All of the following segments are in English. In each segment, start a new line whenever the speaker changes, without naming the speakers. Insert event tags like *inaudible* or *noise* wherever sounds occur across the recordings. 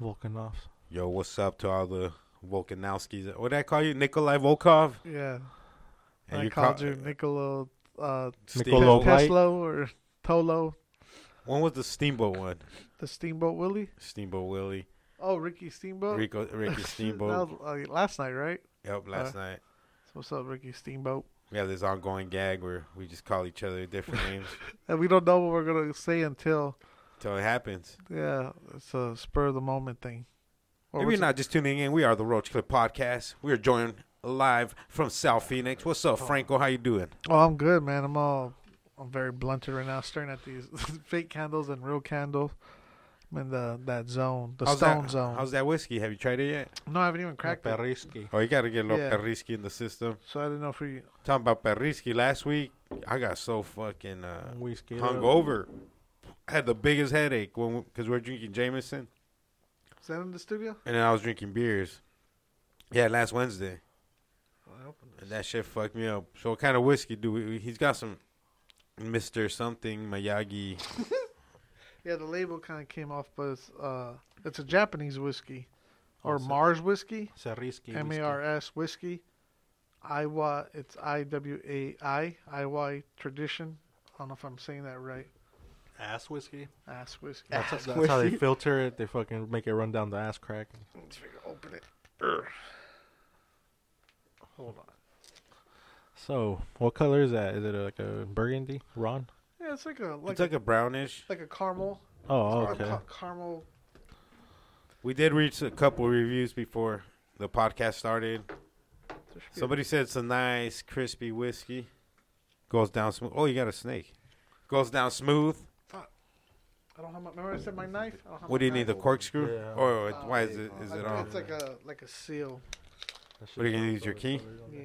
Volkanovs.
Yo, what's up to all the Volkanowskis? What did I call you? Nikolai Volkov?
Yeah.
And
I
you
called
ca-
you Nicolo uh,
Steam-
Nicola Pe- Pe- White.
Teslo or Tolo,
When was the Steamboat one?
the Steamboat Willie.
Steamboat Willie,
Oh, Ricky Steamboat. *laughs*
Rico, *laughs* Ricky Steamboat.
that was, uh, last night, right?
yep, last night.
So what's up, Ricky Steamboat?
We have this ongoing gag where we just call each other *laughs* different names
And we don't know what we're gonna say until
until it happens.
yeah, it's a spur of the moment thing. Or
If you're
what's-
not just tuning in, we are the Roach Clip Podcast. We are joined live from South Phoenix. What's up, Franco? How you doing?
Oh, I'm good, man. I'm all I'm very blunted right now, staring at these *laughs* fake candles and real candles. I'm in the that zone, the stone
that,
zone.
How's that whiskey? Have you tried it yet?
no, I haven't even cracked it,
Perrisky.
Oh, you got to get a little
Yeah.
Perrisky in the system.
so I didn't know if we.
Talking about Perrisky last week, I got so fucking uh,
Whiskey.
hungover. I had the biggest headache when because we were drinking Jameson
Is that in the studio?
and then I was drinking beers. Yeah, last Wednesday.
I opened
And that shit fucked me up. So what kind of whiskey do we? we- He's got some Mister Something Miyagi.
Yeah, the label kind of came off, but it's uh, it's a Japanese whiskey, or
Awesome.
Mars whiskey,
Sarrisky.
M A R S whiskey. Iowa, it's I W A I Iowa tradition. I don't know if I'm saying that right.
Ass whiskey.
Ass whiskey.
That's, that's how
*laughs*
they filter it. They fucking make it run down the ass crack.
Let's figure- open it. Urgh. Hold on.
So, what color is that? Is it like a burgundy? Ron?
Yeah, it's like a like
it's like a brownish.
like a caramel.
Oh,
or a
okay.
ca- caramel.
We did reach a couple reviews before the podcast started. Somebody said it's a nice crispy whiskey. Goes down smooth. Oh, you got a snake. Goes down smooth.
I don't have my. Remember I said my knife. I don't have
What do
Oh my
you need?
knife.
The corkscrew?
Yeah.
Or
Uh,
why is it is
I
it
think
on?
It's like a like a seal.
What are you gonna use your key?
Yeah,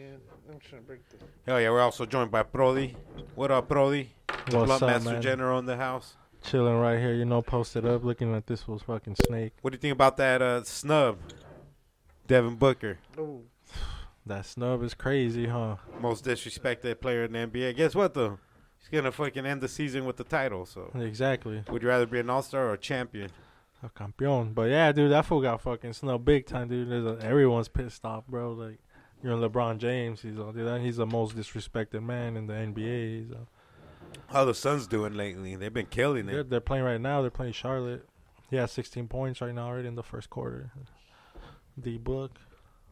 I'm trying to break this.
Oh yeah, we're also joined by Prodi. What up, Prodi?
What's up,
Master
man?
General in the house.
Chilling right here, you know, posted up, looking at this was fucking snake.
What do you think about that uh, snub? Devin Booker,
Oh,
That snub is crazy, huh?
most disrespected player in the NBA. Guess what though? He's gonna fucking end the season with the title. So,
Exactly.
would you rather be an All Star or a champion?
A campeon. But yeah, dude, that fool got fucking snubbed big time, dude. There's a, everyone's pissed off, bro. Like, you're LeBron James. He's all, dude, he's the most disrespected man in the NBA. So.
How the Suns doing lately? They've been killing
They're,
it.
they're playing right now. They're playing Charlotte. He has 16 points right now, already in the first quarter. D book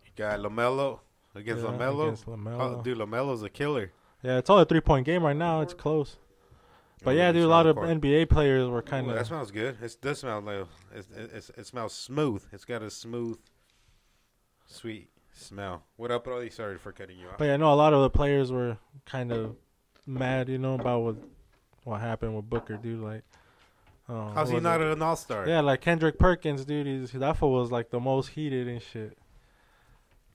You got Lamelo against
yeah,
Lamelo.
against LaMelo.
Oh, dude, Lamelo's a killer.
Yeah, it's all a three point game right now. It's close. But yeah, dude, a lot of NBA players were kind
Ooh, that
of.
smells good. It's, it does smell like it's, it's, it smells smooth. It's got a smooth, sweet smell. What up, Brody? Sorry for cutting you off.
But yeah, I know a lot of the players were kind of mad, you know, about what what happened with Booker, dude. Like, uh,
How's
who
he
was
not
it?
an all star?
Yeah, like Kendrick Perkins, dude. He's, that fool was like the most heated and shit.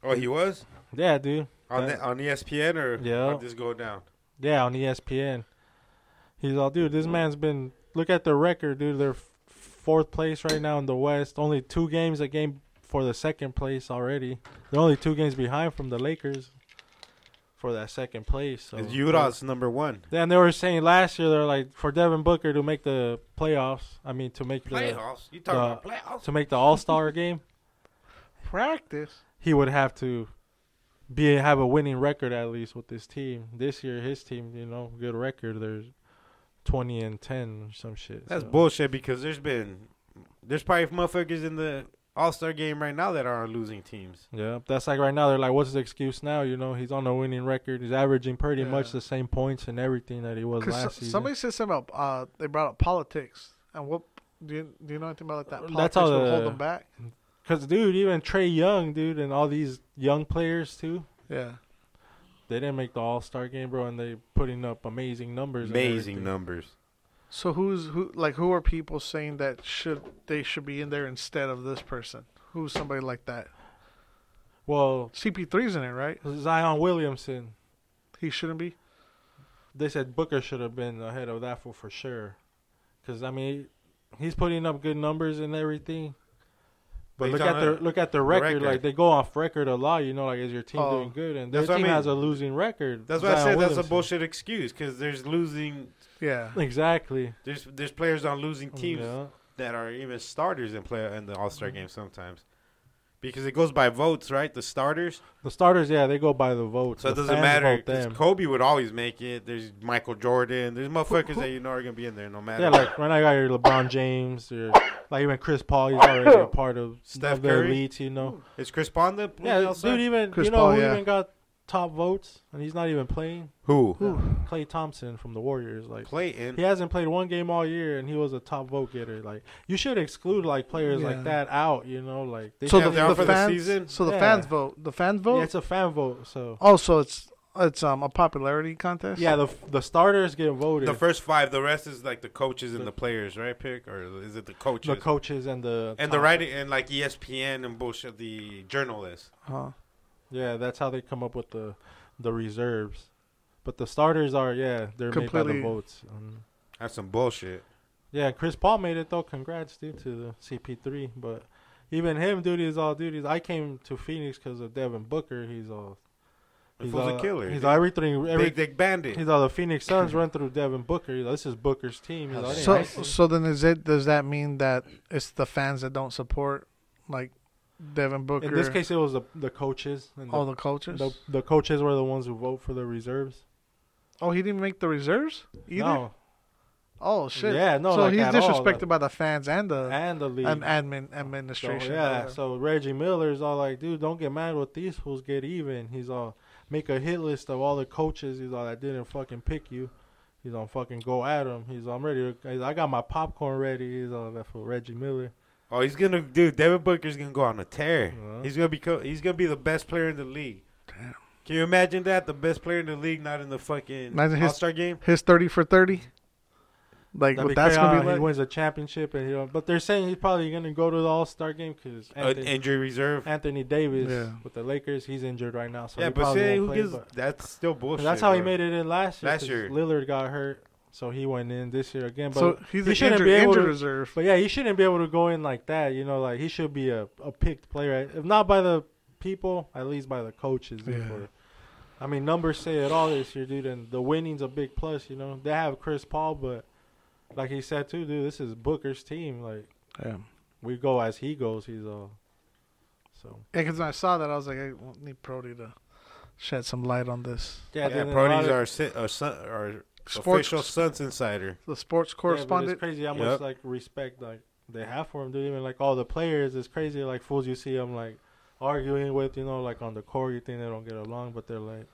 Oh, he was
Yeah, dude.
on
That-
the, on E ESPN or
Yeah.
how'd this go down?
Yeah, on E ESPN. He's all, dude. This man's been. Look at their record, dude. They're f- fourth place right now in the West. Only two games a game for the second place already. They're only two games behind from the Lakers for that second place. So.
It's Utah's number one.
Then they were saying last year they're like for Devin Booker to make the playoffs. I mean to make the
Playoffs? You
the-
talking about playoffs?
to make the All Star *laughs* game,
practice.
he would have to be have a winning record at least with this team. This year, his team, you know, good record. They're twenty and ten or some shit.
That's
so.
bullshit because there's been there's probably motherfuckers in the all star game right now that are on losing teams.
Yeah, that's like right now. They're like, what's his excuse now? You know, he's on a winning record. He's averaging pretty
Yeah.
much the same points and everything that he was
Because
last
so,
season.
somebody said something about uh, they brought up politics and what do you do you know anything about like that?
Uh,
Politics
that's
will
all
hold
the-
them back.
Because dude, even Trey Young, dude, and all these young players too.
Yeah,
They didn't make the All Star game, bro, and they putting up amazing numbers. and
Amazing
everything.
numbers.
So who's who? Like who are people saying that should they should be in there instead of this person? Who's somebody like that?
Well,
CP3's in it, right?
Zion Williamson.
He shouldn't be.
They said Booker should have been ahead of that fool for sure. Because I mean, he's putting up good numbers and everything. But
He's
look
on
at
a-
their look at their record.
record.
Like they go off record a lot. You know, like is your team
Oh,
doing good? And their
that's
team
what I mean.
has a losing record.
That's why I said
Zion
that's a
Williamson.
bullshit excuse because there's losing
Yeah,
Exactly.
There's there's players on losing teams.
Oh, Yeah. Mm-hmm.
that are even starters and play in the All Star game sometimes, because it goes by votes, right? The starters,
The starters, yeah, they go by the vote.
so it
The
doesn't
fans
matter.
vote
'cause
them.
Kobe would always make it. There's Michael Jordan. There's motherfuckers that you know are gonna be in there no matter.
Yeah, like right now you got your LeBron James, your like even Chris Paul, he's already
*coughs*
a part of
Steph
of the
Curry?
elites, you know.
Is Chris Bond the
Yeah,
the All-Star?
dude, even
Chris
you know
Paul,
who
yeah.
even got top votes, and he's not even playing.
Who?
Yeah. Clay Thompson from the Warriors, like
Clayton.
he hasn't played one game all year, and he was a top vote getter. Like you should exclude like players
Yeah.
like that out, you know, like they
So
have-
have
the,
them
the
for the
fans,
season?
so the
Yeah.
fans vote. The fans vote.
yeah, it's a fan vote, so
oh, so it's it's um a popularity contest.
yeah, the the starters get voted,
The first five. The rest is like the coaches and the players, right? Pick or is it the coaches?
the coaches and the
and the
top-
writing and like E ESPN and bullshit. The journalists.
Huh.
Yeah, that's how they come up with the the reserves. But the starters are yeah, they're made by
Completely-
the votes. Um,
That's some bullshit.
yeah, Chris Paul made it though. Congrats, dude, to the CP3. But even him, dude, is all duties. I came to Phoenix because of Devin Booker. He's all.
He was a killer.
He's
He's
all everything. Every,
Big Dick Bandit.
he's all the Phoenix
*laughs*
Suns run through Devin Booker. He's all, this is Booker's team. He's all, "I didn't
So
like him."
so then is it does that mean that it's the fans that don't support like Devin Booker?
in this case, it was the the coaches and
all
the,
the coaches.
the the coaches were the ones who vote for the reserves.
oh, he didn't make the reserves either.
No,
Oh shit.
Yeah, no,
So
like,
he's
at all,
disrespected
like-
by the fans and the
and the league.
and admin
So,
administration.
yeah, so Reggie Miller's all like, dude, don't get mad with these fools. Get even. He's all make a hit list of all the coaches. He's all that didn't fucking pick you. He's on fucking go at him. He's all, I'm ready. To, he's, I got my popcorn ready. He's all that for Reggie Miller.
Oh, he's gonna dude. Devin Booker's gonna go on a tear.
Yeah.
He's gonna be co- he's gonna be the best player in the league.
Damn.
Can you imagine that? The best player in the league, not in the fucking
Imagine his-
All Star game.
his thirty for thirty. Like
That'd
what
be
that's
crazy
gonna
how
be like.
he wins a championship, and he'll, but they're saying he's probably gonna go to the All Star game because
Uh,
Anthony,
injury reserve.
Anthony Davis
Yeah.
with the Lakers, he's injured right now, so
yeah,
he
but
probably won't
say who
play,
gives?
but-
That's still bullshit.
That's how he
bro.
made it in last year.
Last
'cause
year.
Lillard got hurt, so he went in this year again. But
so he's
he
an
shouldn't
injured,
be able
injured
to-
reserve.
But yeah, he shouldn't be able to go in like that. You know, like he should be a, a picked player, if not by the people, at least by the coaches.
Yeah.
Or- I mean, numbers say it all this year, dude, and the winning's a big plus. You know, they have Chris Paul, but like he said too, dude, this is Booker's team. Like
Yeah.
we go as he goes. He's all so.
Yeah, because when I saw that, I was like, I won't need Prody to shed some light on this.
Yeah,
Yeah,
then a lot
Prody's
of-
our si- our, son, our
Sports,
official Suns insider.
the sports
yeah, but
correspondent.
it's crazy how
Yep.
much like respect like they have for him, dude. Even like all the players, it's crazy. Like fools, you see them like arguing with, you know, like on the court, you think they don't get along, but they're like,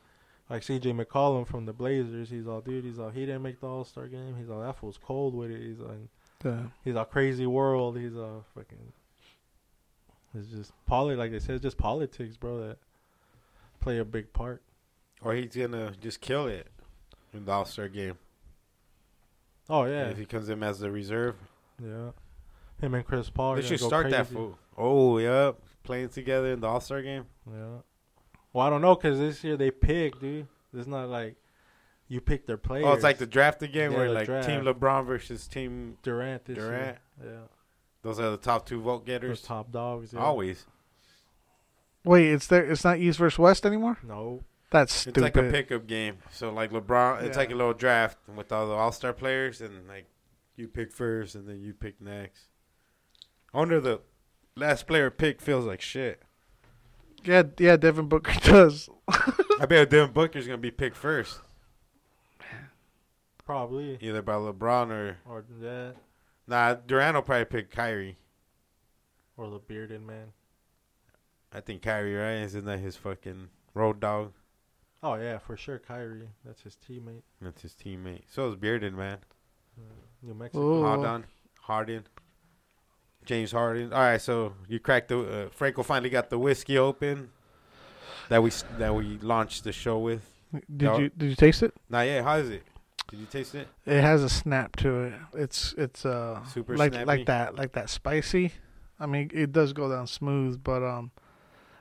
like C.J. McCollum from the Blazers. He's all, dude. He's all, he didn't make the All Star game. He's all, that fool's cold with it. He's all,
Yeah.
he's all crazy world. He's all fucking. It's just poly, like they said, it's just politics, bro. That play a big part.
Or he's gonna just kill it in the All Star game.
Oh yeah,
If he comes in as the reserve,
yeah. Him and Chris Paul. are
they
gonna
should
go
start that
crazy.
fool. Oh, yep, playing together in the All Star game.
Yeah. Well, I don't know because this year they picked, dude. It's not like you pick their players.
Oh, it's like the draft again,
Yeah,
where
the
like Team
draft.
LeBron versus Team
Durant this
Durant.
year.
Those are the top two vote
Yeah. Those
getters.
top dogs. Yeah.
Always.
Wait, it's there. It's not East versus West anymore.
No.
That's
It's
stupid.
like a pickup game. So like LeBron, it's
Yeah.
like a little draft with all the All Star players, and like you pick first, and then you pick next. Under the last player pick feels like shit.
Yeah, yeah. Devin Booker *laughs* does.
I bet Devin Booker's gonna be picked first,
Probably.
either by LeBron or
Or that.
nah. Durant will probably pick Kyrie.
Or the bearded man.
I think Kyrie, right? Isn't that his fucking road dog?
Oh, yeah, for sure. Kyrie. That's his teammate.
That's his teammate. So is Bearded man.
New Mexico.
Ooh.
Harden, Harden, James Harden. All right, so you cracked the uh, Franco finally got the whiskey open that we s- that we launched the show with.
Did
No.
you did you taste it?
Now, yeah, how is it? Did you taste it?
It has a snap to it. It's it's uh
Super
like
snappy.
like that like that spicy. I mean, it does go down smooth, but um,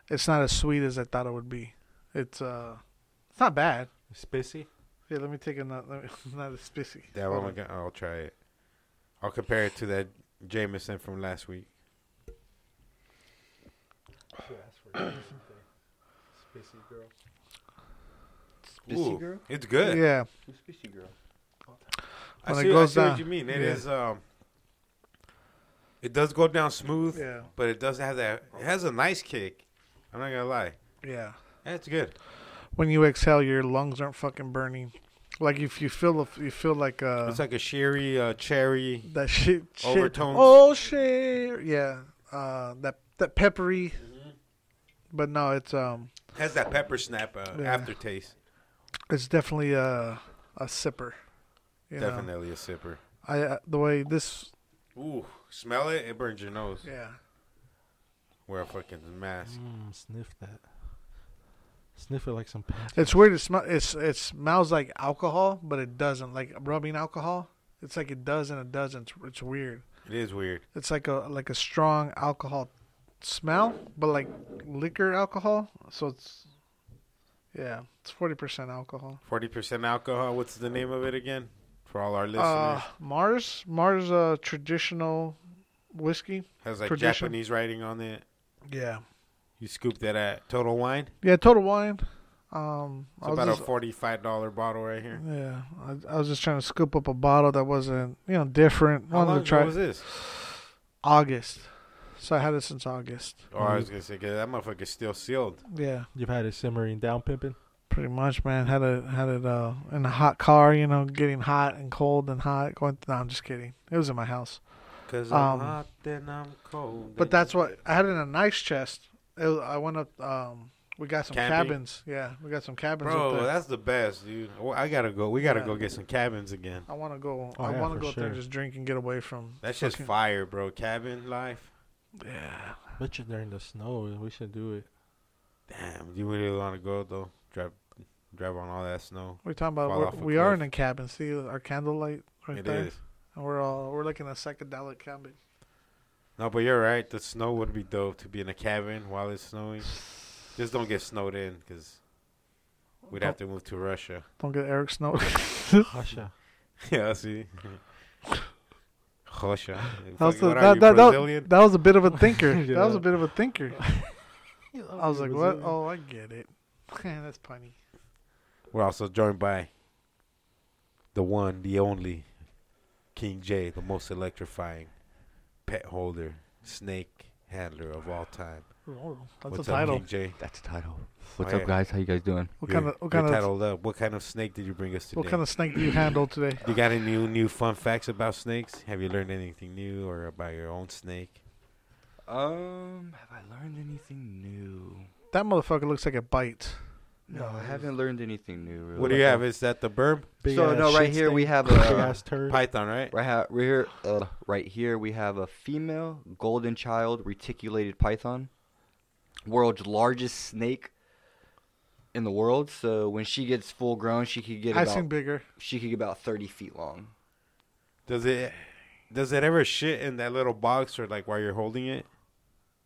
it's not as sweet as I thought it would be. It's uh, it's not bad.
Spissy.
Here, let me take another. *laughs* Not as spicy.
Yeah, well, I'm gonna, Oh I'll try it. I'll compare it to that Jameson from last week.
*coughs* Spissy girl.
Ooh,
Spissy girl?
It's good.
Yeah.
Who's Spissy girl?
I
When
see,
it goes
I see what
down.
you mean. It
Yeah.
is um It does go down smooth,
Yeah.
but it does have that. It has a nice kick. I'm not gonna lie.
Yeah.
That's good.
When you exhale, your lungs aren't fucking burning. Like if you feel, if you feel like uh,
it's like a sherry, uh, cherry.
that shit, shit.
overtones.
Oh shit. Yeah. Uh, that that peppery. But no, it's um,
Has that pepper snap uh,
Yeah.
aftertaste.
it's definitely a a sipper. You know?
Definitely a sipper.
I uh, the way this.
Ooh, smell it. It burns your nose.
Yeah.
Wear a fucking mask.
Mm, sniff that. Sniff it like some. pants.
It's weird. It smell. It's it smells like alcohol, but it doesn't. Like rubbing alcohol, it's like it does and it doesn't. It's, it's weird.
It is weird.
It's like a like a strong alcohol smell, but like liquor alcohol. So it's yeah, it's forty percent alcohol.
Forty percent alcohol. What's the name of it again? For all our listeners,
Uh, Mars Mars uh, traditional whiskey.
has like
tradition.
Japanese writing on it.
Yeah,
You scoop that at Total Wine.
yeah. Total Wine. Um, I
It's
was
about
just-
a forty-five dollar bottle right here.
yeah, I, I was just trying to scoop up a bottle that wasn't you know different.
How long
Wanted
ago
to try.
was this?
August. So I had it since August.
Oh, I was gonna say 'cause that motherfucker's still sealed.
Yeah,
You've had it simmering down, pimping.
pretty much, man. Had it had it uh, in a hot car, you know, getting hot and cold and hot. Going. No, I'm just kidding. It was in my house.
Cause
I'm Um,
I'm
hot,
hot, then I'm cold.
But that's what I had it in a nice chest. It was, I went up. Um, we got some
Camping?
cabins. Yeah, we got some cabins. up
bro.
there.
That's the best, dude. Well, I gotta go. We gotta
Yeah.
go get some cabins again.
I want to go.
Oh,
I
yeah,
want to
for
go up there and
sure.
just drink and get away from.
That's just
fucking-
fire, bro. Cabin life.
Yeah.
Bet you they're in the snow. We should do *laughs* it.
Damn, you really want to go though? Drive, drive on all that snow.
We're talking
Fall
about.
off a
We're, we are in
cliff.
a cabin. See our candlelight right
It
there.
is.
And we're all we're like in a psychedelic cabin.
No, but you're right. The snow would be dope to be in a cabin while it's snowing. Just don't get snowed in, cause we'd have to move to Russia. *laughs*
Don't get Eric Snow. *laughs*
Hasha.
yeah, see. *laughs* Russia.
That was,
Fucking-
a,
what
that,
are you,
that, that,
Brazilian?
that was a bit of a
*laughs*
thinker. That was
Yeah.
a bit of a thinker. I was like, what? Oh, I get it. *laughs* That's punny.
We're also joined by the one, the only King J, the most electrifying pet holder, snake handler of all time.
Oh,
That's the
up,
title.
King J?
That's the title. What's
Oh,
up,
yeah.
guys? How you guys doing?
What
You're-
kind of what
you're
kind of
titled up. What kind of snake did you bring us today?
what kind of snake do you handle today?
you got any new new fun facts about snakes? Have you learned anything new or about your own snake?
Um, have I learned anything new?
That motherfucker looks like it bites.
No, I haven't learned anything new. Really.
What do you have? Is that the burb?
So no, right here we have
big
a
ass turd.
Python, right?
right, ha- right here uh, right here we have a female golden child reticulated python, world's largest snake in the world. So when she gets full grown, she could get
I
about
seen bigger.
she could get about thirty feet long.
Does it does it ever shit in that little box or like while you're holding it?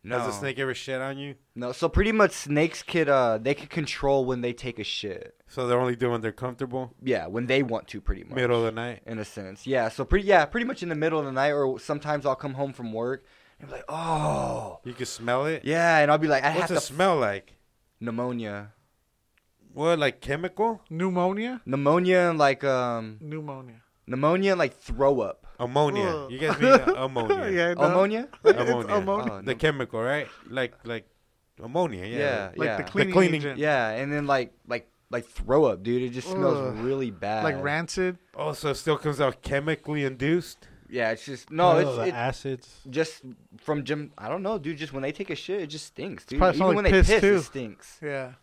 No,
Does the snake ever shit on you?
no. So pretty much snakes could uh they could control when they take a shit.
So they're only doing they're comfortable
Yeah, when they want to, pretty much.
middle of the night.
in a sense. Yeah, so pretty yeah, pretty much in the middle of the night, or sometimes I'll come home from work and be like, oh
You can smell it.
yeah, and I'll be like, I
What's
have
it
to
smell like?
pneumonia,
What like chemical?
Pneumonia?
pneumonia, and like um
Pneumonia.
pneumonia, and like throw up,
Ammonia.
Ugh.
You guys mean
*laughs*
uh, ammonia?
yeah, no.
ammonia.
It's
Ammonia.
ammonia.
Oh,
The
no-
chemical, right? Like like ammonia. Yeah.
yeah,
Like
yeah,
the cleaning,
cleaning-
agent.
yeah, and then like like like throw up, dude. It just smells
Ugh.
really bad.
Like rancid.
Oh, so it still comes out chemically induced.
Yeah, it's just no,
One of
it's.
the
it's
acids.
just from Jim, I don't know, dude. Just when they take a shit, it just stinks, dude.
probably
Even
smell
when
like
they
piss,
piss,
too.
it stinks.
Yeah.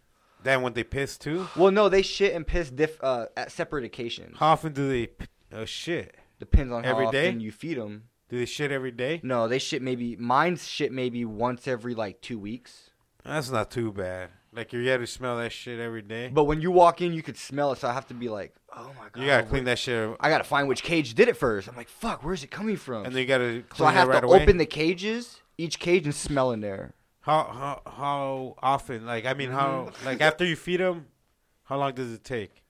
Then when they piss too,
Well, no, they shit and piss diff uh, at separate occasions.
how often do they p- uh, shit?
Depends on how
Every day?
often you feed them.
Do they shit every day?
No, they shit maybe mine's shit maybe once every like two weeks.
That's not too bad. Like you got to smell that shit every day.
But when you walk in, you could smell it, so I have to be like, oh my god,
you gotta
where-
clean that shit, up.
I gotta find which cage did it first. I'm like, fuck, where's it coming from?
and then you gotta clean
so I have
it right
to
away.
open the cages, each cage, and smell in there.
How how how often? Like I mean, how
Mm-hmm.
like after you feed them, how long does it take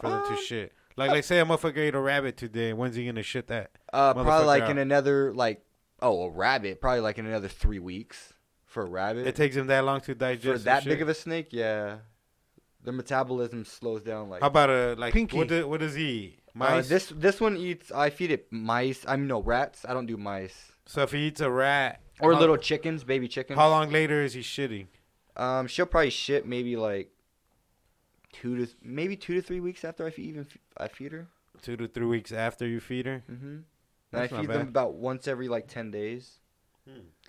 for them
Uh,
to shit? Like like say a motherfucker ate a rabbit today. When's he gonna shit that?
Uh, probably like
Motherfucker.
in another like, oh, a rabbit. Probably like in another three weeks for a rabbit.
It takes him that long to digest.
Uh, for
the
that
shit?
big of a snake, yeah, their metabolism slows down like
How about a like?
Pinky.
What, do, what does he eat?
Uh,
Mice.
this this one eats. I feed it mice. I'm no rats. I don't do mice.
So if he eats a rat,
Or
how-
little chickens, baby chickens.
How long later is he shitting?
Um, she'll probably shit maybe like two to maybe two to three weeks after I feed, even f- I feed her.
Two to three weeks after you feed her.
Mm-hmm. And
That's
I
not
feed them
bad.
about once every like ten days.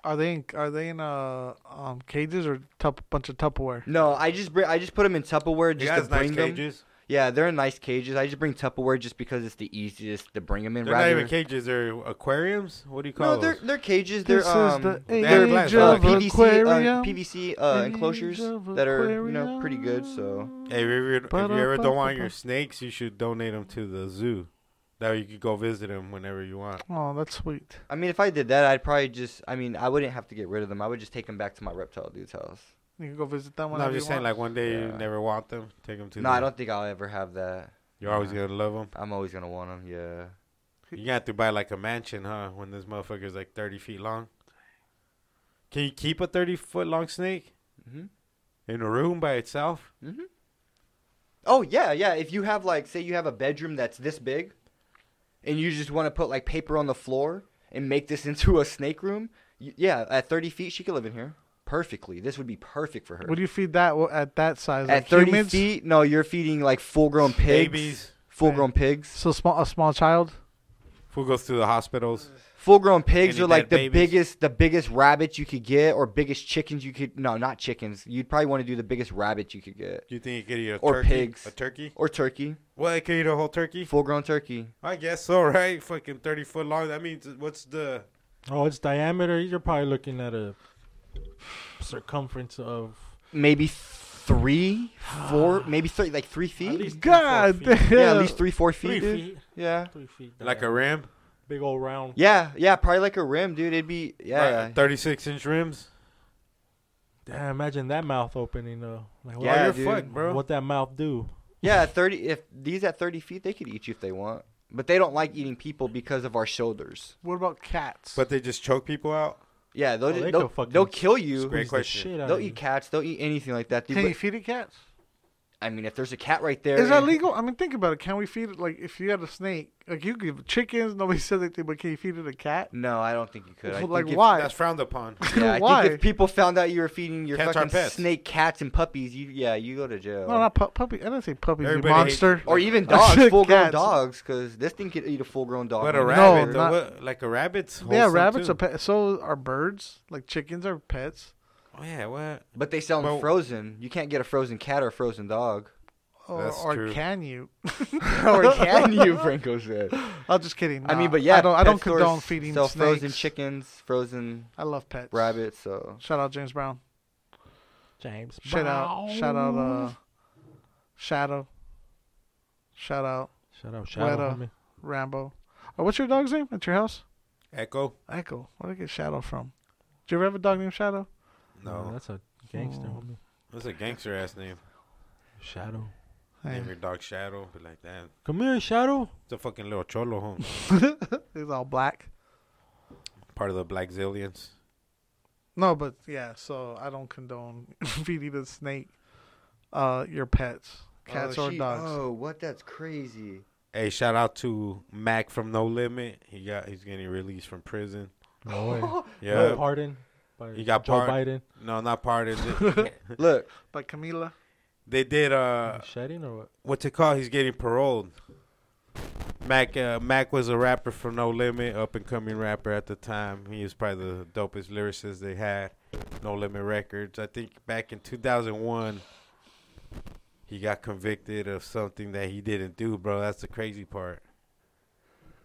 Are they in, are they in uh um cages or tup- bunch of Tupperware?
No, I just bring, I just put them in Tupperware
He
just to
has nice
bring them.
cages.
Yeah, they're in nice cages. I just bring Tupperware just because it's the easiest to bring them in.
They're
rather
not even cages. They're aquariums. What do you
no,
call
they're
those?
they're cages. They're um,
age
they're
of
glass- uh, PVC uh, PVC uh,
age
enclosures
of
that are you know pretty good. So
aquarium.
Hey, if you, ever- if you ever don't want your
Ba-da-ba-ba-ba.
snakes, you should donate them to the zoo. That way you could go visit them whenever you want.
Oh, that's sweet.
I mean, if I did that, I'd probably just I mean I wouldn't have to get rid of them. I would just take them back to my reptile dude's house.
You can go visit them
No,
whenever
I'm just
you
saying,
want.
like one day you
Yeah.
never want them, take them to.
No,
the,
I don't think I'll ever have that.
You're always
Yeah.
gonna love them.
I'm always gonna want them. Yeah.
You gonna have to buy like a mansion, huh? When this motherfucker's like 30 feet long. Can you keep a 30 foot long snake
hmm
Mm-hmm.
in a room by itself?
hmm Oh yeah, yeah. If you have like, say, you have a bedroom that's this big, and you just want to put like paper on the floor and make this *laughs* into a snake room, y yeah, at 30 feet she could live in here perfectly. This would be perfect for her.
What do you feed that well, at that size?
at
like
30
humans?
feet, no, you're feeding like full-grown pigs,
Babies.
full-grown pigs.
So small, a small child.
Who goes to the hospitals?
Full-grown pigs
Any
are
dead
like the
babies?
biggest, the biggest rabbits you could get, or biggest chickens you could. No, not chickens. You'd probably want to do the biggest rabbit you could get,
Do you think you could eat a
Or
turkey?
pigs.
A turkey?
or turkey,
Well, I could eat a whole turkey.
full-grown turkey.
I guess so, right? Fucking 30 foot long. That means what's the
Oh, its diameter. You're probably looking at a circumference of
maybe three,
*sighs*
four, maybe three, like three feet.
at least three, four
God
feet.
damn.
yeah, at least three, four feet,
three
dude.
feet,
Yeah,
three feet.
like a rim?
big old round.
yeah, yeah. Probably like a rim, dude. It'd be yeah,
Right, 36 inch rims.
Damn, imagine that mouth opening though. Like, what,
Oh,
Yeah,
you're
dude.
fucked, bro.
what that mouth do?
yeah. at Thirty. If these at thirty feet, they could eat you if they want, but they don't like eating people because of our shoulders.
What about cats?
But they just choke people out.
Yeah, they'll
Oh,
just-
they
they'll,
could fucking
they'll kill you.
Great
Squeeze the
question.
shit out
They'll
of you.
eat cats. They'll eat anything like that. Dude.
can you
but,
feed it cats?
I mean, if there's a cat right there,
Is that
and-
legal? I mean, think about it. Can we feed it? Like, if you had a snake, like you could give chickens. Nobody says anything, but can you feed it a cat?
No, I don't think you could.
*laughs*
I
like,
think if-
why?
That's frowned upon.
*laughs*
yeah, I
why?
think if people found out you were feeding your
Cats are
fucking
pets.
snake cats and puppies, you yeah, you go to jail.
No, not pu- puppy. I didn't say puppies. You
Everybody hates
monster. *laughs*
Or even
I
dogs,
said
full grown
cats.
dogs, because this thing could eat a full grown dog.
But a
right now.
rabbit,
No,
though,
not-
what- like a rabbit's
Yeah,
wholesome,
rabbits
too.
are pets. So are birds. Like chickens are pets.
Oh, yeah, what?
But they sell them
Well-
frozen. You can't get a frozen cat or a
*laughs*
frozen dog. *laughs*
Or,
That's
or
true.
can you?
or can you? Franco said.
I'm just kidding.
I mean,
Nah,
but yeah,
I don't, I
pet
don't
stores
condone feeding
sell
snakes.
frozen chickens, frozen
I love pets.
rabbits. So
Shout out James Brown.
James.
Shout out. Shout out. Uh, Shadow. Shout out
Shout out. Shout out.
Weta.
homie.
Rambo. Oh, what's your dog's name at your house?
Echo?
Echo. Where did I get Shadow from? Do you ever have a dog named Shadow?
Man,
No.
that's a gangster,
Oh.
homie.
That's a gangster ass name.
Shadow.
Hey,
Name your dog Shadow. Be like, damn.
Come here, Shadow.
It's a fucking little cholo home.
he's all black.
Part of the Black Zillions.
No, but yeah. So I don't condone *laughs* feeding a snake. Uh, your pets, cats
Oh,
or
she-
dogs.
Oh, what? That's crazy.
Hey, shout out to Mac from No Limit. He got he's getting released from prison.
No way.
Yeah.
No pardon. By
You got
Joe
par-
Biden.
No, not pardon. They-
Look, *laughs*
But Camila.
they did uh
Shedding or what?
what's it called? He's getting paroled. Mac uh, Mac was a rapper from No Limit, up and coming rapper at the time. He was probably the dopest lyricist they had. No Limit Records. I think back in 2001 he got convicted of something that he didn't do, bro. That's the crazy part.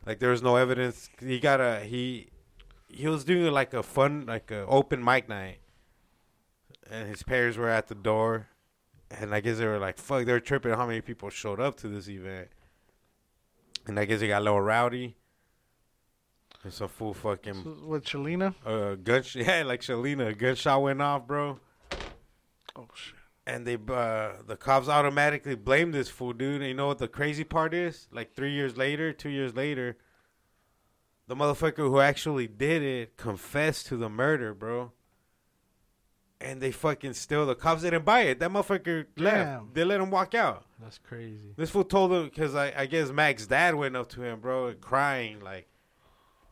Like there was no evidence. He got a he he was doing like a fun like a open mic night. And his parents were at the door and I guess they were like, fuck, they were tripping how many people showed up to this event. And I guess it got a little rowdy. And some fool fucking
With Chelina.
uh, gunshot. *laughs* Yeah, like Shalina, a gunshot went off, bro.
Oh shit.
And they, uh, the cops automatically blamed this fool, dude. And you know what the crazy part is? Like three years later, two years later, the motherfucker who actually did it confessed to the murder, bro. And they fucking still, the cops didn't buy it. That motherfucker
Damn.
left. They let him walk out.
That's crazy.
This fool told him because I, I guess Mac's dad went up to him, bro, and crying like,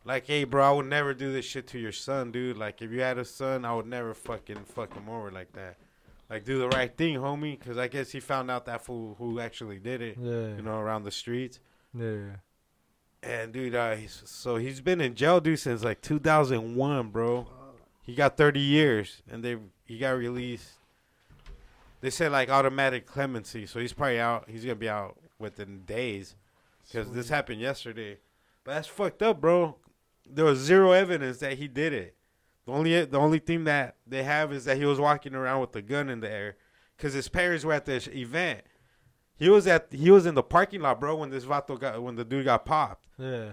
Like, hey, bro, I would never do this shit to your son, dude. Like, if you had a son, I would never fucking fuck him over like that. Like, do the right thing, homie, because I guess he found out that fool who actually did it,
Yeah.
you know, around the streets.
Yeah.
And dude, uh, he's, so he's been in jail, dude, since like 2001, bro. He got 30 years, and they he got released. They said like automatic clemency, so he's probably out. He's gonna be out within days, because this happened yesterday. But that's fucked up, bro. There was zero evidence that he did it. The only the only thing that they have is that he was walking around with a gun in the air, because his parents were at this event. He was at he was in the parking lot, bro, when this vato got when the dude got popped.
Yeah.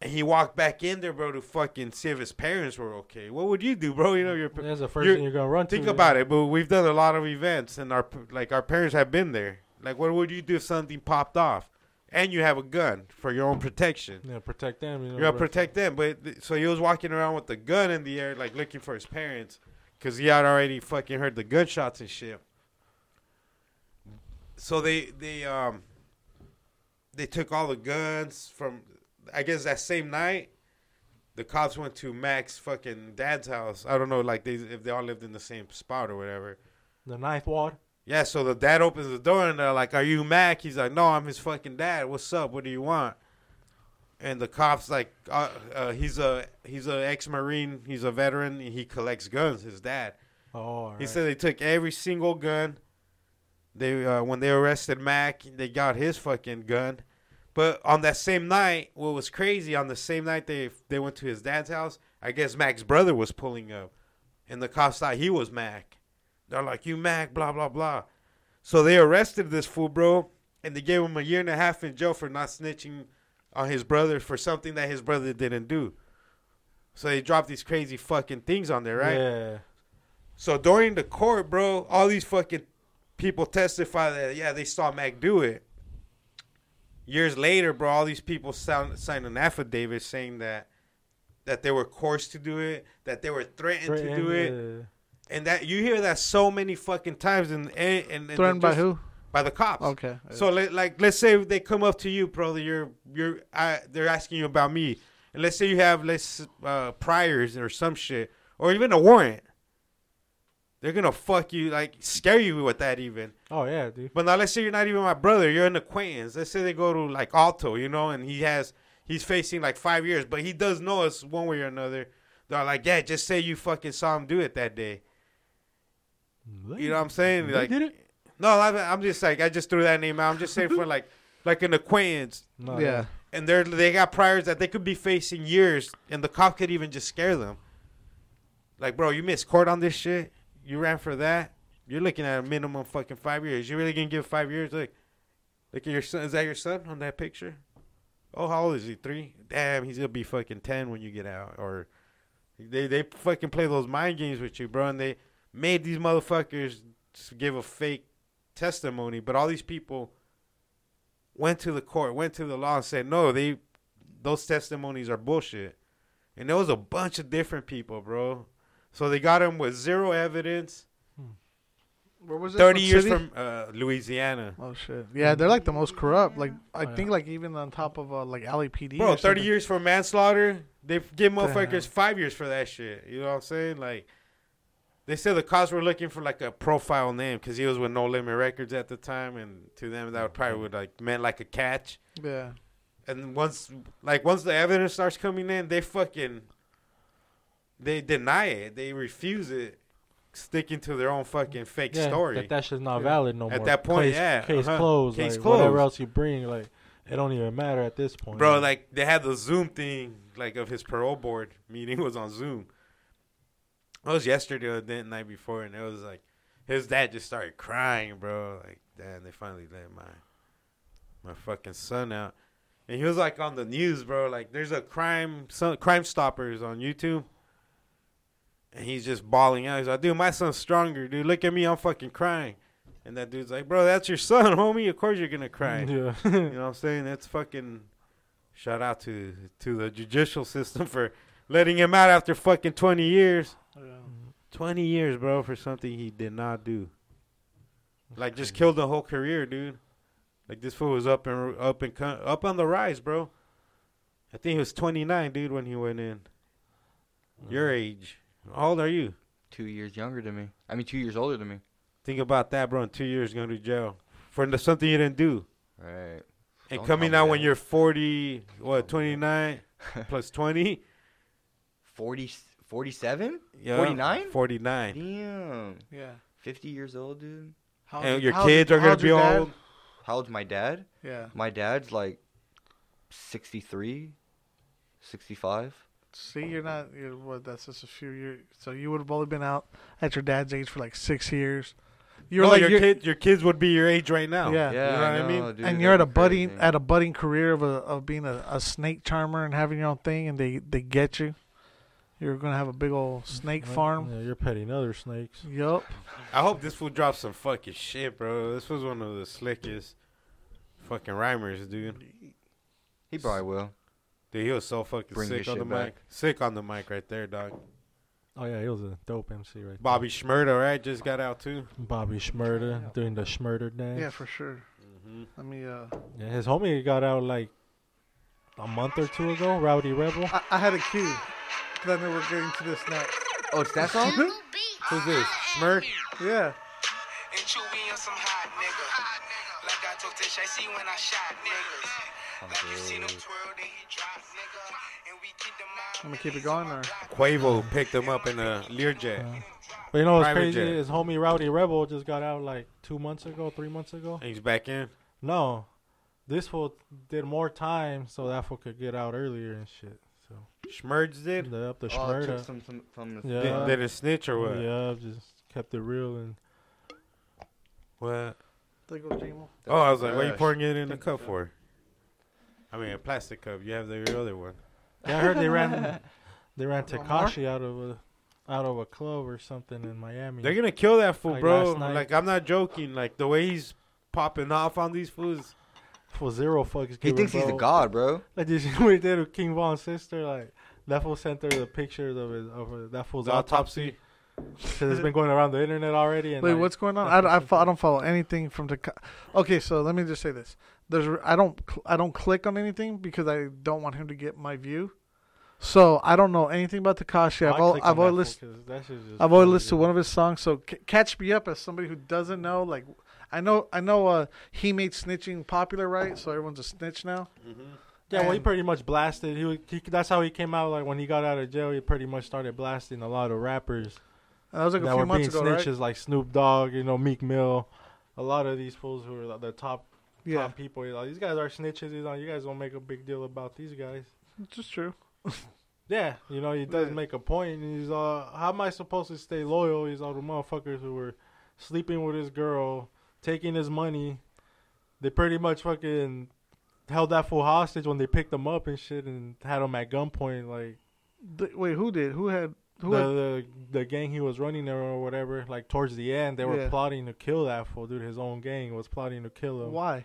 And he walked back in there, bro, to fucking see if his parents were okay. What would you do, bro? You know, your are
That's the 1st
you're-
thing you're gonna run to.
think about it. But we've done a lot of events, and our like our parents have been there. Like, what would you do if something popped off, and you have a gun for your own protection?
Yeah, protect them. You know,
You're gonna
bro.
protect them. But th- so he was walking around with the gun in the air, like looking for his parents, because he had already fucking heard the gunshots and shit. So they they um they took all the guns from I guess that same night. The cops went to Max fucking dad's house. I don't know, like they if they all lived in the same spot or whatever.
The ninth ward.
Yeah, so the dad opens the door and they're like, "Are you Mac?" He's like, "No, I'm his fucking dad. What's up? What do you want?" And the cops like, uh, uh, "He's a he's a ex marine. He's a veteran. and he collects guns. His dad."
Oh, all
He
right.
said they took every single gun. They uh, when they arrested Mac, they got his fucking gun. But on that same night, what was crazy? On the same night they they went to his dad's house. I guess Mac's brother was pulling up, and the cops thought he was Mac. They're like, "You Mac?" Blah blah blah. So they arrested this fool, bro, and they gave him a year and a half in jail for not snitching on his brother for something that his brother didn't do. So they dropped these crazy fucking things on there, right?
Yeah.
So during the court, bro, all these fucking people testify that yeah, they saw Mac do it. Years later, bro, all these people sound, signed an affidavit saying that that they were coerced to do it, that they were threatened, to do it,
Threatened,
and that you hear that so many fucking times. And and, and and
Threatened by
just-
who?
By the cops.
Okay.
So li- like, let's say they come up to you, brother. You're you're I, they're asking you about me, and let's say you have let's uh, priors or some shit, or even a warrant. They're gonna fuck you, like scare you with that even.
yeah. Oh yeah, dude.
But now let's say you're not even my brother. You're an acquaintance. Let's say they go to like Alto, you know, and he has he's facing like five years, but he does know us one way or another. They're like, yeah, just say you fucking saw him do it that day. You know what I'm saying?
They
Like,
did it?
no, I'm I'm just like I just threw that name out. I'm just saying for like like an acquaintance
No,
yeah.
and they're they got priors that they could be facing years, and the cop could even just scare them. Like, bro, you missed court on this shit. You ran for that. You're looking at a minimum fucking five years. You really gonna give five years? Look, look at your son. Is that your son on that picture? Oh, how old is he? Three. Damn, he's gonna be fucking ten when you get out. Or they they fucking play those mind games with you, bro. And they made these motherfuckers just give a fake testimony, but all these people went to the court, went to the law, and said no, they those testimonies are bullshit. And there was a bunch of different people, bro. So they got him with zero evidence.
Where was it?
Thirty
What
years
city?
from uh, Louisiana,
Oh shit! Yeah, they're like the most corrupt. Like I
Oh, yeah.
think, like even on top of uh, like LAPD.
bro.
or
Thirty
something.
years for manslaughter. They give motherfuckers
Damn.
five years for that shit. You know what I'm saying? Like, they said the cops were looking for like a profile name because he was with No Limit Records at the time, and to them that would probably would like meant like a catch.
Yeah.
and once like once the evidence starts coming in, they fucking they deny it. They refuse it, sticking to their own fucking fake
Yeah,
story.
That that shit's not
Yeah.
valid no more.
At that point,
case,
yeah,
Case
uh-huh.
closed.
Case
like, Whatever
closed.
else you bring, like it don't even matter at this point.
Bro, like they had the Zoom thing, like of his parole board meeting was on Zoom. It was yesterday or the night before, and it was like his dad just started crying, bro. Like, damn, they finally let my my fucking son out, and he was like on the news, bro. Like, there's a crime, some Crime Stoppers on YouTube, and he's just bawling out. He's like, dude, my son's stronger, dude. Look at me, I'm fucking crying. And that dude's like, bro, that's your son, *laughs* homie. Of course you're gonna cry.
*laughs* Yeah.
*laughs* You know what I'm saying? That's fucking shout out to to the judicial system for letting him out after fucking 20 years.
Yeah.
20 years, bro, for something he did not do. Like just killed the whole career, dude. Like this fool was up and up and co- up on the rise, bro. I think he was 29, dude, when he went in. Your age. How old are you?
Two years younger than me. I mean, two years older than me.
Think about that, bro. In two years, going to jail for n- something you didn't do.
Right.
And
Don't
coming
tell
out
me that.
when you're 40, what, 29 plus 20?
*laughs* 40, 47?
Yeah,
49?
49.
Damn.
Yeah.
50 years old, dude.
How
And
old-
your
how old-
kids are
how
going
old's
to be
your dad?
old.
How old's my dad?
Yeah.
My dad's like 63, 65.
See, you're not. You're, what? That's just a few years. So you would have only been out at your dad's age for like six years. You're
no,
like
your,
you're-
kid, your kids would be your age right now.
Yeah.
You know what I mean?
dude,
and you're at a
that'd be
budding
crazy.
at a budding career of a of being a, a snake charmer and having your own thing, and they they get you. You're gonna have a big old
Mm-hmm.
snake farm.
Yeah, you're petting other snakes.
Yup.
I hope this fool drops some fucking shit, bro. This was one of the slickest fucking rhymers, dude.
He probably will.
Dude, he was so fucking
Bring
sick
his
on the
shit
mic. Sick on the mic right there, dog.
Oh yeah, he was a dope MC right there.
Bobby Schmurda, right? Just got out too.
Bobby Schmurda doing the Schmurda dance.
Yeah, for sure.
Mm-hmm.
Let me. Uh,
Yeah, his homie got out like a month or two ago. Rowdy Rebel.
I, I had a cue. Cause I know we're getting to this next.
Oh, it's
*laughs*
that song?
Who's this? Schmurd?
Yeah.
And you be on some hot nigga. Like I told Tish, I see when I shot niggas.
Oh,
Like you seen him twirl, then he drop, nigga. And we keep them out.
I'm gonna keep it going. Or
Quavo picked him up in a Learjet.
Uh-huh.
But you know what's
Private
crazy?
jet.
His homie Rowdy Rebel just got out like two months ago, three months ago.
And he's back in.
No, this fool did more time so that fool could get out earlier and shit. So
Schmurds did?
they up the
Oh, it Oh, took
Schmurda.
some, some, from the
Yeah.
Uh,
Did, didn't snitch or what?
yeah, just kept it real
*laughs*
and
What?
they go Jamo.
Oh, I was like, what are you
fresh.
pouring it in the cup for? I mean, a plastic cup. You have the other one.
yeah, I heard they ran they ran
One more?
Takashi out of a out of a club or something in Miami.
They're gonna kill that fool,
Like
bro.
last night.
Like I'm not joking. Like the way he's popping off on these fools.
for zero fucks.
He
given,
thinks he's a
bro.
god, bro.
Like did you see *laughs* what he did with King Von's sister? Like that fool sent her the pictures of his of her, that fool's *laughs*
The autopsy.
because it's been going around the internet already. And
Wait,
like,
what's going on?
that's what
I, don't- I,
she
fo- I don't follow anything from the. Okay, so let me just say this: there's I don't cl- I don't click on anything because I don't want him to get my view. So I don't know anything about Takashi. I've
I
al-
clicked
I've
on that
only
fool
listened
'cause that shit's just
I've only
crazy.
listened to one of his songs. So c- catch me up as somebody who doesn't know. Like I know I know uh, he made snitching popular, right? So everyone's a snitch now.
Yeah, well, he
and-
pretty much blasted. He, was- he that's how he came out. Like when he got out of jail, he pretty much started blasting a lot of rappers
And that was like a
that
few
were being
months ago,
snitches,
right?
like Snoop Dogg, you know, Meek Mill, a lot of these fools who are the top
Yeah,
top people. He's like, these guys are snitches. You know, you guys don't make a big deal about these guys.
it's just true.
Yeah, you know, he does
Yeah.
make a point. and He's uh, how am I supposed to stay loyal? He's all the motherfuckers who were sleeping with his girl, taking his money. They pretty much fucking held that fool hostage when they picked him up and shit, and had him at gunpoint. Like
Th- wait, who did? Who had?
the,
Who had?
the the gang he was running there or whatever. Like towards the end, they were
Yeah.
plotting to kill that fool, dude. His own gang was plotting to kill him
Why?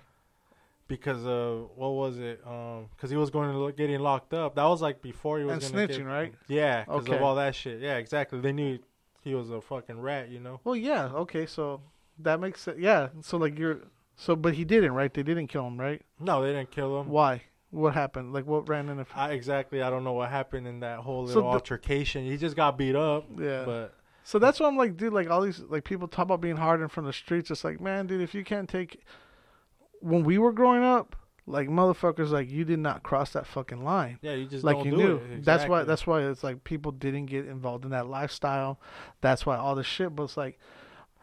because of what was it? Um, because he was going to lo- getting locked up. That was like before he was
And
gonna get-
snitching, right?
Yeah, because
Okay.
of all that shit. Yeah, exactly. They knew he was a fucking rat, you know.
Well, yeah, okay, so that makes sense. Yeah, so like you're so, but he didn't, right? They didn't kill him, right?
No, they didn't kill him.
Why? What happened? Like what ran in?
I, exactly. I don't know what happened in that whole
So
little
the-
altercation. He just got beat up.
Yeah.
But
so that's why I'm like, dude, like all these like people talk about being hardened from the streets. It's like, man, dude, if you can't take, when we were growing up, like motherfuckers, like you did not cross that fucking line.
yeah, you just
like
don't
you
do
knew.
it.
That's why.
Exactly.
That's why it's like people didn't get involved in that lifestyle. That's why all this shit. But it's like,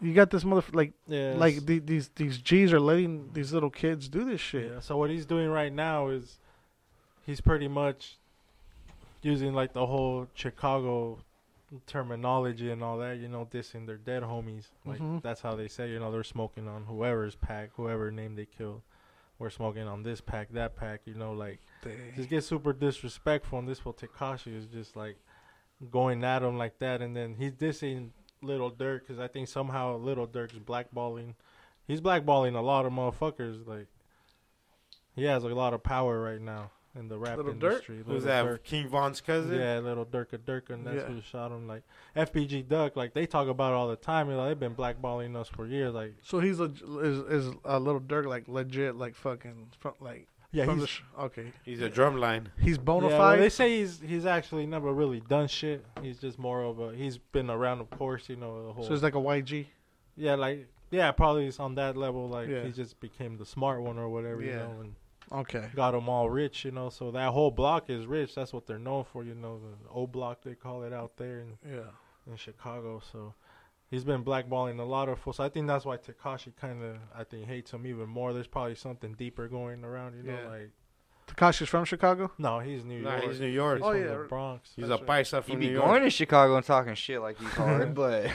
you got this mother like
Yeah,
like
it's-
the, these these G's are letting these little kids do this shit.
yeah. So what he's doing right now is he's pretty much using like the whole Chicago terminology and all that, you know, dissing their dead homies. Like
Mhm.
that's how they say, you know, they're smoking on whoever's pack, whoever name they killed. We're smoking on this pack, that pack, you know, like just get super disrespectful and this will Takashi is just like going at him like that and then he's dissing Little Dirk because I think somehow Little Dirk's blackballing he's blackballing a lot of motherfuckers like he has a lot of power right now in the rap
Little Durk?
industry Little
Who's that?
Durk.
King Von's cousin.
Yeah, little Durka Durka, and that's
Yeah.
who shot him. Like FBG Duck, like they talk about it all the time. You know, they've been blackballing us for years. Like,
So he's a is is a little Dirk like legit like fucking front, like
Yeah,
from
he's,
the sh- okay.
He's a drumline.
He's bona
yeah,
fide.
well, they say he's he's actually never really done shit. He's just more of a he's been around, of course, you know the whole.
so it's like a YG.
yeah, like yeah, probably it's on that level. Like
Yeah.
he just became the smart one or whatever, you
Yeah.
know, and
Okay.
got them all rich, you know. So that whole block is rich. That's what they're known for, you know, the O block they call it out there in,
Yeah.
in Chicago. So he's been blackballing a lot of folks. I think that's why Takashi kind of I think hates him even more. There's probably something deeper going around, you know,
Yeah.
like
Takashi's from Chicago.
no, he's New
Nah,
York.
he's New York.
He's
Oh,
from
yeah.
the Bronx.
He's
That's
a
right.
paisa
He
from
be
New York.
going to Chicago and talking shit
*laughs*
like he's hard, but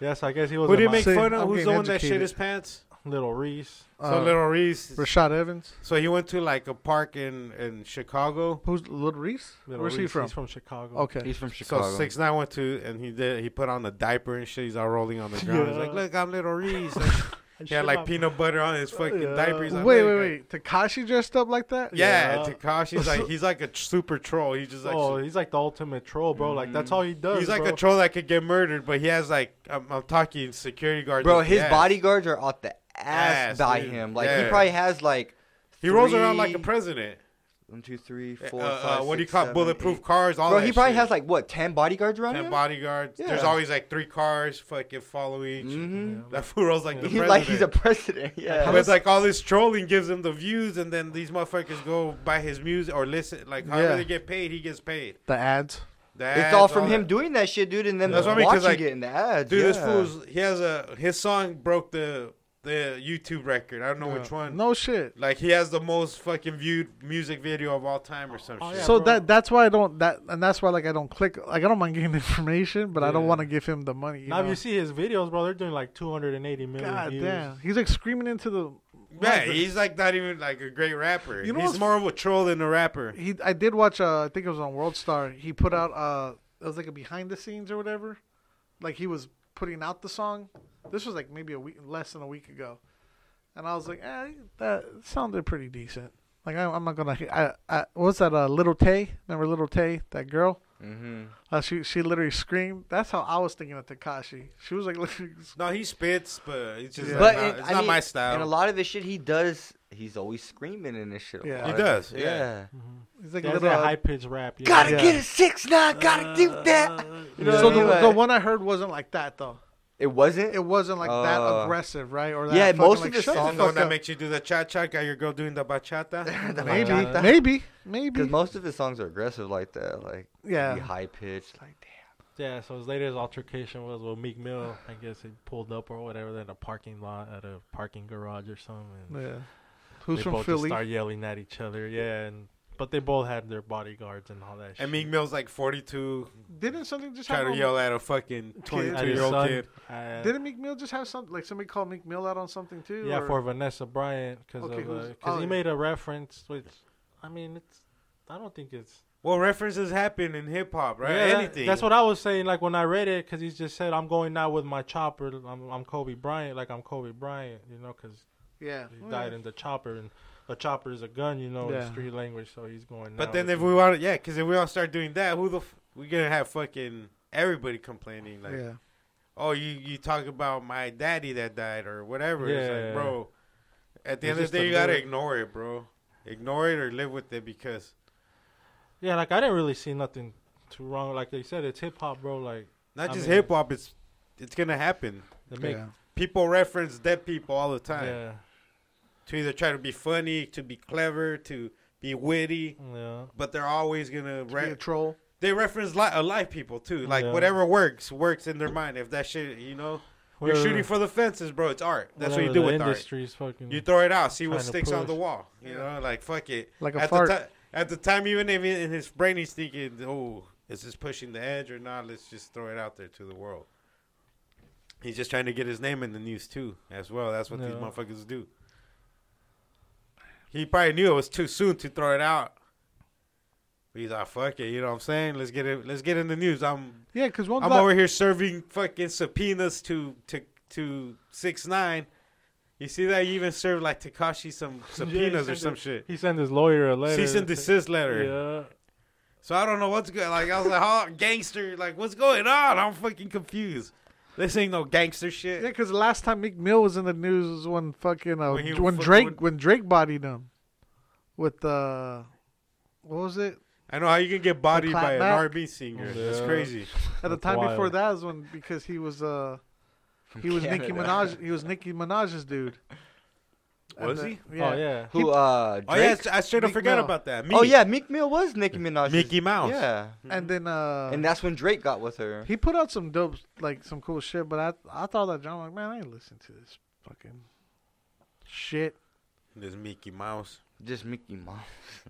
Yes, I guess he was
Who
in
do you
my-
make
See,
fun
I'm
of? Who's the
getting
one that shit
educated.
his pants?
Little Reese.
Uh,
so little Reese.
Rashad Evans.
So he went to like a park in in Chicago.
Who's Little Reese?
Little
Where's he
Reese,
from?
He's from Chicago.
Okay.
he's from Chicago.
So six nine went to and he did he put on a diaper and shit. He's all rolling on the ground. He's
Yeah.
like, look, I'm little Reese.
I
he had
should
like
have-
peanut butter on his fucking
Yeah.
diaper. He's like,
wait,
"Look,
wait,
I-
wait. Takashi dressed up like that?
Yeah,
Yeah.
Takashi's like he's like a tr- super troll. He's just like
oh, he's like the ultimate troll, bro. Like that's all he does.
he's like
bro.
a troll that could get murdered, but he has like I'm, I'm talking security guards.
Bro,
up
his
ass.
bodyguards are out the
Ass,
ass by
dude.
him. Like
Yeah.
he probably has like
He rolls around like a
three-
president.
one, two, three,
Uh,
four,
uh,
five,
what do you
six,
call it?
seven,
bulletproof
eight.
cars? All
Bro,
that
he probably
shit.
has like what ten bodyguards around
ten
him. *laughs*
bodyguards. There's
Yeah.
always like three cars fucking following. each-
hmm
*laughs* That fool rolls like the
He's
president.
like he's a president. Yeah.
But it's like all this trolling gives him the views, and then these motherfuckers go buy his music or listen. Like however
Yeah.
they get paid, he gets paid.
The ads.
That's
it's all from him
that.
doing that shit, dude, and then
That's what I mean, 'cause,
watching
like,
it in the ads.
Dude,
yeah.
this fool's he has a his song broke the the YouTube record. I don't know which one.
No shit.
Like he has the most fucking viewed music video of all time or some
Oh,
shit.
yeah,
so
bro.
that that's why I don't that and that's why like I don't click like I don't mind getting *laughs* information, but I don't
Yeah.
want to give him the money. You
now if
know?
you see his videos, bro, they're doing like 280 million
God
views.
damn, he's like screaming into the.
Yeah, he's like not even like a great rapper.
You know
he's
what's-
more of a troll than a rapper.
He I did watch. Uh, I think it was on World Star. He put out. Uh, it was like a behind the scenes or whatever. Like he was putting out the song. This was like maybe a week, less than a week ago, and I was like, eh, that sounded pretty decent. Like I, I'm not gonna. I, I what was that? Uh, Little Tay. Remember Little Tay? That girl.
Mhm.
Uh, she she literally screamed. That's how I was thinking of Takashi. She was like, *laughs*
No, he spits, but it's just
Yeah.
like,
But
nah,
it-
it's
I
not
mean,
my
And a
style.
lot of his shit, he does. He's always screaming in this shit. a
Yeah.
lot
He
of
does,
it.
yeah.
he's like a
Yeah, it's
little.
that
uh,
high pitched rap. You
Gotta
know?
Yeah.
get a six nine. Gotta do
Uh,
that. You know
so
what I mean?
the,
Like,
the one I heard wasn't like that though.
it wasn't.
It wasn't like that
Uh,
aggressive, right? Or that
yeah,
fucking,
most
like,
of his
shut the
songs
The one
fuck
that
up.
makes you do the cha cha, got your girl doing the
*laughs*
bachata.
maybe,
Yeah.
maybe,
because
maybe.
most of his songs are aggressive like that. Like
Yeah.
be high pitched. Like damn.
Yeah, so his latest altercation was with Meek Mill. I guess he pulled up or whatever in a parking lot at a parking garage or something. and
yeah. Who's
they
from
both just
Philly?
start yelling at each other. Yeah, and but they both had their bodyguards and all that.
and
shit.
Meek Mill's like 42,
Didn't something just
trying
happen?
to yell at a fucking
At
22
his
year old
son,
kid.
uh,
Didn't Meek Mill just have something? Like somebody called Meek Mill out on something too?
Yeah,
or-
for Vanessa Bryant because
Okay, who's-
because
oh,
he
yeah.
made a reference, which I mean, it's I don't think it's
Well, references happen in hip hop, right?
Yeah, that-
Anything.
that's what I was saying. Like when I read it, because he just said, "I'm going out with my chopper. I'm, I'm Kobe Bryant. Like I'm Kobe Bryant, you know, because
yeah.
he died in the chopper, and a chopper is a gun, you know,
Yeah.
in street language. So he's going.
But
out
then
with
if
it.
we want, to, yeah, because if we all start doing that, who the f- we gonna have fucking everybody complaining like,
yeah.
oh, you you talk about my daddy that died or whatever.
Yeah.
It's like, bro, at the
It's
end of
just
the day,
a
you gotta
lyric.
ignore it, bro. Ignore it or live with it because
yeah, like I didn't really see nothing too wrong. Like they said, it's hip hop, bro. Like
not
I
just
mean-
hip hop, it's it's gonna happen.
they make,
yeah.
People reference dead people all the time
yeah,
to either try to be funny, to be clever, to be witty,
yeah.
but they're always gonna
To be a
re-
troll.
they reference li- alive people too. Like
Yeah.
whatever works works in their mind. If that shit, you know. You're
Whatever-
shooting for the fences, bro. It's art. That's what you
whatever
do
the
with
industry's fucking.
art. You throw it out, see what
Trying to
sticks on
push.
the wall. You
Yeah.
know, like fuck it.
Like a
at
fart.
The ti- at the time, even if in his brain he's thinking, "Oh, is this pushing the edge or not?" Let's just throw it out there to the world. He's just trying to get his name in the news too, as well. That's what these
Yeah.
motherfuckers do. He probably knew it was too soon to throw it out. But he's like, "Fuck it," you know what I'm saying? Let's get it. Let's get in the news. I'm
Yeah, because one
I'm
black-
over here serving fucking subpoenas to to to six nine. You see that? You even served like
*laughs*
Takashi some subpoenas or
sent
some
it-
shit.
he sent his lawyer a letter.
Cease and desist letter.
Yeah.
So I don't know what's good. Like I was like, oh, gangster. Like what's going on? I'm fucking confused. This ain't no gangster shit.
Yeah, because last time Meek Mill was in the news was when fucking uh,
When he
when
fuck-
Drake
when-
when Drake bodied him. with the what was it?
I know how you can get bodied by an
clapback?
R&B singer. That's
Yeah.
crazy.
At the
That's
time before
wild.
that was when because he was uh he was Nicki Minaj he was Nicki Minaj's dude. And
Was
the-
he?
Yeah.
Oh yeah.
Who? Uh, Drake?
Oh yeah, I straight up
Meek
forgot
Mill.
about that.
Oh
Meek.
yeah, Meek Mill was Nicki Minaj.
Mickey Mouse.
Yeah,
And then uh
and that's when Drake got with her.
he put out some dope like some cool shit, but I I thought that John like man I ain't listen to this fucking
*laughs*
shit.
There's Mickey Mouse.
Just Mickey Mouse.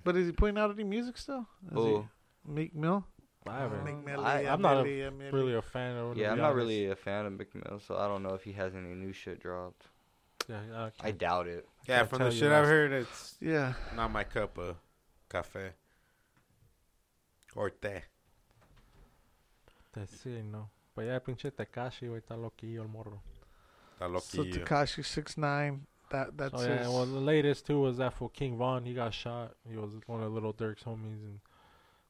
But is he putting out any music still? Is he-
Oh
Meek Mill.
I haven't.
Meek Mill,
I-
yeah,
I'm not a-
Millie, yeah, Millie.
Really a fan of. to
yeah,
be
I'm not
honest.
really a fan of Mickey Mill, so I don't know if he has any new shit dropped.
Yeah, yeah, I
I
can't-
doubt it.
Yeah,
Can't
from the
tell you
shit
last-
I've heard, it's
Yeah.
not my cup of cafe. Or te.
Te- sí, no. But yeah, pinche Tekashi, güey, está loquillo el morro.
Está uh,
So
loquillo.
Takashi six nine. That that's
Oh yeah,
his-
and well, the latest too was that for King Von. He got shot. He was one of Little Dirk's homies, and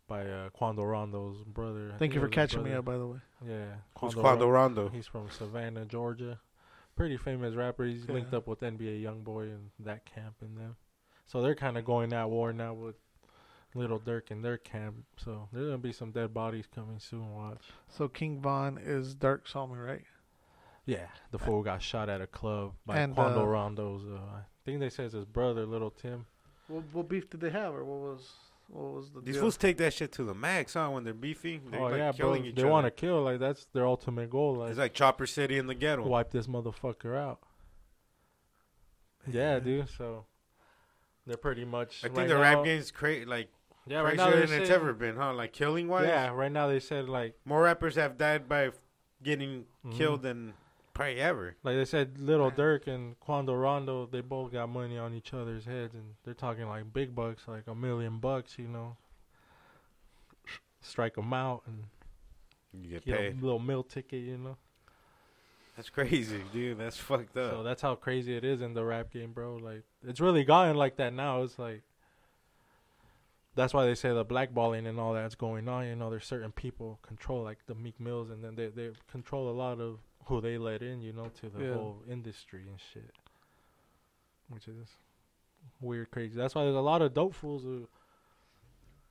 by uh, Quando Rondo's brother. I
Thank
think
you
it
for
was his
catching me
brother.
up, by the way.
Yeah,
Who's
Ron-
Quando Rondo?
He's from Savannah, Georgia. Pretty famous rapper. He's linked
Yeah.
up with NBA YoungBoy and that camp and them. So they're kind of going at war now with Little Dirk and their camp. So there's gonna be some dead bodies coming soon. Watch.
So King Von is Dark Salmi, right?
Yeah, the fool got shot at a club by
And,
Quando
uh,
Rondo's. Uh, I think they says his brother, Little Tim.
What, what beef did they have, or what was what was the
These
deal?
fools take that shit to the max, huh? When they're beefing, they're
oh
like
yeah, bro.
killing each
They
other.
want to kill. Like that's their ultimate goal. Like,
It's like Chopper City in the ghetto.
wipe this motherfucker out. Yeah, dude. So they're pretty much.
I think
right
the
now-
rap game's cra- like
Yeah, right now
crazier
they're
than it's
saying-
ever been, huh? Like killing wise,
Yeah, right now they said like
more rappers have died by f- getting
Mhm.
killed than probably ever.
like they said Little Dirk and Quando Rondo they both got money on each other's heads and they're talking like big bucks like a million bucks you know. Strike them out and
You get
get
paid.
a little meal ticket, you know.
That's crazy, dude. That's fucked up.
So that's how crazy it is in the rap game, bro. Like it's really gotten like that now. It's like that's why they say the blackballing and all that's going on. You know, there's certain people control like the Meek Mills, and then they they control a lot of who they let in. You know, to the
Yeah.
whole industry and shit, which is weird, crazy. That's why there's a lot of dope fools who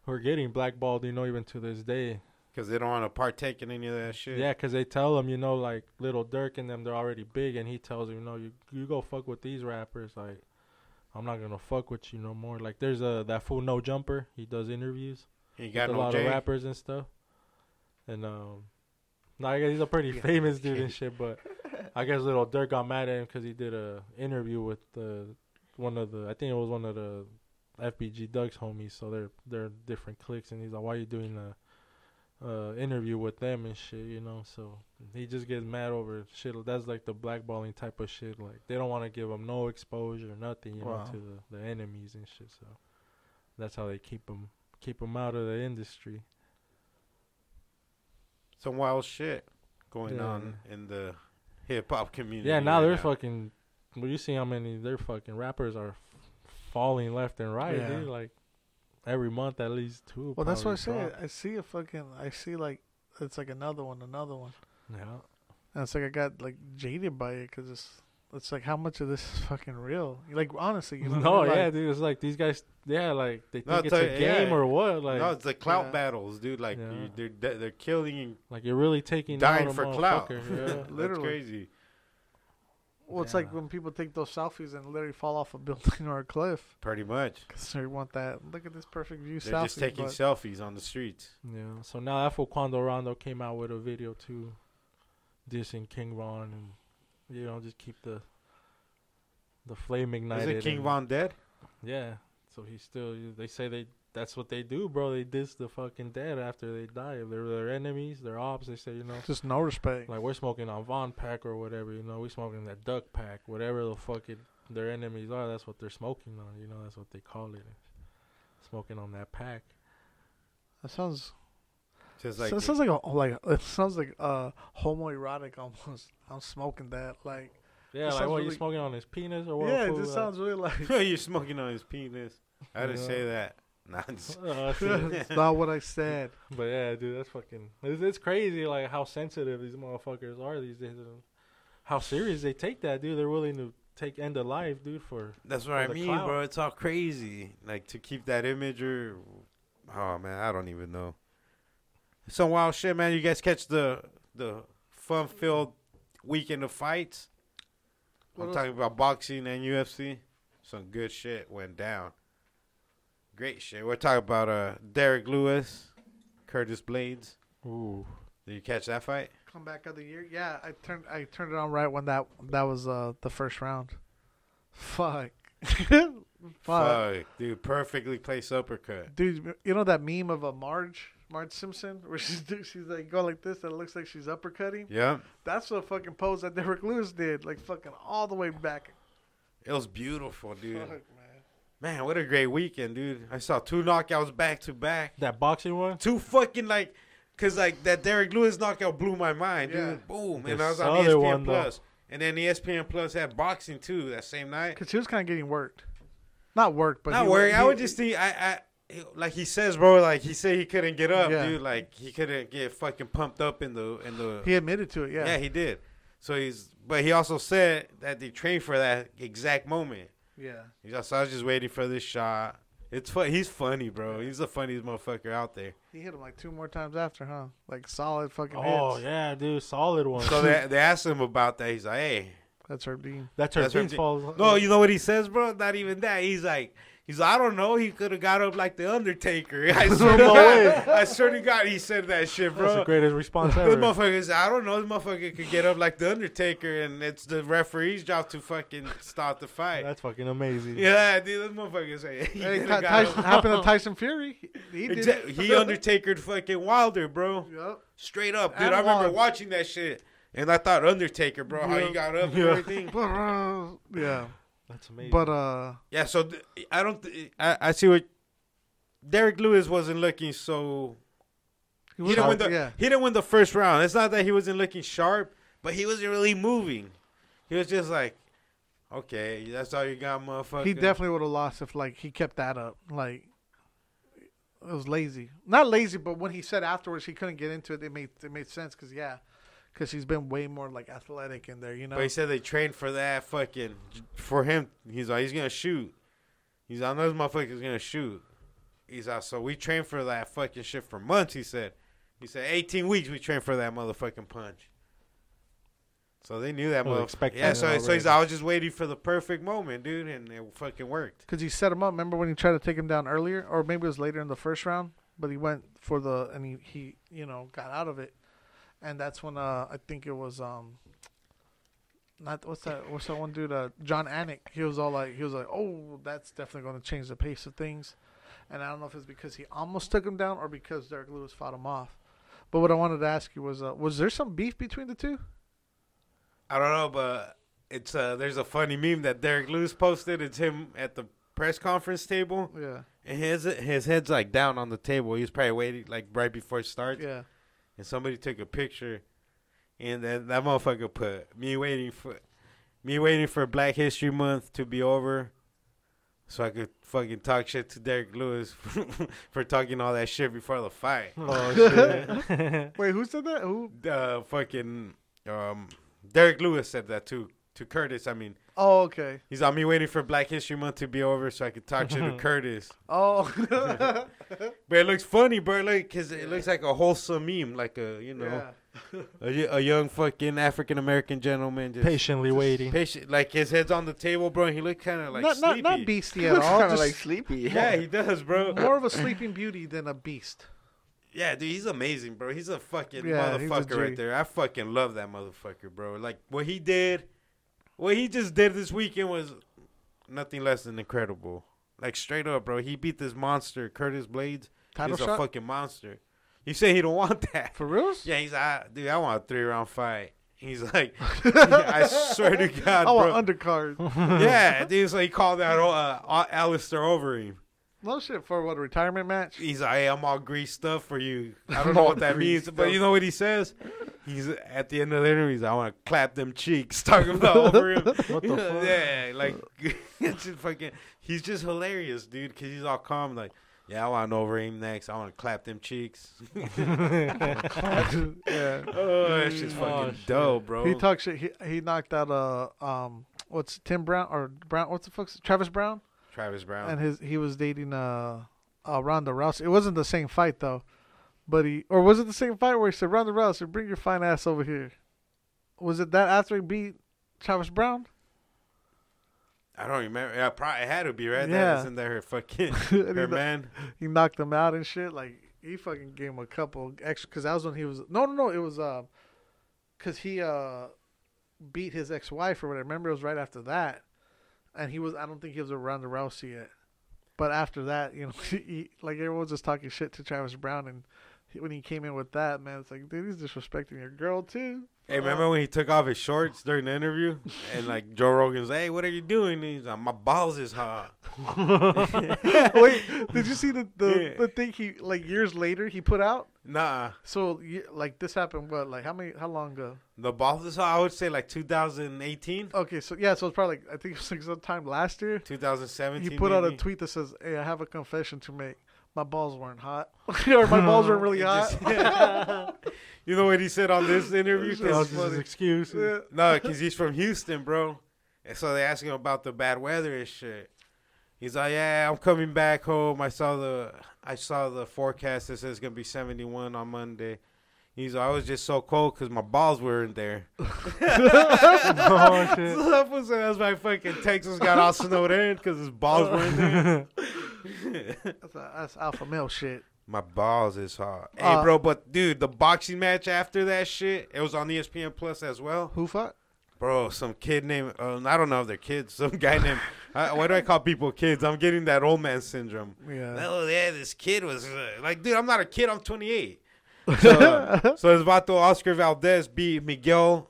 who are getting blackballed. You know, even to this day.
Because they don't want to partake in any of that shit.
Yeah, because they tell him, you know, like little Dirk and them, they're already big, and he tells him, you know, you you go fuck with these rappers, like I'm not gonna fuck with you no more. Like there's a that fool no jumper, he does interviews
You got
with a
no
lot
J.
of rappers and stuff, and um, no, I guess he's a
*laughs*
pretty famous dude and shit, but I guess little Dirk got mad at him because he did a interview with the one of the I think it was one of the FBG Ducks homies, so they're they're different cliques, and he's like, why you doing a uh, interview with them and shit, you know. So he just gets mad over shit. That's like the blackballing type of shit. Like they don't want to give him no exposure, nothing, you
Wow.
know, to the, the enemies and shit. So that's how they keep him keep him out of the industry.
Some wild shit going
Yeah.
on in the hip hop community.
Yeah, now
right
they're fucking. Well, you see how many their fucking rappers are falling left and right,
Yeah.
dude. Like every month, at least two.
Well,
Oh,
that's what I
probably
say.
drop.
I see a fucking. I see like it's like another one, another one,
Yeah.
and it's like I got like jaded by it because it's it's like how much of this is *laughs* fucking real? Like honestly, you know what I
No,
mean?
yeah,
Like,
dude. It's like these guys. Yeah, like they think
No,
it's
it's
a
like-
game
yeah.
or what? Like
no, it's the clout
Yeah.
battles, dude. Like
Yeah.
you, they're de- they're killing and
Like you're really taking
dying
out a
for clout.
motherfucker, yeah.
*laughs* That's
Literally.
crazy.
Well, it's like
Yeah.
when people take those selfies and literally fall off a *laughs* building or a cliff
Pretty much.
because they want that. Look at this perfect view
They're
selfie.
just taking
but-
selfies on the streets.
yeah. So now Afro Quando Rondo came out with a video too, dissing King Von and you know just keep the the flame ignited.
Isn't King
and-
Von dead?
Yeah. So he still. They say they. That's what they do, bro. They diss the fucking dead after they die. If they're their enemies, their ops, they say you know.
Just no respect.
Like we're smoking on Von Pack or whatever, you know, we smoking that duck pack, whatever the fuck it, their enemies are, that's what they're smoking on, you know, that's what they call it. Smoking on that pack.
that sounds
Just like
so it sounds like a like *laughs* it sounds like uh homoerotic almost. I'm smoking that like
Yeah,
That
like
sounds
what you
really-
smoking on his penis or what?
yeah, it
fool?
just
Uh,
sounds really like
*laughs* *laughs*
*laughs*
you're smoking on his penis. I didn't
Yeah.
say that. *laughs* Nah, I'm
*laughs*
just-
uh, *laughs* shit.
that's not what I said.
but yeah, dude, that's fucking. It's, it's crazy, like how sensitive these motherfuckers are these days, and how serious they take that, dude. They're willing to take end of life, dude. For
That's what
For
I
the
mean,
clout.
bro. It's all crazy. Like to keep that image or oh man, I don't even know. Some wild shit, man. You guys catch the the fun filled weekend of fights.
What
I'm
else?
talking about boxing and UFC. Some good shit went down. Great shit. We're talking about uh Derek Lewis, Curtis Blades.
ooh,
Did you catch that fight?
Comeback of the year. Yeah, I turned I turned it on right when that that was uh the first round. Fuck. *laughs* Fuck.
Fuck, dude. Perfectly placed uppercut.
Dude, you know that meme of a Marge, Marge Simpson, where she's *laughs* she's like going like this, and it looks like she's uppercutting.
Yep.
That's the fucking pose that Derek Lewis did, like fucking all the way back.
It was beautiful, dude.
Fuck, man.
Man, what a great weekend, dude. I saw two knockouts back to back.
that boxing one.
Two fucking like cause like that Derek Lewis knockout blew my mind,
Yeah.
dude. Boom. And
The
I was on E
other
ESPN
one, though.
Plus. And then E ESPN Plus had boxing too that same night.
Cause he was kind of getting worked, not worked, but
Not
he-
worry. I
he-
would just think I I he- like he says, bro, like he said he couldn't get up,
Yeah.
dude. Like he couldn't get fucking pumped up in the in the
he admitted to it. Yeah,
Yeah, he did. So he's but he also said that they trained for that exact moment.
yeah.
He's just, I was just waiting for this shot. It's fun. He's funny, bro. He's the funniest motherfucker out there.
He hit him like two more times after, huh? Like solid fucking
Oh
hits.
yeah, dude, solid one.
So they, they asked him about that. He's like, hey.
That's her being.
that's her
That's what I'm
thing's
saying.
fault.
no, you know what he says, bro? Not even that. He's like, he's like, I don't know. He could have got up like the Undertaker. *laughs* I swear, to
*laughs*
No
God, I swear to God, he said that shit,
that's the
bro.
greatest
*laughs*
response
This
ever.
motherfucker is, I don't know. This motherfucker could get up like the Undertaker, and it's the referee's job to fucking stop the fight.
That's fucking amazing.
*laughs* yeah, dude, this motherfucker is like, *laughs* he
Hey,
coulda
Ty-
got
Tyson,
up.
happened to Tyson Fury. He, he did.
Exa- he
*laughs*
Undertakered fucking Wilder, bro.
Yep.
Straight up, dude.
And
I remember
one.
watching that shit. And I thought Undertaker, bro, how
Yeah.
he got up and
Yeah.
everything.
*laughs* *laughs* yeah,
That's amazing.
but uh,
Yeah, so th- I don't. Th- I, I see what Derek Lewis wasn't looking so. He didn't win the.
wasn't- yeah.
He didn't win the first round. It's not that he wasn't looking sharp, but he wasn't really moving. He was just like, okay, that's all you got, motherfucker.
He definitely would have lost if like he kept that up. Like it was lazy, not lazy, but when he said afterwards he couldn't get into it, it made it made sense because yeah, because he's been way more like athletic in there, you know.
But he said they trained for that fucking for him. He's like he's gonna shoot. He's like, I know this motherfucker's gonna shoot. He's like, so we trained for that fucking shit for months. He said, he said eighteen weeks we trained for that motherfucking punch. So they knew that
I was
motherfucker.
expecting
Yeah,
it
so so he's
already.
like, I was just waiting for the perfect moment, dude, and it fucking worked.
Because he set him up. Remember when he tried to take him down earlier, or maybe it was later in the first round, but he went for the and he he you know got out of it, and that's when uh I think it was um. Not what's that? What's that one dude? Uh, John Anik. He was all like, he was like, oh, that's definitely going to change the pace of things, and I don't know if it's because he almost took him down or because Derek Lewis fought him off. But what I wanted to ask you was, uh, was there some beef between the two?
I don't know, but it's uh there's a funny meme that Derek Lewis posted. It's him at the press conference table,
Yeah,
and his his head's like down on the table. He was probably waiting like right before it starts.
yeah.
and somebody took a picture, and then that motherfucker put me waiting for, me waiting for Black History Month to be over, so I could fucking talk shit to Derek Lewis *laughs* for talking all that shit before the fight.
*laughs* oh shit.
Wait, who said that? Who?
Uh, fucking um, Derek Lewis said that to to Curtis. I mean,
Oh, okay.
he's on me waiting for Black History Month to be over so I could talk shit to Curtis.
Oh, *laughs*
But it looks funny, bro. Like, cause it looks like a wholesome meme, like a you know,
yeah.
a, y- a young fucking African American gentleman just
Patiently
*laughs*
waiting.
patient. Like his head's on the table, bro. And he looked kind of like
not, not
sleepy. *laughs*
not beastie
*laughs*
at
Looks
all.
kinda
Just
like sleepy.
Yeah, he does, bro.
more of a sleeping beauty than a beast.
Yeah, dude, he's amazing, bro. He's a fucking
Yeah, he's a
motherfucker
G.
right there. I fucking love that motherfucker, bro. Like what he did, what he just did this weekend was nothing less than incredible. Like straight up, bro. He beat this monster, Curtis Blades.
Title
he's
shot
a fucking monster. You say he don't want that. *laughs*
for reals?
Yeah, he's like, "I- dude, I want a three round fight. He's like, *laughs* I swear
*laughs*
to God,
oh,
bro.
an undercard. *laughs*
yeah, dude. So he called out uh, Alistair over him.
no shit for what a retirement match.
*laughs* He's like, hey, I'm all greased up for you. I don't know what that means, but you know what he says? He's at the end of the interview, he's like, I want to clap them cheeks, *laughs* talking about over him.
What the fuck?
Yeah, like, *laughs* it's just fucking, he's just hilarious, dude, because he's all calm, like, yeah, I want to over him next. I want to clap them cheeks. *laughs*
yeah, *laughs*
Oh, that's just
Oh,
fucking
shit.
dope, bro.
he talked shit. He, he knocked out uh um what's Tim Brown or Brown? What's the fuck's Travis Brown?
Travis Brown.
and his he was dating uh, uh Ronda Rousey. It wasn't the same fight though, but he or was it the same fight where he said Ronda Rousey, bring your fine ass over here? Was it that after he beat Travis Brown?
I don't remember. Yeah, probably had to be right.
Yeah.
That isn't that her fucking
And he
her
kno-
man.
He knocked him out and shit. Like he fucking gave him a couple extra because that was when he was no no no it was um because he uh beat his ex wife or whatever. Remember it was right after that, and he was I don't think he was around the Rousey yet. But after that, you know, *laughs* he, like everyone was just talking shit to Travis Brown, and he, when he came in with that, man, it's like, dude, he's disrespecting your girl too.
Hey, remember when he took off his shorts during the interview? And like Joe Rogan's, hey, what are you doing? And he's like, my balls is hot.
*laughs*
Wait, did you see the the,
Yeah.
the thing he like years later he put out?
Nah,
So ye- like this happened what like how many how long ago?
the balls is hot. I would say like 2018,
Okay, so yeah, so it's probably like, I think it was like sometime last year.
2017.
He put out a
maybe.
tweet that says, "Hey, I have a confession to make. My balls weren't hot, *laughs* or my balls weren't
*laughs*
really
It
hot."
just- you know what he said on
*laughs*
this interview?
That was
Cause,
his excuse.
Yeah.
no, because he's from Houston, bro. And so they asked him about the bad weather and shit. He's like, yeah, I'm coming back home. I saw the I saw the forecast that says it's gonna be 71 on Monday. He's like, I was just so cold because my balls weren't there.
*laughs* oh shit.
So *laughs* that was- that's why fucking Texas got all snowed in because his balls weren't there.
*laughs* That's, a, that's alpha male shit.
*laughs* My balls is hot. Hey,
Uh,
bro, but dude, the boxing match after that shit, it was on E ESPN Plus as well.
Who fought?
Bro, some kid named, um, I don't know if they're kids, *laughs* some guy named, I, why do I call people kids? I'm getting that old man syndrome.
Yeah.
Oh, yeah, this kid was uh, like, dude, I'm not a kid, I'm
*laughs*
28. So, so his vato Oscar Valdez beat Miguel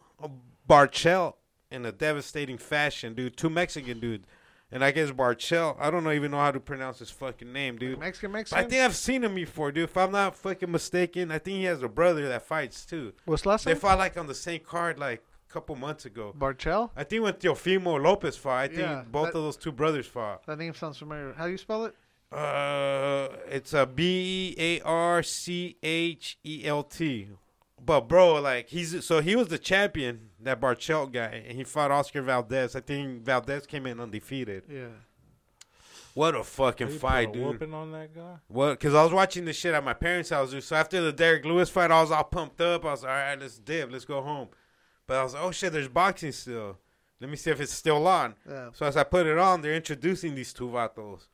Barchel in a devastating fashion, dude. Two Mexican dude. And I guess Barchel, I don't know even know how to pronounce his fucking name, dude.
Mexican
But I
Mexican.
think I've seen him before, dude. If I'm not fucking mistaken, I think he has a brother that fights too.
What's last
They
name?
fought like on the same card like a couple months ago.
Barchel.
I think when Teofimo Lopez fought, I think
Yeah,
both
that-
of those two brothers fought.
That name sounds familiar. How do you spell it?
Uh, it's a B E A R C H E L T. But bro, like he's so he was the champion that Barchelt guy, and he fought Oscar Valdez. I think Valdez came in undefeated.
Yeah.
What a fucking
He put a
fight, dude!
Whooping on that guy.
Well, because I was watching this shit at my parents' house, dude. So after the Derek Lewis fight, I was all pumped up. I was like, all right, let's dip, let's go home. But I was like, oh shit, there's boxing still. Let me see if it's still on.
Yeah.
So as I put it on, they're introducing these two vatos.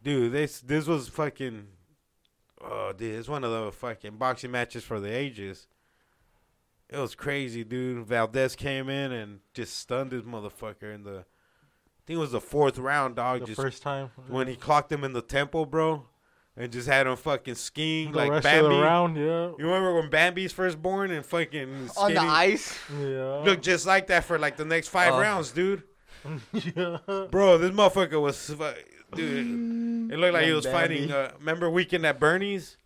Dude, this this was fucking. Oh, dude, it's one of the fucking boxing matches for the ages. It was crazy, dude. Valdez came in and just stunned this motherfucker in the. I think it was the fourth round, dog.
The
just
first time.
when he clocked him in the temple, bro, and just had him fucking skiing
the
like
rest
Bambi.
of the round, yeah.
*laughs* You remember when Bambi's first born and fucking
*laughs* On
skating?
the ice?
Yeah.
Looked just like that for like the next five
Oh.
rounds, dude.
yeah.
Bro, this motherfucker was, fu- dude. It looked like he
Young
was
Bambi.
fighting. Uh, remember weekend at Bernie's?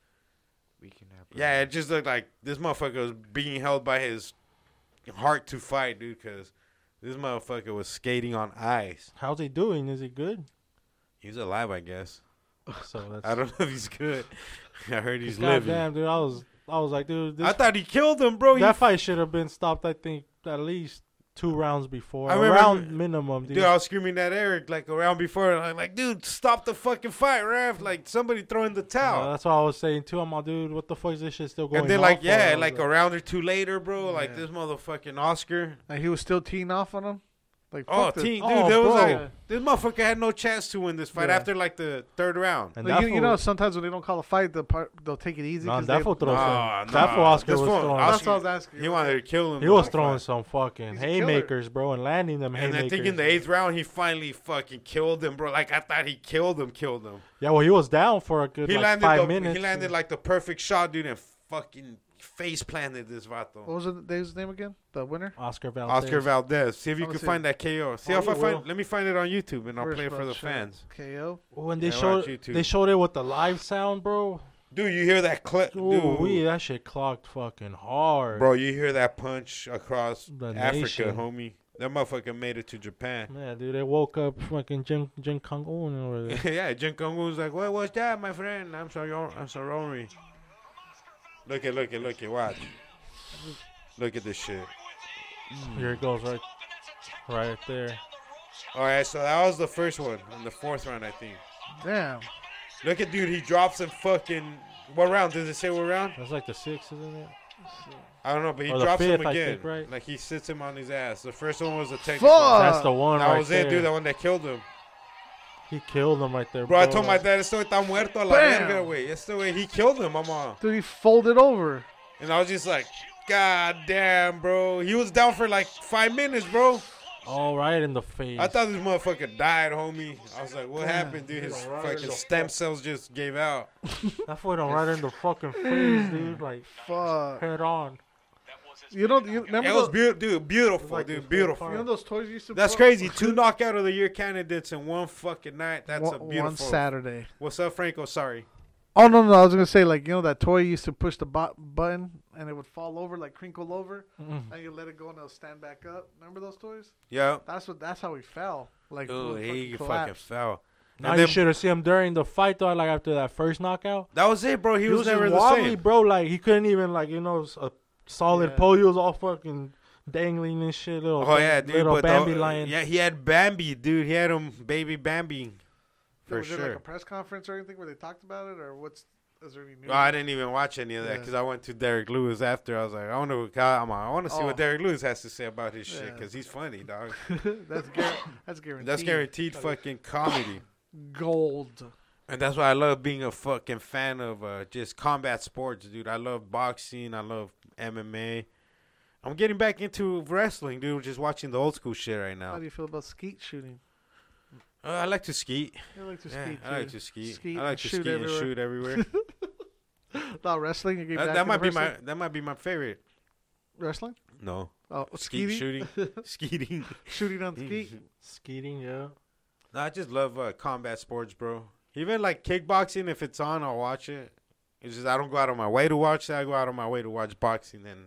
We can have
Yeah, it just looked like this motherfucker was being held by his heart to fight, dude. Because this motherfucker was skating on ice.
How's he doing? Is he good?
He's alive, I guess.
So that's.
I don't *laughs* know if he's good. I heard he's living.
Goddamn, dude. I was, I was like, dude, this,
I thought he killed him, bro. He
that fight should have been stopped. I think at least two rounds before.
I
A
remember-
round minimum, dude.
Dude, I was screaming at Eric like around before, and I'm like, dude, stop the fucking fight, ref! Like somebody throwing the
Yeah,
towel.
that's what I was saying too. I'm like, dude, what the fuck is this shit still going on?
and then like,
for? I
yeah,
was
like a round or two later, bro, like
Yeah.
this motherfucking Oscar.
And he was still teeing off on him. Like
Oh,
fuck this.
team, dude,
oh,
there was
bro.
like this motherfucker had no chance to win this fight
Yeah.
after like the third round.
and that
Like, you, you
fool-
know, sometimes when they don't call a fight, the part they'll take it easy.
Nah,
'cause
that
they-
fool throws
Ah, Nah,
some- that
nah.
fool Oscar
This
was
fool-
throwing.
Oscar-
That's what I was asking.
He wanted to kill him.
he
in
was
that
throwing
fight.
some fucking
He's a killer.
haymakers, bro, and landing them
And
haymakers.
I think in the eighth round, he finally fucking killed him, bro. Like I thought he killed him, killed him.
yeah, well, he was down for a good
He
like,
landed
five
the,
minutes.
He landed like the perfect shot, dude, and fucking face planted this vato.
What was the his name again? The winner.
Oscar Valdez.
Oscar Valdez. See if you
I'ma
can
see.
find that KO. See
Oh,
if
you
I find.
will.
Let me find it on YouTube and I'll
Where's
play it
my
for the
shit?
fans.
KO.
when they
Yeah, we're on
showed
YouTube.
they showed it with the live sound, bro.
Dude, you hear that clip,
Ooh, we
dude?
that shit clocked fucking hard,
Bro, you hear that punch across
The
Africa,
nation.
homie? That motherfucker made it to Japan.
Yeah, dude, they woke up fucking Jim Jim Kong Un over
*laughs*
there.
yeah, Jin Kong was like, "What was that, my friend? I'm sorry, I'm sorry." Look at, look at, look at, watch. Look at this shit.
Here it goes, right? right there.
All right, so that was the first one in the fourth round, I think.
Damn.
Look at dude, he drops him fucking. What round? Does it say what round?
That's like the sixth, isn't it?
I don't know, but he
Or the
drops him
fifth, I
again.
think, right?
Like he sits him on his ass. The first one was a technical.
Fuck!
That's the one
Uh, That
right
was
there.
it, dude. That one that killed him.
He killed him right there,
Bro,
bro.
I told my dad, esto está muerto a la
Bam!
verga, güey. Este way, he killed him, mama.
Dude, he folded over.
And I was just like, God damn, bro. He was down for like five minutes, bro.
All right in the face.
I thought this motherfucker died, homie. I was like, what happened, dude? His
He's a rotter.
fucking stem cells just gave out.
that foot him right in the fucking face, dude. Like
Fuck.
head on.
You don't. You
It
remember
was
those,
beautiful, dude. Beautiful,
like this
dude.
big
Beautiful.
you know those toys you used to?
That's
put-
crazy. Two knockout of the year candidates in one fucking night. That's a
one,
beautiful.
one Saturday.
What's up, Franco? Sorry.
Oh no, no, I was gonna say like you know that toy you used to push the bot- button and it would fall over like crinkle over,
Mm-hmm.
and you let it go and it'll stand back up. Remember those toys?
Yeah.
That's what. That's how he fell. Like
Oh,
fucking
he fucking,
collapsed.
fell.
Now
And
you
then-
should have seen him during the fight, though. Like after that first knockout,
That was it, bro. He, was, never
just
the
wobbly,
same.
bro. Like he couldn't even like you know s- a solid
Yeah.
pole. He was all fucking dangling and shit. Little
Oh yeah, dude.
little
but the-
Bambi lion.
Yeah, he had Bambi, dude. He had him, baby Bambi, for
was there
sure.
like a press conference or anything where they talked about it, or what's? Is there any news?
Well, Oh, I didn't even watch any of that
Yeah.
because I went to Derek Lewis after. I was like, I want to, I'm, I want to see
Oh.
what Derek Lewis has to say about his shit
Yeah.
because he's funny, dog.
*laughs* that's gar- that's guaranteed.
That's Oh. guaranteed fucking comedy.
Gold.
And that's why I love being a fucking fan of uh, just combat sports, dude. I love boxing. I love MMA. I'm getting back into wrestling, dude. Just watching the old school shit right now.
How do
Uh,
you feel about skeet shooting?
I like to ski.
I like to
Yeah,
skeet.
I like
too.
to ski.
Skeet
I like
and
to
shoot
ski
everywhere.
and shoot
*laughs*
everywhere.
Not wrestling. You gave
that
back
that
in
might be my
wrestling?
that might be my favorite.
wrestling.
No,
Oh,
ski
skeeting?
*laughs*
*laughs*
shooting, skeeting.
shooting on ski.
Skeeting, yeah.
No, I just love uh, combat sports, bro. Even like kickboxing, if it's on, I'll watch it. It's just I don't go out of my way to watch that. I go out of my way to watch boxing and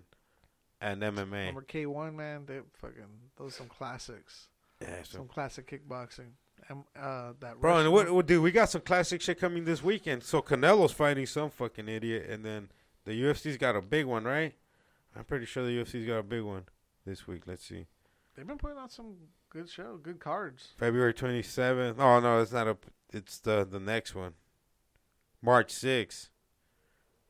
and MMA.
Number K one man, they fucking those are some classics.
Yeah, so-
Some classic kickboxing. And uh, that
Bro, and
Russian-
what, what dude, we got some classic shit coming this weekend. So Canelo's fighting some fucking idiot, and then the UFC's got a big one, right? I'm pretty sure the UFC's got a big one this week. Let's see,
They've been putting out some good show, good cards.
February 27th. Oh no, it's not a. It's the the next one, March 6th.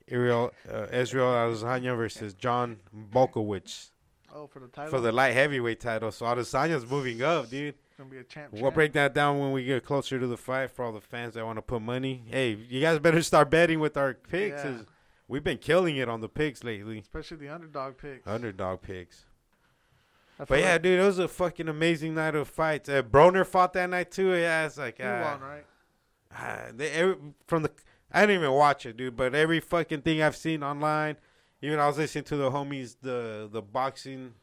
Ariel, uh, Israel Adesanya versus John Bolkowicz
Oh, for the title,
for the light heavyweight title. So Adesanya's moving up, dude.
it's gonna be a champ.
We'll
champ.
break that down when we get closer to the fight for all the fans that want to put money. Hey, you guys better start betting with our picks.
Yeah.
'cause We've been killing it on the picks lately.
Especially the underdog pick.
Underdog picks.
I feel
But yeah,
like
dude, it was a fucking amazing night of fights. Uh, Broner fought that night too. Yeah, it's like
he
ah,
won, right?
ah, they, every, from the I didn't even watch it, dude. But every fucking thing I've seen online, even I was listening to the homies the the boxing,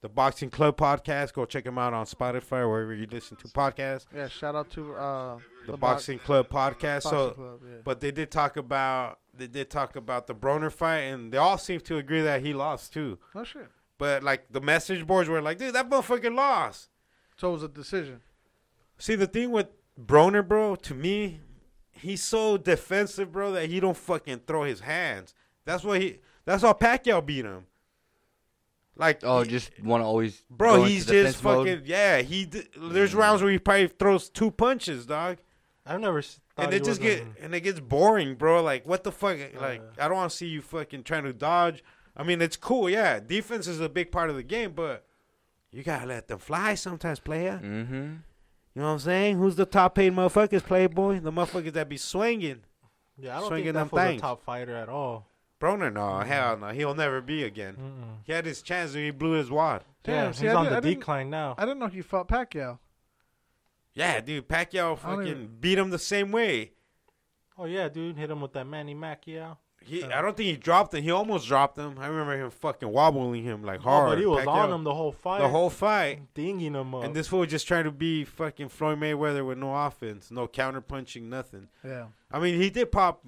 the boxing club podcast. Go check them out on Spotify or wherever you listen to podcasts.
Yeah. Shout out to uh,
The,
Bo-
boxing club podcast.
Boxing
so
Club, yeah.
But they did talk about they did talk about the Broner fight, and they all seem to agree that he lost too.
no shit.
But like the message boards were like, dude, that motherfucker lost.
So it was a decision.
See the thing with Broner, bro, to me, he's so defensive, bro, that he don't fucking throw his hands. That's what he. That's how Pacquiao beat him. Like
Oh,
he-
just want to always.
bro,
go into
he's just
defense mode?
fucking yeah. He d- there's rounds where he probably throws two punches, dog.
I've never. s- Thought
and it
he
just
was
get
a-
and it gets boring, bro. Like what the fuck? Like
yeah.
I don't want to see you fucking trying to dodge. I mean, it's cool, yeah. Defense is a big part of the game, but you gotta let them fly sometimes, player.
Mm-hmm.
You know what I'm saying? Who's the top paid motherfuckers, playboy? The motherfuckers that be swinging.
Yeah, I don't
swinging
think
them
that was
things.
a top fighter at all.
Broner, no, hell no, he'll never be again.
Mm-mm.
He had his chance and he blew his wad.
Damn,
yeah,
see,
he's
I
on
did- I
the
didn't-
decline now.
I didn't know he fought Pacquiao.
Yeah, dude, Pacquiao
I don't
fucking
even-
beat him the same way.
Oh yeah, dude, hit him with that Manny Oh, Macchio.
He, I don't think he dropped him. He almost dropped him. I remember him fucking wobbling him like
Oh,
hard.
but he was on
Pacquiao-
him the whole fight.
the whole fight.
dinging him up.
And this fool just trying to be fucking Floyd Mayweather with no offense, no counter punching, nothing.
Yeah.
I mean, he did pop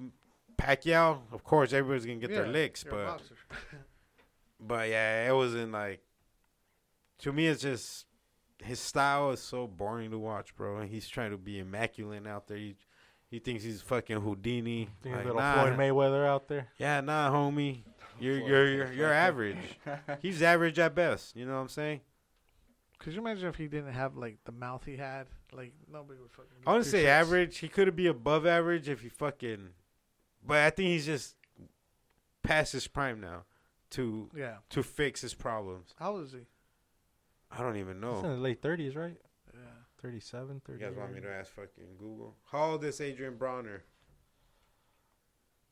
Pacquiao. Of course, everybody's gonna get their
Yeah,
licks,
you're a
but
boxer.
but yeah, it wasn't like. To me, it's just his style is so boring to watch, bro. And he's trying to be immaculate out there. He, he thinks he's fucking Houdini.
Think
Like,
little
nah,
Floyd Mayweather out there.
yeah, nah, homie.
*laughs*
You're you're you're, you're average. He's average at best. You know what I'm saying?
Could you imagine if he didn't have like the mouth he had? Like nobody would fucking.
I want to
two
say
shots.
average. He could be above average if he fucking. But I think he's just past his prime now to
Yeah.
to fix his problems.
How old is he?
I don't even
He's in
know.
the late 30s, right?
Yeah.
37, 38.
Oh. You guys want me to ask fucking Google? How old is Adrian Bronner?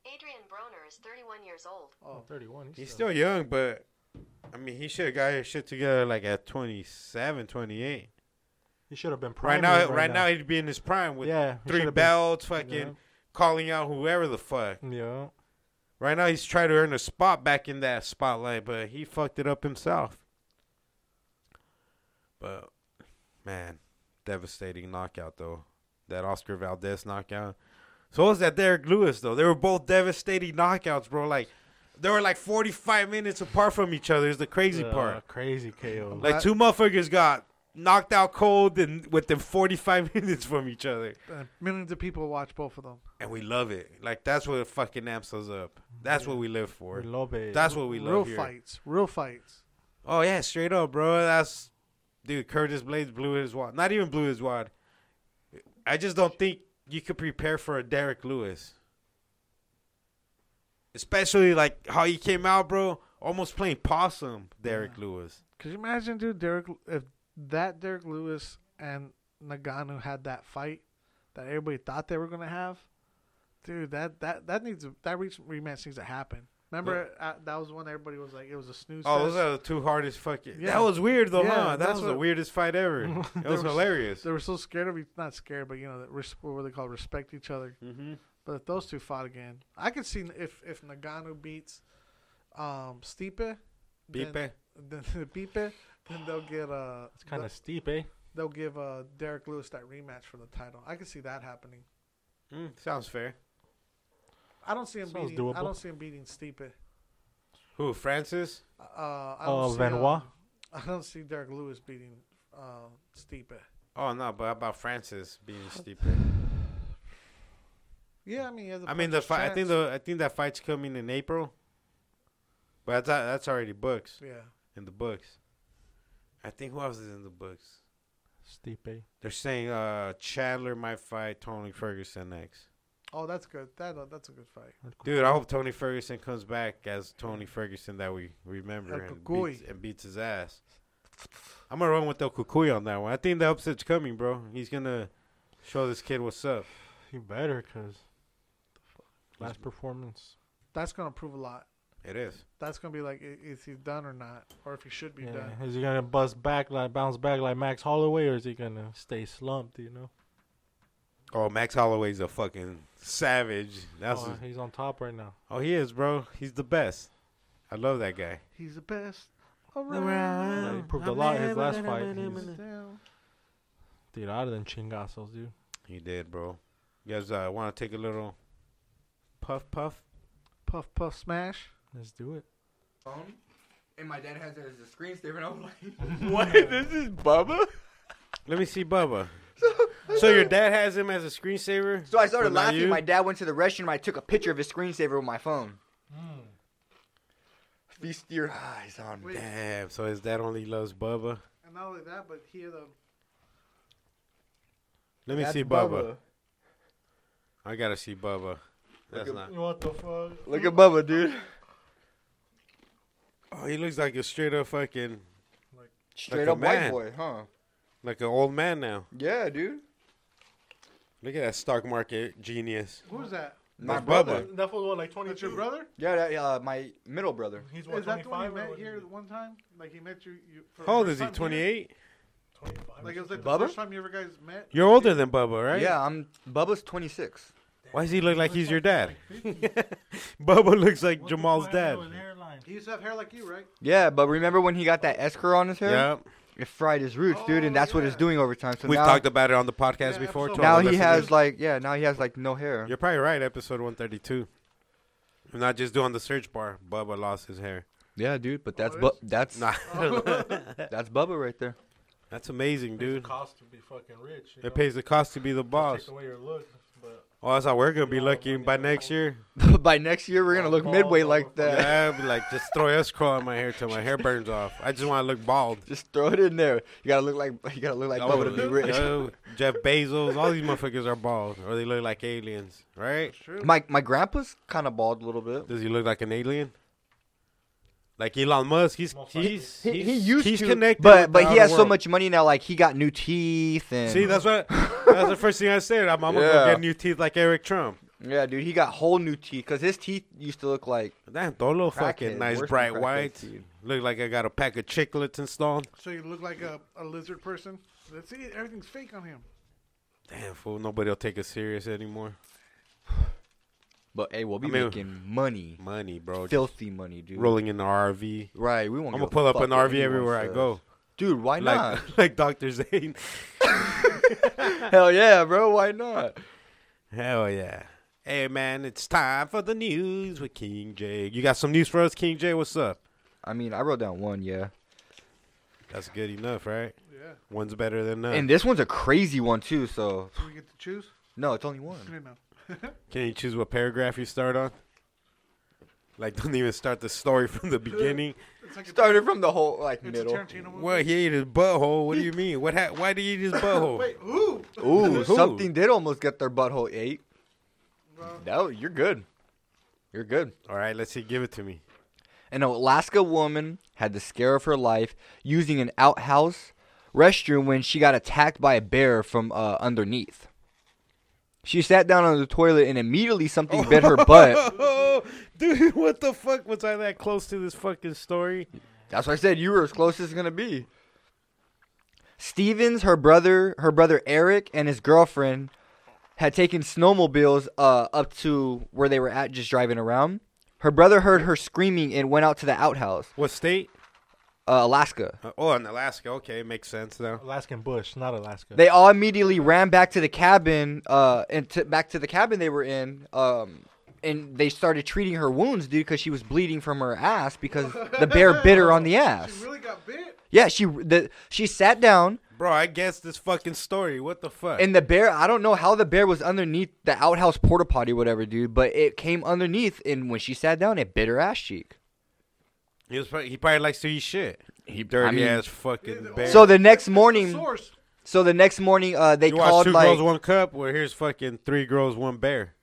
Adrian Broner is 31 years old.
Oh,
Oh,
31.
He's still young, but I mean, he should have got his shit together like at 27, 28.
He should have been prime.
Right now, right, now, he'd be in his prime with
yeah, he
three
should've
belts,
been-
fucking calling out whoever the fuck.
Yeah. yeah.
Right now, he's trying to earn a spot back in that spotlight, but he fucked it up himself. But man, devastating knockout though. That Oscar Valdez knockout. So was that Derek Lewis though. They were both devastating knockouts, bro. Like they were like forty five minutes apart from each other. Is the crazy
Uh,
part.
Crazy KO.
*laughs* Like two motherfuckers got knocked out cold and within forty five *laughs* minutes from each other.
and uh, millions of people watch both of them.
And we love it. Like that's what fucking amps us up. That's what we live for.
Lobe.
That's what we love
real
here.
fights. Real fights.
Oh yeah, straight up, bro. That's dude. Curtis Blades blew his wad. Not even blew his wad. I just don't think you could prepare for a Derek Lewis, especially like how he came out, bro. Almost playing possum, Derek Lewis.
Could you imagine, dude? Derek, if that Derek Lewis and Nagano had that fight that everybody thought they were gonna have, dude, that that that needs that reach, rematch needs to happen. Remember, uh, that was when everybody was like, it was a snooze.
Oh,
fest.
those are the two hardest fucking.
Yeah.
That was weird though,
Yeah,
huh? That
that's
was the
what-
weirdest fight
*laughs*
ever. It was
was-
hilarious.
they were so scared of each, not scared, but you know, that res- what were they called? Respect each other.
Mm-hmm.
But if those two fought again, I could see if if Nagano beats um Stipe, then-
Bipe.
then *laughs* Bipe, then they'll get uh,
It's kind of steep, eh?
they'll give uh Derek Lewis that rematch for the title. I could see that happening.
Mm, sounds fair.
I don't see him
Sounds
beating.
doable.
I don't see him beating Stipe.
Who? Francis?
Uh, I don't
Oh,
see,
Benoit.
um, *laughs* I don't see Derek Lewis beating uh, Stipe.
Oh no, but about Francis
*laughs*
being stupid.
Yeah, I mean, he has a
I mean the fight. I think the I think that fight's coming in April. But that's uh, that's already books
yeah,
in the books. I think who else is in the books?
Steep, eh?
They're saying uh Chandler might fight Tony Ferguson next.
oh, that's good. That uh, that's a good fight.
Dude, I hope Tony Ferguson comes back as Tony Ferguson that we remember
El
and
Cucuy.
beats, and beats his ass. I'm gonna run with El Cucuy on that one. I think the upset's coming, bro. He's gonna show this kid what's up.
You better, cause last performance.
That's gonna prove a lot.
It is.
That's gonna be like, i- is he done or not, or if he should be
Yeah.
done.
Is he gonna bust back like bounce back like Max Holloway, or is he gonna stay slumped? You know.
Oh, Max Holloway's a fucking savage. That's
Oh, he's on top right now.
Oh, he is, bro. He's the best. I love that guy.
He's the best
Yeah,
around.
he proved a lot in his last fight. He's,
Down.
dude, out of them chingazos, dude.
He did, bro. You guys uh, want to take a little puff puff?
Puff puff smash.
Let's do it.
phone, and my dad has it as a screen saver, and I'm like, *laughs* what? This is Bubba?
Let me see
*laughs*
Bubba. so your dad has him as a screensaver?
So I started
But not
laughing.
you?
My dad went to the restroom. I took a picture of his screensaver with my phone.
Hmm.
Feast your eyes on me.
Damn, so his dad only loves Bubba?
And not only that, but here the
Let me
That's
see Bubba. I got to see Bubba. That's
at-
not.
What the fuck?
Look at Bubba, dude.
Oh, he looks like a straight up fucking,
Straight
a
up white
man.
boy, huh?
like an old man now.
Yeah, dude.
Look at that stock market genius.
who's that?
My
That's
brother.
Bubba.
That was what like twenty
That's your brother?
Yeah, that, uh, my middle brother.
He's
Is that the one you met here the one time? Like he met you. you for the
How old
first
is he?
time here?
28?
Like it was like
Bubba?
the first time you ever guys met.
You're older than Bubba, right?
Yeah, I'm Bubba's 26.
Why does he look like he's your dad? *laughs* Bubba looks like Jamal's dad.
He used to have hair like you, right?
Yeah, but remember when he got that escrow on his hair?
Yeah,
It fried his roots, dude, and
Oh,
that's what it's
yeah.
doing over time. So
we've
now,
talked about it on the podcast
Yeah,
before.
episode
to all
now
the
he has
listeners.
like, yeah, now he has like no hair.
You're probably right. Episode 132. I'm not just doing the search bar. Bubba lost his hair.
Yeah, dude, but that's
it
bu-
is?
*laughs*
that's
Nah,
that's Bubba right there.
that's amazing, dude.
cost to be fucking rich.
It pays the cost to be the boss.
away your look, but
Oh, that's how we're gonna be lucky by next year.
*laughs* By next year, we're gonna
Oh,
look midway like that.
Yeah, I'd be like, just throw escrow in my hair till my hair burns off. I just want to look bald.
*laughs* Just throw it in there. You gotta look like you gotta look like
Oh,
Bubba to be rich.
no, Jeff Bezos, all these motherfuckers are bald, or they look like aliens, right?
*laughs* My my grandpa's kind of bald a little bit.
Does he look like an alien? Like Elon Musk, he's he's
He, he
he's-
used
he's
to,
connected,
but
with
but
the
he
outer
has so
world.
much money now. Like he got new teeth and
See, that's
*laughs*
what that's the first thing I said. I'm, I'm
Yeah.
gonna get new teeth like Eric Trump.
yeah, dude, he got whole new teeth because his teeth used to look like
Damn, those little
Crackhead,
fucking nice
worse than
bright
crackhead
whites.
teeth.
Look like I got a pack of chiclets installed.
So you look like a, a lizard person. That's it. Everything's fake on him.
Damn fool, nobody'll take us serious anymore.
But hey, we'll be
I mean-
making money,
Money, bro.
filthy money, dude.
rolling in the RV.
Right, we won't.
I'm gonna
give a
pull up
fuck
an
what
RV
anyone
everywhere I
says.
go,
dude.
*laughs*
Why not? *laughs*
like like Doctor Zane.
Hell yeah, bro. Why not?
Hell yeah. Hey man, it's time for the news with King J. You got some news for us, King J? What's up?
I mean, I wrote down one, yeah.
That's good enough, right?
Yeah.
One's better than none.
And this one's a crazy one too. So
Do we get to choose?
no, it's only one.
I don't know.
Can you choose what paragraph you start on? Like, don't even start the story *laughs* from the beginning.
It's like a,
Started from the whole like
it's a
middle.
Tarantino movie.
Well, he ate his butthole. What do you mean? What? Ha- why did he eat his butthole?
Wait, who? *laughs*
Who?
Ooh, something did almost get their butthole ate.
Well-
No, you're good. You're good.
All right, let's see. Give it to me.
An Alaska woman had the scare of her life using an outhouse restroom when she got attacked by a bear from uh, underneath. She sat down on the toilet and immediately something bit her butt.
Oh, dude, *laughs* what the fuck? Was I that close to this fucking story?
That's what I said. You were as close as it's gonna be. Stevens, her brother, her brother Eric, and his girlfriend had taken snowmobiles uh, up to where they were at, just driving around. Her brother heard her screaming and went out to the outhouse,
What state?
uh, Alaska.
Uh, oh, in Alaska. Okay, makes sense now.
Alaskan bush, not Alaska.
They all immediately ran back to the cabin, uh, and to, back to the cabin they were in, um, and they started treating her wounds, dude, because she was bleeding from her ass because the bear bit her on
*laughs*
the
She
ass.
really got bit.
Yeah, she the, she sat down.
Bro, I guess this fucking story. What the fuck?
And the bear, I don't know how the bear was underneath the outhouse porta potty, whatever, dude, but it came underneath, and when she sat down, it bit her ass cheek.
he, was probably, he probably likes to eat shit. He dirty
mean-
ass fucking bear.
So the next
The
morning,
source.
so the next morning, uh, they
you watch
called
two
like
girls, one cup. Where here's fucking three girls, one bear.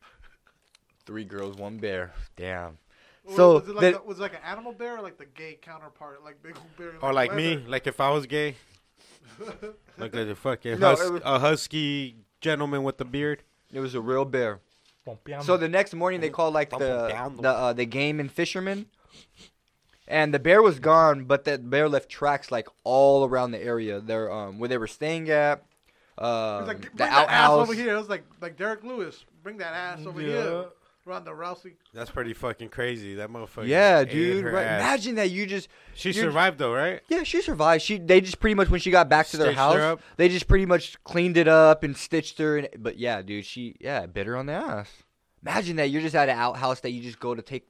three girls, one bear. Damn.
Or
So
was it like
the-
a, was it like an animal bear or like the gay counterpart, like big bear?
Or like me,
leather?
like if I was
*laughs*
gay, like a fucking
No, it
hus-
was-
a husky gentleman with a beard.
it was a real bear.
Pompeando.
So the next morning, they called like the the uh, the game and fishermen, and the bear was gone, but that bear left tracks like all around the area. There, um, where they were staying at.
It
Uh,
was like, bring
the
that ass
outhouse
over here. It was like like Derek Lewis. Bring that ass over here. Ronda Rousey.
That's pretty fucking crazy. That motherfucker.
Yeah,
ate
dude.
her
Right.
ass.
Imagine that you just
She
you're-
survived though, right?
Yeah, she survived. She they just pretty much when she got back to their
Stitched her
house,
up.
they just pretty much cleaned it up and stitched her. And, but yeah, dude, she yeah bit her on the ass. Imagine that you're just at an outhouse that you just go to take,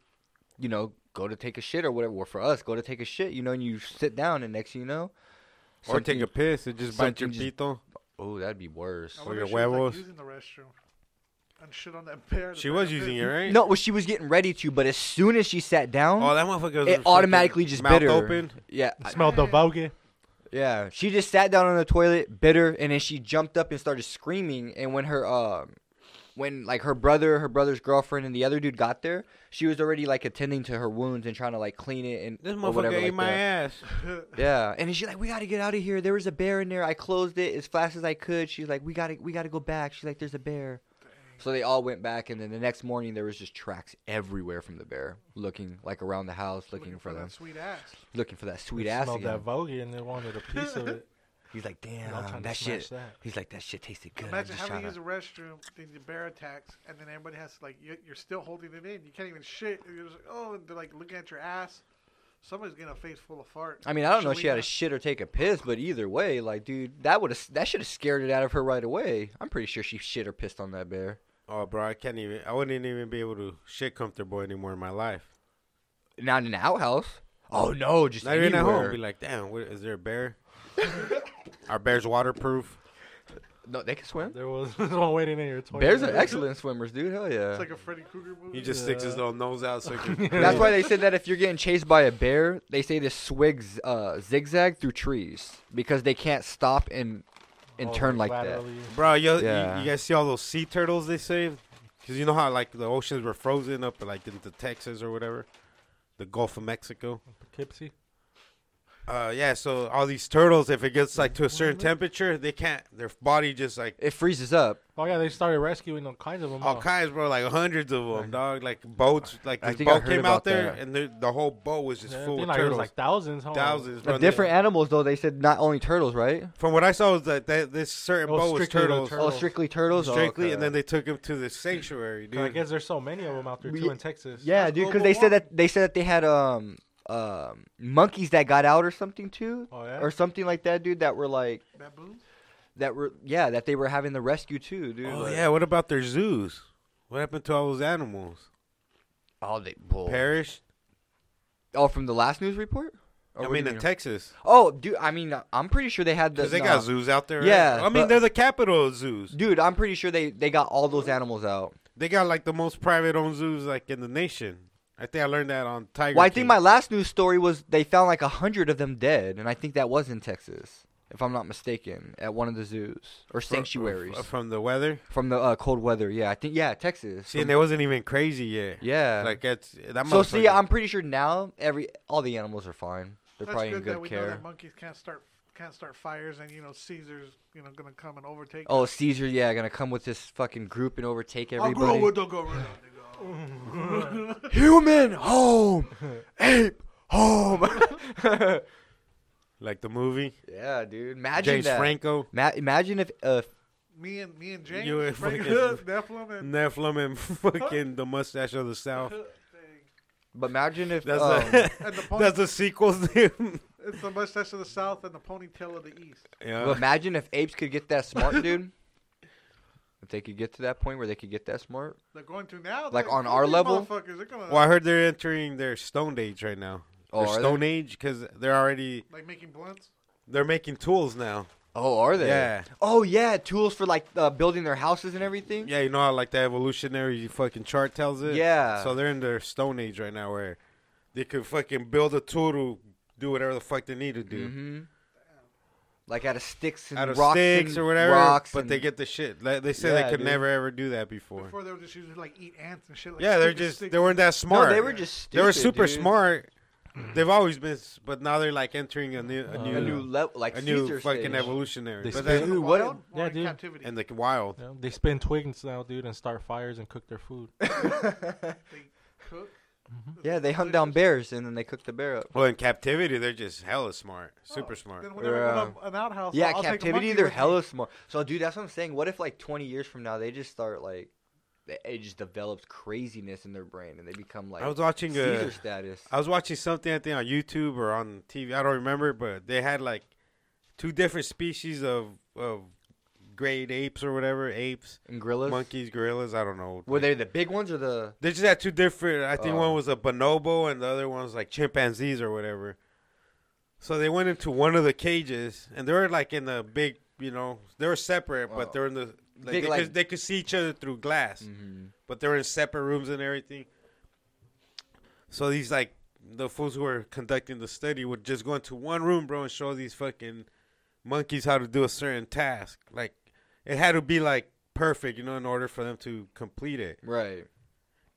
you know, go to take a shit or whatever. Or for us, go to take a shit, you know, and you sit down and next thing you know,
Or take a piss and just bite your
something just-
pito.
oh that'd be worse.
I
Or
wonder
your
if she was, like,
werewolves.
using the restroom and shit on that bear. The
She
bear
was
got
using
bit. *laughs*
it, right?
No, well she was getting ready to, but as soon as she sat down,
Oh, that motherfucker. Was
it
fucking
automatically just
mouth
bit her.
open.
Yeah, I-
smelled the
*laughs*
bogey.
Yeah, she just sat down on the toilet, bitter, and then she jumped up and started screaming. And when her, um, when like her brother, her brother's girlfriend, and the other dude got there, she was already like attending to her wounds and trying to like clean it and
This
or
motherfucker
whatever.
ate
Like
my
that.
ass.
Yeah, and then she's like, "We got to get out of here. There was a bear in there. I closed it as fast as I could." She's like, "We got to, we got to go back." She's like, "There's a bear." So they all went back, and then the next morning there was just tracks everywhere from the bear, looking like around the house, looking,
Looking
for,
for
them,
that sweet ass.
looking for that sweet
They
ass
smelled
again.
that bogey and they wanted a piece of it.
He's like,
all
damn,
trying to smash
that shit.
that.
He's like, that shit tasted good. I'm
Imagine
just
having to
tryna-"
use a restroom, then the bear attacks, and then everybody has to like you, you're still holding it in. You can't even shit. And You're just like, oh, and they're like looking at your ass. Somebody's getting a face full of fart.
I mean, I don't know if she had
Shalina.
a shit or take a piss, but either way, like, dude, that would have that should have scared it out of her right away. I'm pretty sure she shit or pissed on that bear.
Oh, bro, I can't even. I wouldn't even be able to shit comfortable anymore in my life.
Not in an outhouse. Oh no, just
Not
anywhere.
even at home. Be like, damn, what, is there a bear? Are bears waterproof?
No, they can swim.
There was *laughs* there's one waiting in here.
Bears are excellent swimmers, dude. Hell yeah.
It's like a Freddy Krueger movie.
He just sticks his
Yeah.
little nose out
*laughs*
so he can
That's why they said that if you're getting chased by a bear, they say to swig uh, zigzag through trees because they can't stop and and
Oh,
turn like that.
Bro, yo,
Yeah.
you, you guys see all those sea turtles they saved? Because you know how like the oceans were frozen up, like in the Texas or whatever, the Gulf of Mexico.
Poughkeepsie.
Uh, yeah. So all these turtles, if it gets like to a certain temperature, they can't. Their body just like
It freezes up.
Oh yeah, they started rescuing all kinds of them.
all
huh?
kinds, bro. Like hundreds of them, dog. Like boats. Like
I
this
think I
boat
heard
came
about
out there,
that.
and the, the whole boat was just
Yeah, I
full
think,
of
like, it was
turtles,
like thousands. Huh?
thousands, bro.
But
And
different
they-
animals, though, they said not only turtles, right?
From what I saw, was that that this certain
Oh,
boat was
strictly the
turtles,
turtles.
Oh, strictly turtles. Oh,
strictly,
okay.
and then they took him to the sanctuary, dude.
I guess there's so many of them out there
We-
too in Texas.
yeah,
That's
dude, because
global
they said
warming.
that they said that they had um um monkeys that got out or something too,
Oh yeah.
or something like that, dude. That were like
Baboon?
that were yeah that they were having the rescue too, dude.
Oh
like-
yeah, what about their zoos? What happened to all those animals?
Oh, they well,
Perished?
oh from the last news report.
Oh,
I
Or what do
mean,
you
in Texas,
Oh, dude, I mean, I'm pretty sure they had the.
because they
nah.
got zoos out there. right?
Yeah,
I mean
but-
they're the capital of zoos.
Dude, I'm pretty sure they they got all those animals out.
They got like the most private-owned zoos like in the nation. I think I learned that on Tiger.
Well, I think
King.
my last news story was they found like a hundred of them dead, and I think that was in Texas, if I'm not mistaken, at one of the zoos or
Fr-
*laughs* sanctuaries
f- from the weather.
from the uh, cold weather. Yeah, I think yeah, Texas.
See, and it wasn't even crazy yet.
yeah.
like that's that.
so see,
motherfucker-
I'm pretty sure now every all the animals are fine. They're
That's
probably
good,
in good
that we know
care.
that monkeys can't start can't start fires, and you know Caesar's you know gonna come and overtake.
Oh, Caesar, yeah, gonna come with this fucking group and overtake
I'll grow
everybody.
with the gorilla. nigga.
Human home, *laughs* ape home.
like the movie
*laughs* yeah, dude. Imagine
James
that.
Franco,
Ma- imagine if uh,
Me and me and James,
You
you
were
Frank,
*laughs* fucking-
Nephilim, and
Nephilim, and *laughs* fucking the mustache of the
*laughs*
South.
but imagine if
That's *laughs*
um,
the
and the pony,
that's the sequel's *laughs* name.
it's the mustache of the south and the ponytail of the east.
Well,
yeah,
imagine if apes could get that smart, dude. If they could get to that point where they could get that smart.
They're going to now,
Like,
they're-
on
fuck
our
these
level?
motherfuckers, they're gonna
Well, I heard they're entering their Stone Age right now.
Oh,
Their
are they?
Stone Age because they're already
like making blunts.
they're making tools now.
Oh, are they?
Yeah.
Oh, yeah. Tools for like uh, building their houses and everything.
Yeah, you know how like the evolutionary fucking chart tells it.
Yeah.
So they're in their Stone Age right now, where they could fucking build a tool to do whatever the fuck they need to do
hmm Like out of sticks and
out of
rocks
sticks
and
or whatever.
Rocks
but
and-
they get the shit. Like, they said
Yeah,
they could
dude.
never ever do that before.
Before they were just using like eat ants and shit. Like
yeah, they're
stupid
just
sticks.
they weren't that
No,
smart.
they were just.
they were
stupid,
super
dude.
smart. They've always been, s- but now they're like entering a new a
Uh,
A new
new
level, like
a new
Caesar
fucking
stage.
evolutionary.
They
But
spin-
that-
Dude, what?
Wild or
Yeah,
in
dude.
captivity.
and the wild.
Yeah, they spin twigs now, dude, and start fires and cook their food. *laughs*
they cook.
*laughs* Yeah, they hunt down bears and then they cook the bear up.
Well, in captivity, they're just hella smart,
Oh,
super smart.
Then whenever I go
Yeah.
to an outhouse,
Yeah,
I'll take a
captivity,
monkey
they're
with me.
hella smart. So, dude, that's what I'm saying. What if, like, 20 years from now, they just start, like, it- it just develops craziness in their brain and they become, like,
I was watching a-
Caesar status.
I was watching something I think on YouTube or on TV. I don't remember, but they had like two different species of of great apes or whatever apes,
And gorillas?
monkeys, gorillas. I don't know.
Were they the big ones or the.
They just had two different. I think
Oh.
one was a bonobo and the other one was like chimpanzees or whatever. So they went into one of the cages and they were like in the big, you know, they were separate,
Oh.
but they're in the like,
Big,
they,
like- Mm-hmm.
could, they could see each other through glass, but they were in separate rooms and everything. So these like the fools who were conducting the study would just go into one room, bro, and show these fucking monkeys how to do a certain task. Like it had to be like perfect, you know, in order for them to complete it
Right.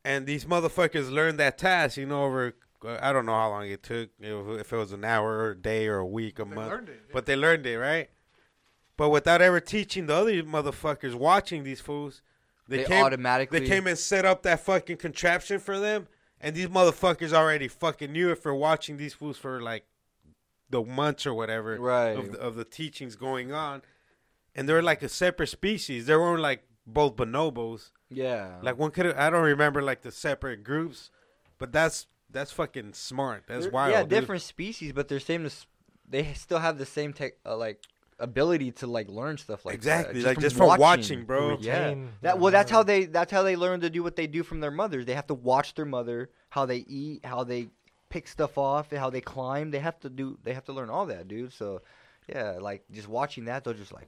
and these motherfuckers learned that task, you know, over uh, I don't know how long it took, you know, if it was an hour, or a day, or a week, a month,
learned it, yeah.
but they learned it, right? But without ever teaching the other motherfuckers watching these fools, they,
They
came
automatically-
they came and set up that fucking contraption for them, and these motherfuckers already fucking knew it for watching these fools for like the months or whatever
Right.
of, the, of the teachings going on, and they're like a separate species. They weren't like both bonobos.
Yeah.
Like one could I don't remember like the separate groups, but that's that's fucking smart. That's
They're-
wild.
Yeah,
dude.
different species, but they're same. as- They still have the same, tech, uh, like, ability to, like, learn stuff like that.
Exactly. like just from watching, bro.
Yeah.
Retain
That
the
well, that's how
memory.
they that's how they learn to do what they do from their mothers. They have to watch their mother, how they eat, how they pick stuff off, and how they climb. They have to do. They have to learn all that, dude. So, yeah, like just watching that, they're just like,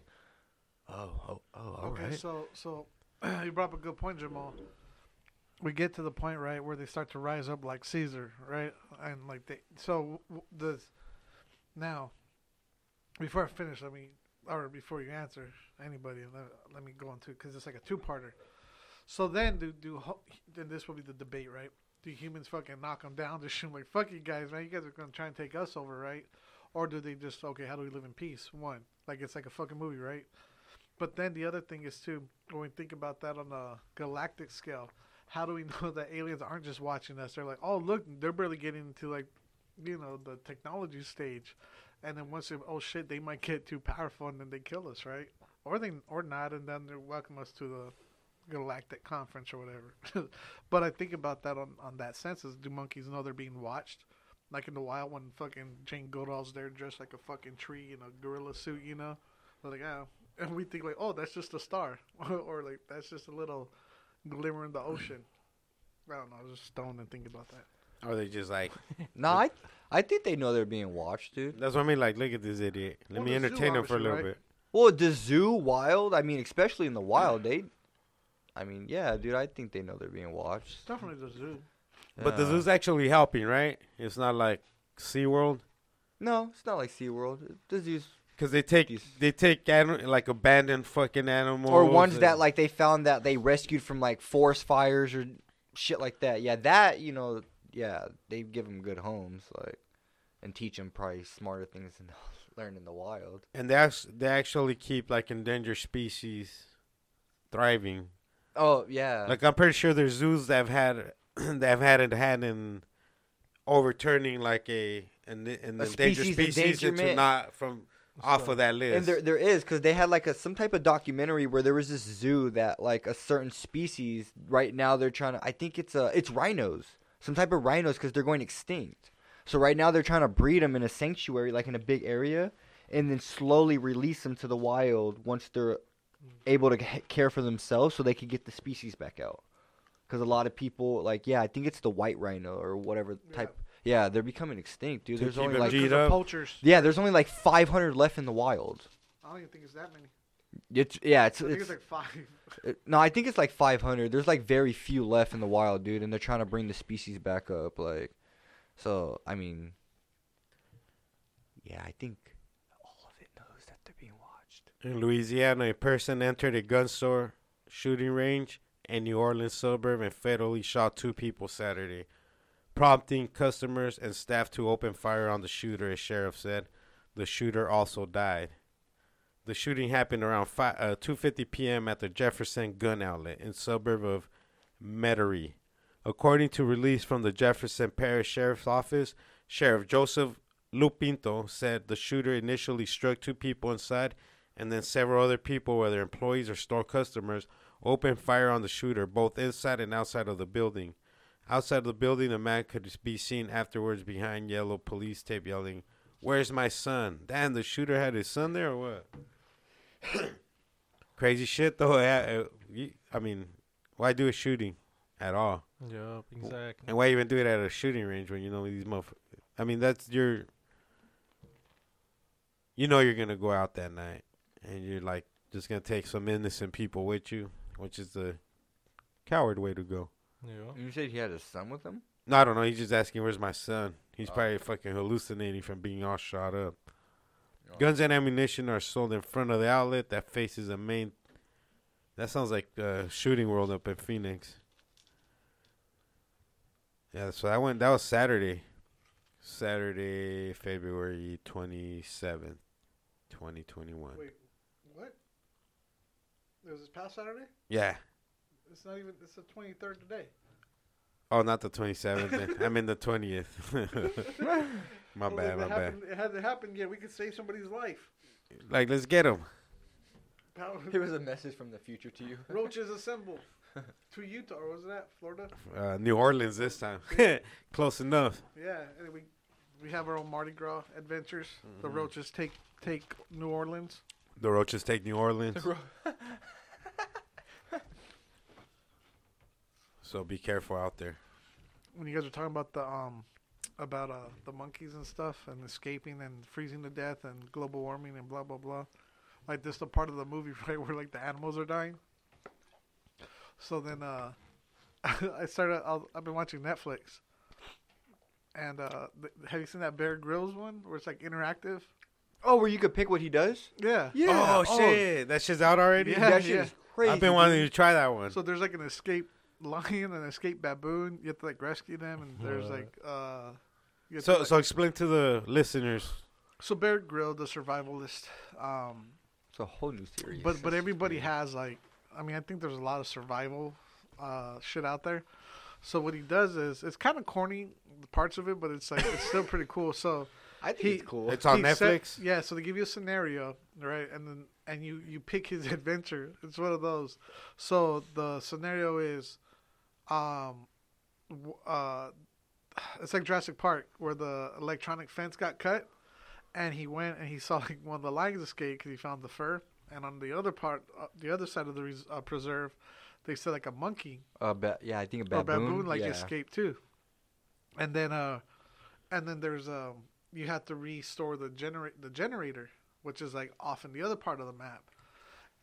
Oh, oh, oh, all
Okay,
right.
so so *clears throat* you brought up a good point, Jamal. We get to the point right where they start to rise up like Caesar, right? And like they so w- the now before I finish, let me or before you answer anybody, let, let me go into because it's like a two-parter. So then, do do ho- then this will be the debate, right? Do humans fucking knock them down? Just *laughs* shoot 'em like fuck you guys, man. You guys are gonna try and take us over, right? Or do they just okay? How do we live in peace? One, like it's like a fucking movie, right? But then the other thing is too when we think about that on a galactic scale, how do we *laughs* know that aliens aren't just watching us? They're like, oh look, they're barely getting into like, you know, the technology stage, and then once they oh shit, they might get too powerful and then they kill us, right? Or they or not, and then they welcome us to the galactic conference or whatever. *laughs* but I think about that on on that sense is do monkeys know they're being watched? Like in the wild when fucking Jane Goodall's there dressed like a fucking tree in a gorilla suit, you know? They're like, oh. And we think like, oh, that's just a star. *laughs* or like that's just a little glimmer in the ocean. I don't know, I was just stoned and thinking about that.
Are they just like?
No, I, I think they know they're being watched, dude.
That's what I mean. Like, look at this idiot. Let
Well,
me
the zoo,
entertain him for a
obviously,
little
right?
bit.
Well, the zoo, wild. I mean, especially in the wild, they. I mean, yeah, dude. I think they know they're being watched. Uh,
It's definitely the zoo.
But the
Yeah.
zoo's actually helping, right? It's not like SeaWorld.
No, it's not like SeaWorld. The zoo's
Because they take
These-
they take anim- like abandoned fucking animals
or ones that
and-
like they found that they rescued from like forest fires or shit like that. Yeah, that you know, yeah, they give them good homes like and teach them probably smarter things than *laughs* learn in the wild.
and they act- they actually keep like endangered species thriving.
Oh yeah,
Like I'm pretty sure there's zoos that have had *clears throat* that have had it had in overturning like a an, an
A
endangered
species
species into
endangerment.
not from off of that list.
and there there is because they had like a some type of documentary where there was this zoo that like a certain species right now they're trying to I think it's uh it's rhinos some type of rhinos because they're going extinct. So right now they're trying to breed them in a sanctuary like in a big area and then slowly release them to the wild once they're able to c- care for themselves so they can get the species back out. Because a lot of people like yeah I think it's the white rhino or whatever type yeah they're becoming extinct dude.
To
There's
keep
only
it
like
G'd
Because of
up.
poachers.
yeah there's only like 500 left in the wild.
I don't even think it's that many.
It's yeah, it's,
I think
it's
it's like five. *laughs*
it- no, I think it's like 500. There's like very few left in the wild, dude, and they're trying to bring the species back up. Like, so I mean, yeah, I think all of it knows that they're being watched.
in Louisiana, a person entered a gun store shooting range in New Orleans suburb and fatally shot two people Saturday, prompting customers and staff to open fire on the shooter, a sheriff said. The shooter also died. The shooting happened around 5, uh, 2:50 p.m. at the Jefferson Gun Outlet in suburb of Metairie. According to release from the Jefferson Parish Sheriff's Office, Sheriff Joseph Lupinto said the shooter initially struck two people inside and then several other people, whether employees or store customers, opened fire on the shooter, both inside and outside of the building. Outside the building, a man could be seen afterwards behind yellow police tape yelling, Where's my son? Damn, the shooter had his son there or what? Crazy shit, though. I- I- you- I mean, why do a shooting at all?
Yup, exactly.
And why even do it at a shooting range when you know these motherfuckers? I mean, that's your. You know you're gonna go out that night, and you're like just gonna take some innocent people with you, which is the coward way to go.
Yup.
You said he had his son with him.
No, I don't know. He's just asking, "Where's my son?" He's probably fucking hallucinating from being all shot up. Guns and ammunition are sold in front of the outlet that faces a main. That sounds like uh, shooting world up in Phoenix. Yeah, so that went. That was Saturday, Saturday, February twenty seventh, twenty twenty one.
Wait, what? It was this past Saturday?
Yeah.
It's not even. It's the twenty third today.
Oh, not the twenty seventh. I'm in the twentieth. *laughs* my
Well,
bad.
if
My
it
bad.
happened, It hasn't happened yet. We could save somebody's life.
Like, let's get him.
Power-
was a message from the future to you.
*laughs*
*laughs*
Roaches assemble to Utah. Or was that Florida?
uh, New Orleans this time. *laughs* Close enough.
Yeah, and we we have our own Mardi Gras adventures. The
Mm-hmm.
roaches take take New Orleans.
The Roaches take New Orleans. *laughs* so be careful out there.
When you guys were talking about the um about uh the monkeys and stuff and escaping and freezing to death and global warming and blah blah blah. Like this, the part of the movie *laughs* right where like the animals are dying. So then, uh, *laughs* I started. i I've been watching Netflix. And uh, th- have you seen that Bear Grylls one where it's like interactive?
Oh, where you could pick what he does?
Yeah.
Oh, shit, that shit's out already.
Yeah,
that shit
yeah.
is crazy.
I've been wanting to try that one.
So there's like an escape lion, an escape baboon. You have to like rescue them, and there's like uh. you have to,
Uh-huh. So,
like-
so explain to the listeners.
so Bear Grill, the survivalist, um,
It's a whole new series.
but but everybody has like, I mean, I think there's a lot of survival, uh, shit out there. So what he does is it's kind of corny parts of it, but it's like it's still pretty cool. So
I think
he-
it's cool.
It's on
he set-
Netflix.
yeah, so they give you a scenario, right? And then and you you pick his *laughs* adventure. It's one of those. So the scenario is, um, w- uh, it's like Jurassic Park where the electronic fence got cut, and he went and he *laughs* saw like one of the lions escape because he found the fur. And on the other part, uh, the other side of the res- uh, preserve, they said like a monkey
Uh, ba- yeah, I think a
or
baboon.
baboon like
yeah.
escape too. And then uh and then there's um you have to restore the generate the generator, which is like off in the other part of the map.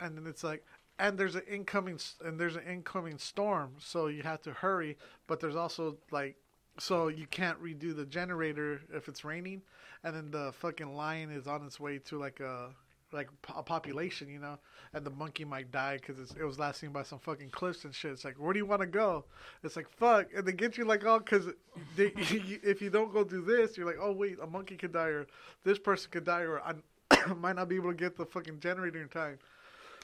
And then it's like and there's an incoming s- and there's an incoming storm, so you have to hurry, but there's also like so you can't redo the generator if it's raining and then the fucking lion is on its way to like a like po- a population, you know, and the monkey might die because it was last seen by some fucking cliffs and shit. It's like, where do you want to go? It's like, fuck, and they get you like all because if *laughs* you don't go do this, you're like, oh wait, a monkey could die or this person could die or I *coughs* might not be able to get the fucking generator in time. *coughs*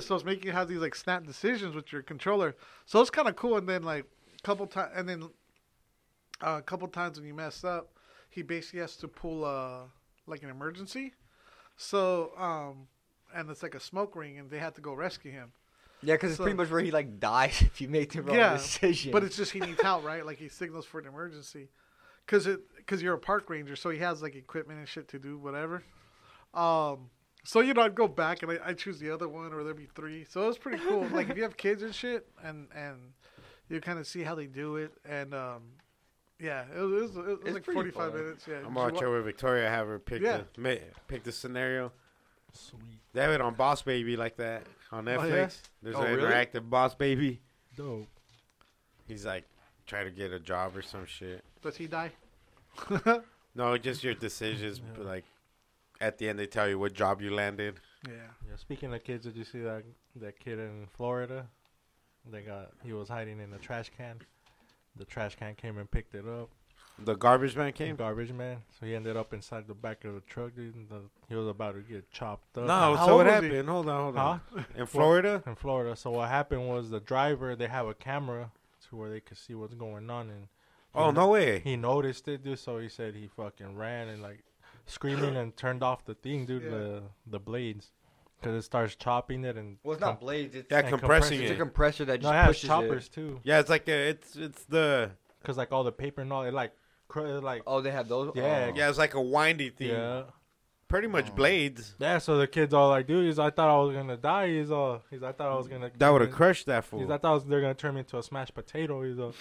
so it's making you have these like snap decisions with your controller. So it's kind of cool. And then like a couple times, and then uh, a couple times when you mess up, he basically has to pull uh like an emergency. So um, and it's like a smoke ring, and they have to go rescue him.
Yeah, because it's
So-
pretty much where he like dies *laughs* if you make the wrong
Yeah,
decision.
But it's just he needs help, right? Like he signals for an emergency, because it because you're a park ranger, so he has like equipment and shit to do whatever. Um, so you know, I'd go back and I I choose the other one, or there'd be three. So it was pretty cool. like if you have kids and shit, and and you kind of see how they do it, and um, yeah, it was, it was, it was
It's
like
pretty
45
fun.
minutes. Yeah,
I'm gonna watch it with Victoria. Have her pick
Yeah.
the ma- pick the scenario.
Sweet.
They have it on Boss Baby like that on Netflix.
yeah?
There's
Oh,
an
really?
interactive Boss Baby.
Dope.
He's like trying to get a job or some shit.
Does he die?
No, just your decisions. But like at the end, they tell you what job you landed.
Yeah.
Yeah, speaking of kids, did you see that that kid in Florida? They got he was hiding in a trash can. The trash can came and picked it up.
The garbage man came.
Garbage man. So he ended up inside the back of the truck, dude. and the- he was about to get chopped up.
No,
How
so what
old was he?
happened? Hold on, hold
Huh?
on. In Florida,
in Florida. So what happened was the driver they have a camera to where they could see what's going on, and
Oh no way!
he noticed it, dude. So he said he fucking ran and like screaming and turned off the thing, dude.
Yeah.
The the blades, because it starts chopping it and
well, it's
com-
not blades. It's,
Yeah,
and
compressing
compressing.
it's a
it.
compressor that
No,
just
it has
pushes
choppers
it.
too.
Yeah, it's like a, it's it's the
Cause like all the paper and all, it like, cr- it, like
Oh, they have those.
Yeah,
Oh.
yeah, it's like a windy thing.
yeah,
Pretty
Oh.
much blades.
yeah. So the kids all like, dude, he's, I thought I was gonna die. He's all, he's, I thought I was gonna.
That would have crushed that
He's,
fool.
I thought I was- they're gonna turn me into a smashed potato. He's all,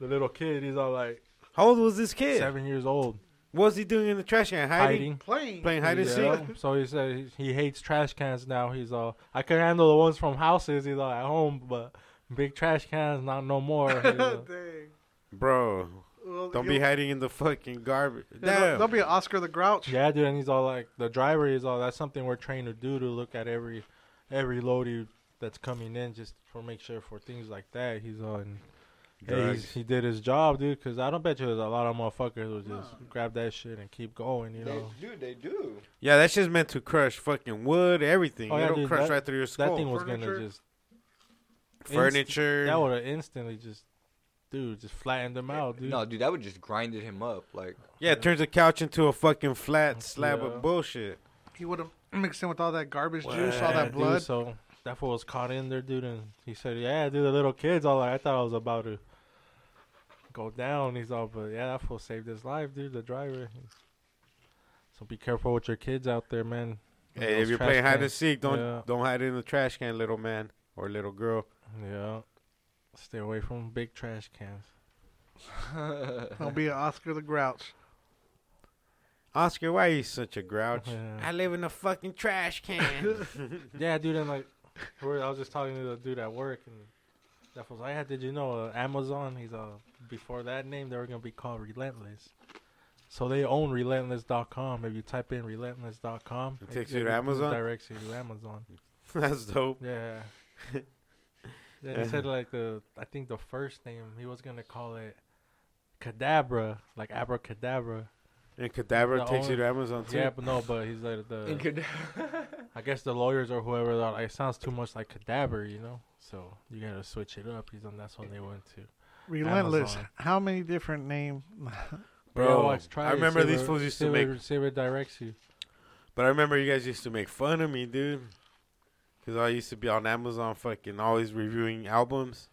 the little kid. He's all like
How old was this kid?
seven years old,
What was he doing in the trash can? Hiding,
hiding.
Playing.
playing hide and
Yeah.
seek.
So he said he- he hates trash cans now. He's all, I could handle the ones from houses. He's all at home, but big trash cans not no more. He's all,
*laughs*
*laughs* Dang.
Bro,
Well,
don't
you'll-
be hiding in the fucking garbage.
yeah,
Damn.
Don't, don't be an Oscar the Grouch.
Yeah, dude, and he's all like, the driver is all. That's something we're trained to do to look at every, every load you, that's coming in, just for make sure for things like that. He's on. Yeah, he's,
Drugs.
he did his job, dude. Cause I don't bet you there's a lot of motherfuckers who just grab that shit and keep going, you know.
dude, they do.
yeah, that shit's meant to crush fucking wood, everything.
Oh,
it
yeah,
don't
dude,
crush
that-
right through your
That
skull.
thing was
Furniture?
gonna just
Furniture.
that would have instantly just, dude, just flattened them out, Oh, dude.
No, dude, that would just grinded him up. Like,
yeah, it turns a couch into a fucking flat slab
Yeah.
of bullshit.
He would have mixed in with all that garbage juice, all
Yeah,
that
dude,
blood.
so that fool was caught in there, dude, and he said, "Yeah, dude, the little kids all like, I thought I was about to go down." He's all, but yeah, that fool saved his life, dude. The driver. So be careful with your kids out there, man. And
Hey, if
those
you're
trash
playing hide and
cans.
seek, don't
Yeah.
don't hide in the trash can, little man or little girl.
Yeah, stay away from big trash cans.
Don't be an Oscar the Grouch.
Oscar, why are you such a grouch?
Yeah.
I live in a fucking trash can.
*laughs*
*laughs*
Yeah, dude, and like, we're, I was just talking to the dude at work, and that was like, yeah, did you know uh, Amazon? He's uh, before that name, they were gonna be called Relentless. So they own Relentless.com. If you type in Relentless.com,
It takes you to Amazon?
Directs you to Amazon.
That's dope. *laughs*
Yeah. yeah. He said like the I think the first name he was gonna call it Cadabra, like abracadabra.
And Cadaver
The
takes you
only-
to Amazon too.
Yeah, but no, but he's like the I guess the lawyers or whoever they're like it sounds too much like cadaver, you know. So you gotta switch it up. He's on that's when they went to.
Relentless.
Amazon.
How many different names?
Bro,
Yeah, watch, try
I
it,
remember
see
these
where-
fools used
see
to
where-
make-
see where it directs you.
But I remember you guys used to make fun of me, dude. Because I used to be on Amazon fucking always reviewing albums.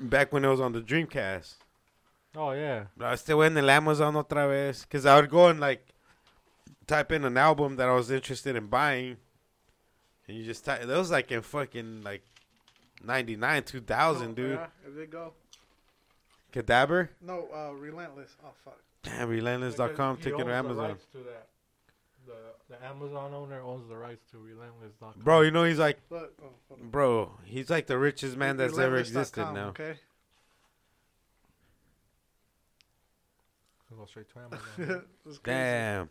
Back when it was on the Dreamcast.
Oh yeah,
But I still went to Amazon otra vez. Because I would go and like type in an album that I was interested in buying. And you just type. That was like in fucking like 99, 2000, dude.
Yeah, if they go.
Cadaver?
No, uh, relentless. Oh fuck.
Damn, relentless.com,
Because he
ticket
owns
to
the
Amazon.
rights to that. The, the Amazon owner owns the rights to relentless.com.
Bro, you know he's like,
Look, oh, hold on.
bro, he's like the richest man that's ever
Relentless dot
existed
com,
now.
Okay. *laughs*
go straight to
*laughs*
Amazon.
It's crazy.
Damn.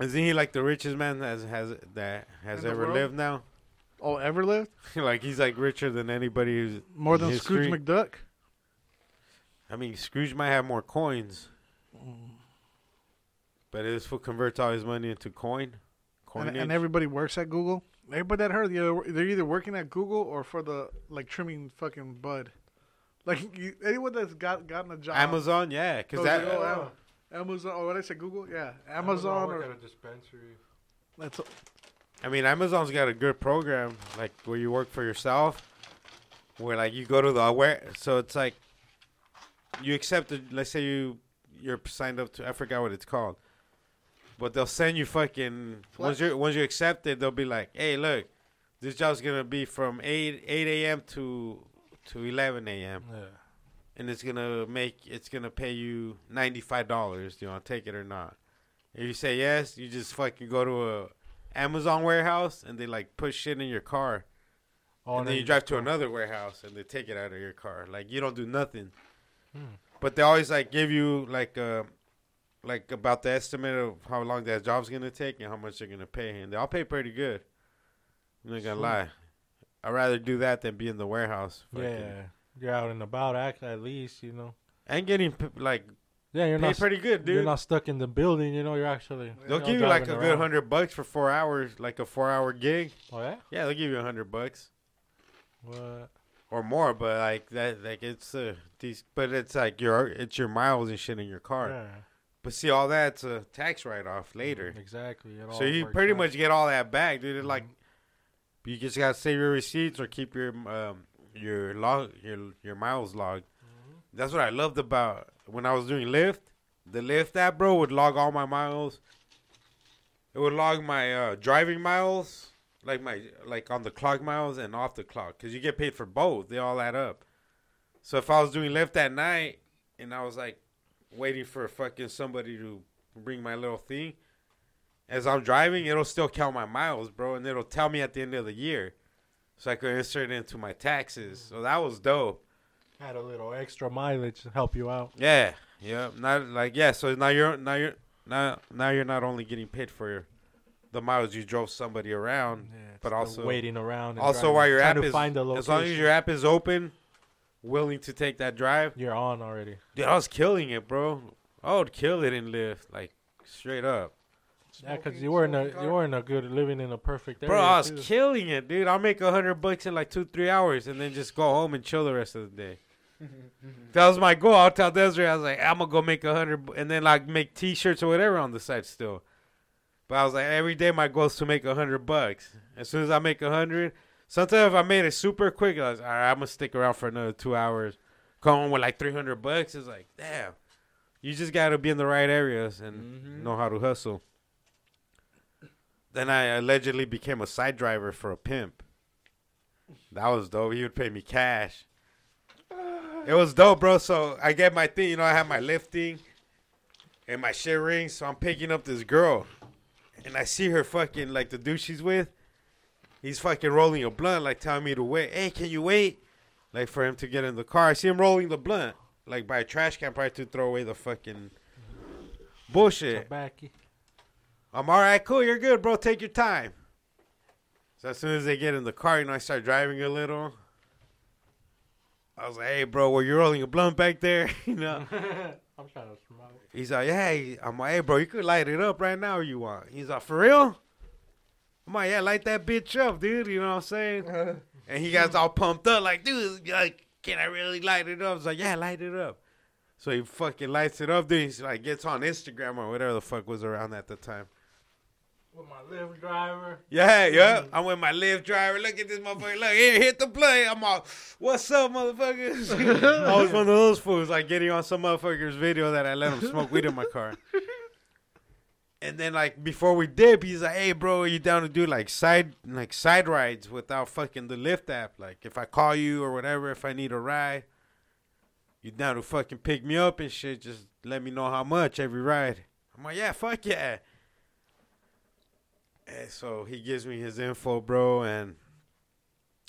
Isn't he like the richest man that has, has that has
In the
ever
world?
lived now? *laughs*
Oh, ever lived
like he's like richer than anybody who's
more
in
than
history.
Scrooge McDuck.
I mean, Scrooge might have more coins, but this fool converts all his money into coin. Coinage.
And, and everybody works at Google. Everybody that heard, they're, they're either working at Google or for the like trimming fucking bud. Like *laughs* you, anyone that's got gotten a job.
Amazon, yeah,
Oh,
because that
you know, Am- Amazon. Oh, what I said, Google. Yeah, Amazon.
work
or,
at a dispensary.
that's
I mean, Amazon's got a good program, like where you work for yourself, where like you go to the where, so it's like you accept. The, let's say you you're signed up to, I forgot what it's called, but they'll send you fucking once
Flex.
you are once you accept it, they'll be like, hey, look, this job's gonna be from eight eight a.m. to to eleven a.m.
Yeah.
and it's gonna make it's gonna pay you ninety five dollars. Do you want to take it or not? If you say yes, you just fucking go to a Amazon warehouse and they like put shit in your car,
Oh,
and then you drive to another warehouse and they take it out of your car. Like you don't do nothing.
Hmm.
But they always like give you like uh like about the estimate of how long that job's gonna take and how much they're gonna pay, and they all pay pretty good. I'm not gonna
Sweet.
lie. I'd rather do that than be in the warehouse. fucking-
Yeah, you're out and about. Act at least you know.
And getting p- like
Yeah, you're
paid
not.
pretty good, dude.
You're not stuck in the building. You know, you're actually.
They'll
know,
give you like a
driving
good
around.
hundred bucks for four hours, like a four hour gig.
Oh yeah.
Yeah, they'll give you a hundred bucks
What?
or more, but like that, like it's uh, these, but it's like your it's your miles and shit in your car.
Yeah,
But see, all that's a tax write off later,
Exactly. it
so
all uh,
you
works
pretty
out.
much get all that back, dude. It's Like you just gotta save your receipts or keep your um your log your your miles logged. That's what I loved about when I was doing Lyft. The Lyft app, bro, would log all my miles. It would log my uh, driving miles, like my like on the clock miles and off the clock, because you get paid for both. They all add up. So if I was doing Lyft at night and I was like waiting for fucking somebody to bring my little thing, as I'm driving, it'll still count my miles, bro, and it'll tell me at the end of the year, so I could insert it into my taxes. So that was dope.
add a little extra mileage to help you out.
Yeah, yeah. Not like yeah. So now you're now you're now now you're not only getting paid for the miles you drove somebody around,
Yeah, it's
but
the
also
waiting around. And
also
driving,
while your
trying
app
to
is
find the
as long as your app is open, willing to take that drive.
you're on already.
Dude, I was killing it, bro. I would kill it in Lyft, like straight up,
Yeah, because
Smoking-
you were in a
smoking car.
you were in a good living in a perfect area.
bro. I was
too.
killing it, dude. I'll make a hundred bucks in like two three hours, and then just go home and chill the rest of the day. that was my goal. I'll tell Desiree, I was like, I'm gonna go make a hundred, bu- and then like make T-shirts or whatever on the side still. But I was like, every day my goal is to make a hundred bucks. As soon as I make a hundred, sometimes if I made it super quick, I was all right. I'm gonna stick around for another two hours. Come home with like three hundred bucks. It's like, damn. You just gotta be in the right areas and know how to hustle. Then I allegedly became a side driver for a pimp. That was dope. He would pay me cash. It was dope, bro. So I get my thing. You know, I have my lifting. and my shit rings, so I'm picking up this girl, and I see her fucking like the dude she's with. He's fucking rolling a blunt, like telling me to wait. Hey, can you wait? Like for him to get in the car. I see him rolling the blunt, like by a trash can, probably to throw away the fucking bullshit.
Tobacco.
I'm all right, cool, you're good, bro. Take your time. So as soon as they get in the car, you know, I start driving a little. I was like, hey, bro, were you rolling a blunt back there? *laughs*
*laughs*
you know.
*laughs* I'm trying to smoke.
He's like, yeah. I'm like, hey, bro, you could light it up right now if you want. He's like, for real? I'm like, yeah, light that bitch up, dude. You know what I'm saying? and he got all pumped up, like, dude, like, can I really light it up? I was like, yeah, light it up. So he fucking lights it up, dude. He's like, gets on Instagram or whatever the fuck was around at the time.
With my live driver.
Yeah, yeah. I'm with my lift driver. Look at this motherfucker. Look, here, hit the play. I'm all, what's up, motherfuckers? I was one of those fools, like getting on some motherfucker's video that I let him smoke weed in my car. And then, like before we dip, he's like, "Hey, bro, are you down to do like side, like side rides without fucking the Lyft app? Like, if I call you or whatever, if I need a ride, you down to fucking pick me up and shit? Just let me know how much every ride." I'm like, "Yeah, fuck yeah." And so he gives me his info, bro, and,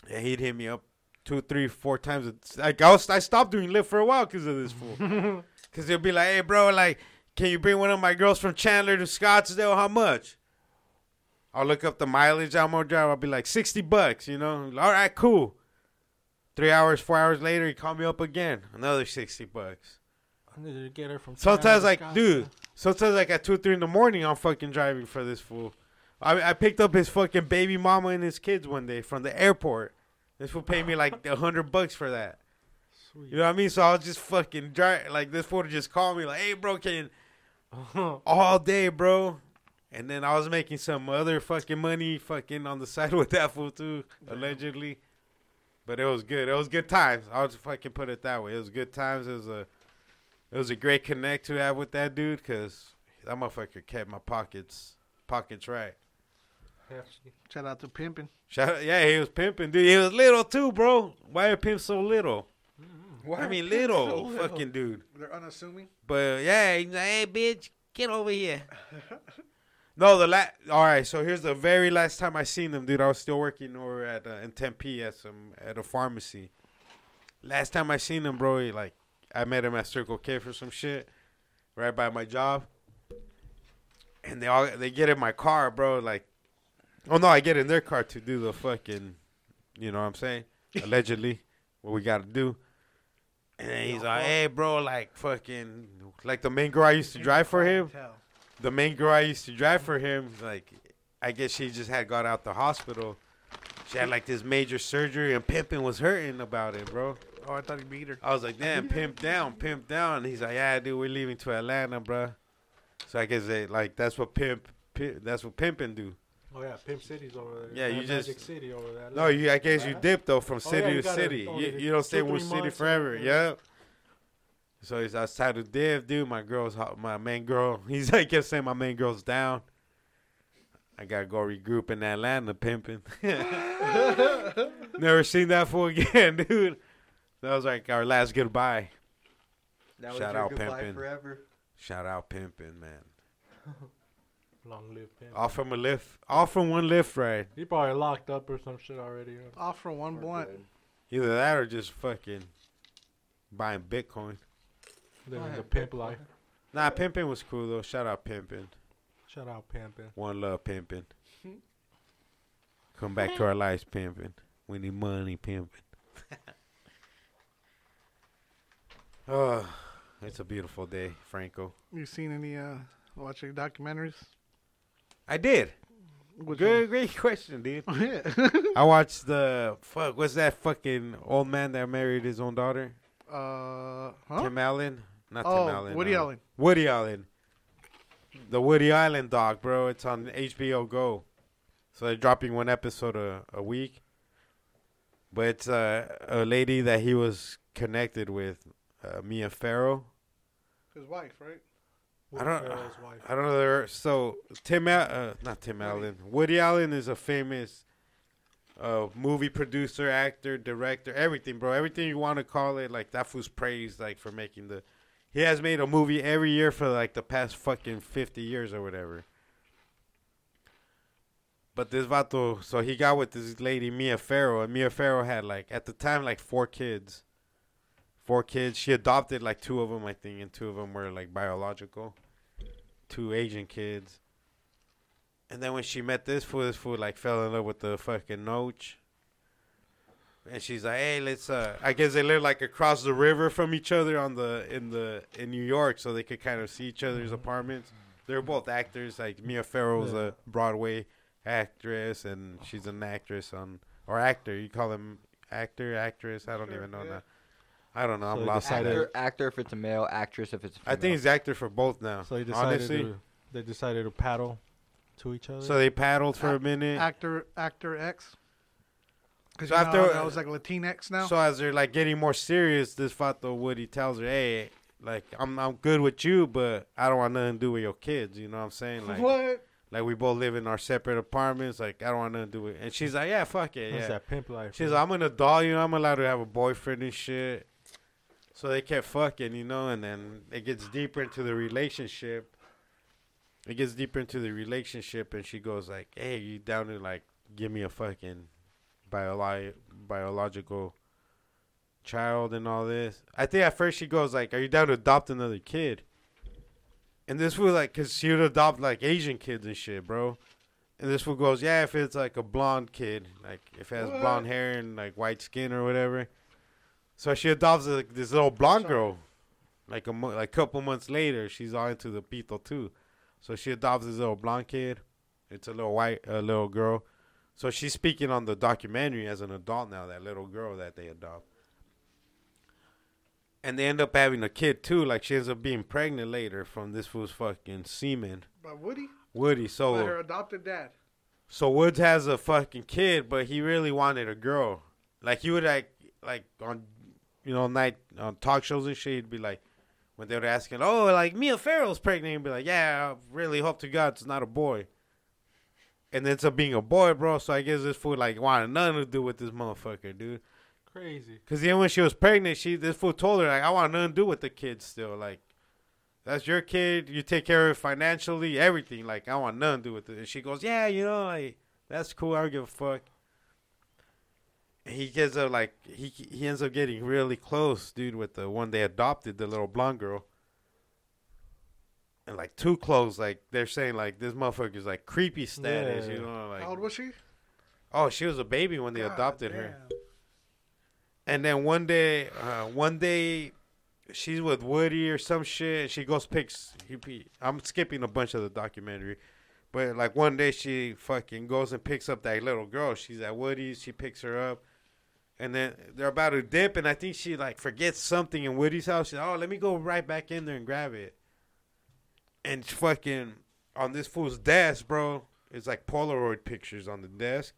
and he'd hit me up two, three, four times. a- Like I, was, I stopped doing Lyft for a while because of this fool. Because he'll be like, "Hey, bro, like, can you bring one of my girls from Chandler to Scottsdale? How much?" I'll look up the mileage I'm gonna drive. I'll be like sixty bucks, you know. All right, cool. Three hours, four hours later, he called me up again. Another sixty bucks.
I need to get her from.
Sometimes,
Canada,
like,
Scottsdale.
dude, sometimes, like, at 2 3 in the morning, I'm fucking driving for this fool. I, I picked up his fucking baby mama and his kids one day from the airport. This fool paid me like a hundred bucks for that. You
Sweet.
know what I mean? So I was just fucking drive like this fool just called me like, "Hey, bro, can all day, bro." And then I was making some other fucking money, fucking on the side *laughs* with that fool too, allegedly. But it was good. It was good times. I'll just fucking put it that way. It was good times. It was a, it was a great connect to have with that dude because that motherfucker kept my pockets pockets right.
Shout out to pimping.
Shout out, yeah, he was pimping, dude. He was little too, bro. Why are pimps so little?
Why
I mean, little, fucking dude.
They're unassuming.
But yeah, he's like, hey, bitch, get over here. no, the last. All right, so here's the very last time I seen them, dude. I was still working over at uh, in Tempe at some at a pharmacy. Last time I seen him, bro, he, like I met him at Circle K for some shit, right by my job. And they all they get in my car, bro. Like, oh no, I get in their car to do the fucking, you know what I'm saying? Allegedly, what we gotta do. And then he's like, "Hey, bro, like fucking, like the main girl I used to drive for him,
Tell.
the main girl I used to drive for him, like, I guess she just had got out the hospital. She had like this major surgery, and Pimpin was hurting about it, bro.
Oh, I thought he beat her.
I was like, damn, pimp down, pimp down. And he's like, yeah, dude, we're leaving to Atlanta, bro. So I guess they like that's what pimp, pimp that's what pimping do.
Oh yeah, Pimp City's over there.
Yeah, you
Magic
just-
City over there.
No, you, I guess you dip though from
Oh,
city
yeah, you
to
gotta-
city.
oh,
you,
yeah,
you don't stay
two,
in one
three
city
months,
forever.
yeah.
Yeah. So he's outside of div, dude. My girl's hot. My main girl. *laughs* He's like kept saying my main girl's down. I gotta go regroup in Atlanta, pimping. *laughs* Never seen that fool *laughs* again, dude. That was like our last goodbye.
That
was Shout your out, goodbye Pimpin'.
forever.
Shout out, pimping, man.
long live Pimp.
All from a lift. All from one lift ride.
He probably locked up or some shit already. huh?
Off for one blunt.
Either that or just fucking buying Bitcoin.
Living the pimp life.
Nah, pimping was cool though. Shout out, pimping.
Shout out pimping.
One love
*laughs*
pimping. Come back to our lives pimping. We need money
*laughs*
pimping. oh, it's a beautiful day, Franco.
You seen any uh watching documentaries?
I did.
Which
Good, great question, dude.
one? *laughs* Yeah.
*laughs* I watched the fuck. What's that fucking old man that married his own daughter?
uh, huh?
Tim Allen, not
Oh,
Tim Allen.
Woody
uh,
Allen.
Woody Allen. The Woody Allen doc, bro. It's on HBO Go. So they're dropping one episode a, a week. But it's uh, a lady that he was connected with, uh, Mia Farrow.
His wife, right?
I don't-
Ferrell's uh,
*sighs*
wife.
I don't know. There, so Tim, Al- uh, not Tim Allen. Woody Allen is a famous uh, movie producer, actor, director, everything, bro. Everything you want to call it, like that fool's praised, like for making the. He has made a movie every year for like the past fucking 50 years or whatever. But this vato, so he got with this lady, Mia Farrow, and Mia Farrow had like, at the time, like four kids. Four kids. She adopted like two of them, I think, and two of them were like biological. Two Asian kids. And then when she met this fool, this fool like fell in love with the fucking Noach. And she's like, "Hey, let's." uh I guess they live like across the river from each other on the in the in New York, so they could kind of see each other's
Mm-hmm.
apartments. They're both actors. Like Mia Farrow's
Yeah.
a Broadway actress, and she's an actress on or actor. You call them actor, actress. I don't
Sure,
even know
yeah.
now. I don't know. I'm
So they
lost. on
decided-
that.
Excited.
Actor, actor if it's a male, actress if it's a female.
I think he's actor for both now.
So they decided
honestly,
to they decided to paddle to each other.
so they paddled for a
Ac-
minute.
Actor, actor X. Because
So
you
after-
know how I was like Latinx now.
So as they're like getting more serious, this Fato Woody tells her, "Hey, like I'm I'm good with you, but I don't want nothing to do with your kids. You know what I'm saying? Like,
*laughs* what?
like we both live in our separate apartments. Like I don't want nothing to do with." And she's like, "Yeah, fuck it,
That's
yeah."
that pimp life.
She's
bro.
like, "I'm an adult, you know. I'm allowed to have a boyfriend and shit." So they kept fucking, you know, and then it gets deeper into the relationship. It gets deeper into the relationship, and she goes like, "Hey, you down to like give me a fucking biolo- biological child and all this. I think at first she goes like, "Are you down to adopt another kid?" And this fool like, cause she would adopt like Asian kids and shit, bro. And this fool goes, "Yeah, if it's like a blonde kid, like if it has
What?
blonde hair and like white skin or whatever." So she adopts like, this little blonde girl. Like a mo- like couple months later, she's all into the pito too. So she adopts this little blonde kid. It's a little white, a little girl. So she's speaking on the documentary as an adult now. That little girl that they adopt, and they end up having a kid too. Like she ends up being pregnant later from this fool's fucking semen,
By Woody?
Woody.
By
So
her adopted dad.
so Woods has a fucking kid, but he really wanted a girl. Like he would like like on you know night on talk shows and shit. He'd be like when they were asking, "Oh, like Mia Farrow's pregnant," he'd be like, "Yeah, I really hope to God it's not a boy." And ends up being a boy, bro. So I guess this fool like wanted nothing to do with this motherfucker, dude.
crazy.
Cause then when she was pregnant, she this fool told her like, "I want nothing to do with the kid still. Like, that's your kid. You take care of it financially, everything. Like, I want nothing to do with it." And she goes, "Yeah, you know, like that's cool. I don't give a fuck." And he gets up like he he ends up getting really close, dude, with the one they adopted, the little blonde girl. And like too close, like they're saying like this motherfucker's like creepy status,
Yeah.
you know, like
how old was she?
oh she was a baby when they
God
adopted her.
damn.
And then one day, uh, one day, she's with Woody or some shit, and she goes picks. He, he- I'm skipping a bunch of the documentary, but like one day she fucking goes and picks up that little girl. She's at Woody's. She picks her up, and then they're about to dip, and I think she like forgets something in Woody's house. She's like, oh, let me go right back in there and grab it. And fucking on this fool's desk, bro, it's like Polaroid pictures on the desk,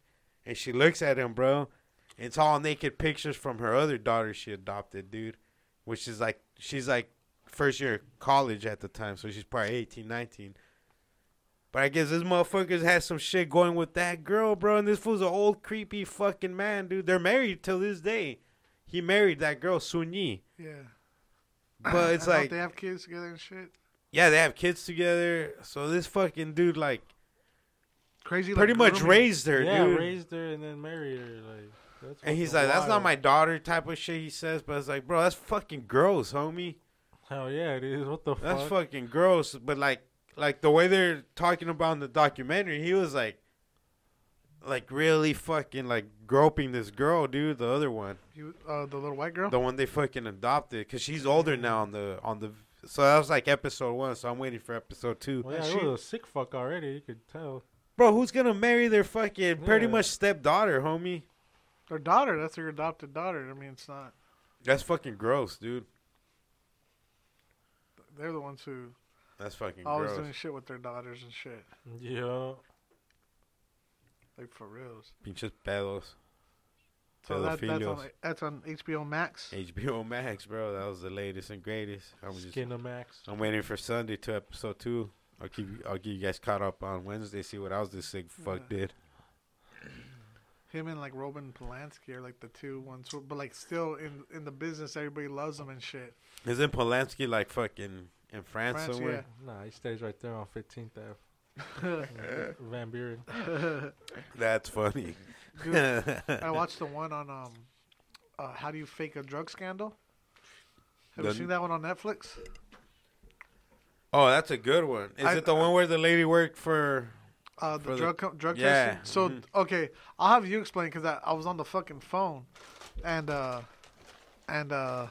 and she looks at him, bro. It's all naked pictures from her other daughter she adopted, dude. Which is like she's like first year of college at the time, so she's probably 18, 19. But I guess this motherfucker's had some shit going with that girl, bro. And this fool's an old creepy fucking man, dude. They're married till this day. He married that girl Sunyi,
Yeah.
but it's
And don't
like
they have kids together and shit.
yeah, they have kids together. So this fucking dude like
Crazy.
pretty
like,
much
grooming.
raised her,
yeah,
dude.
raised her and then married her. Like, that's
and he's like,
fucking
"That's not
wild."
my daughter," type of shit he says. But it's like, bro, that's fucking gross, homie.
Hell yeah, it is. What the
That's
fuck?
fucking gross. But like, like the way they're talking about in the documentary, he was like, like really fucking like groping this girl, dude. The other one,
He was- uh, the little white girl.
the one they fucking adopted, because she's older now on the on the. So that was like episode one. So I'm waiting for episode two.
Well, yeah,
she-
it was a sick fuck already. You could tell.
Bro, who's gonna marry their fucking pretty
Yeah.
much stepdaughter, homie?
Her daughter. That's her adopted daughter. I mean, it's not.
That's fucking gross, dude.
They're the ones who
That's fucking
always
gross.
doing shit with their daughters and shit.
Yeah.
Like for reals.
Pinches pedos.
So that, that's on
Pedophiles.
that's on HBO Max.
HBO Max, bro. That was the latest and greatest. I was just
Skinamax.
I'm waiting for Sunday to episode two. I'll keep I'll get you guys caught up on Wednesday. See what else this sick fuck did.
Him and like Robin Polanski are like the two ones, who- but like still in in the business, everybody loves them and shit.
Isn't Polanski like fucking in France,
France,
somewhere?
Nah, he stays right there on 15th *laughs* Ave. Van Buren.
That's funny. *laughs*
I watched the one on um, uh, how do you fake a drug scandal? Have
The-
you seen that one on Netflix?
oh, that's a good one. Is
I-
it the one where the lady worked for?
Uh, the
For the-
drug co- drug
Yeah, Mm-hmm.
testing. So okay, I'll have you explain because I, I was on the fucking phone, and uh, and uh,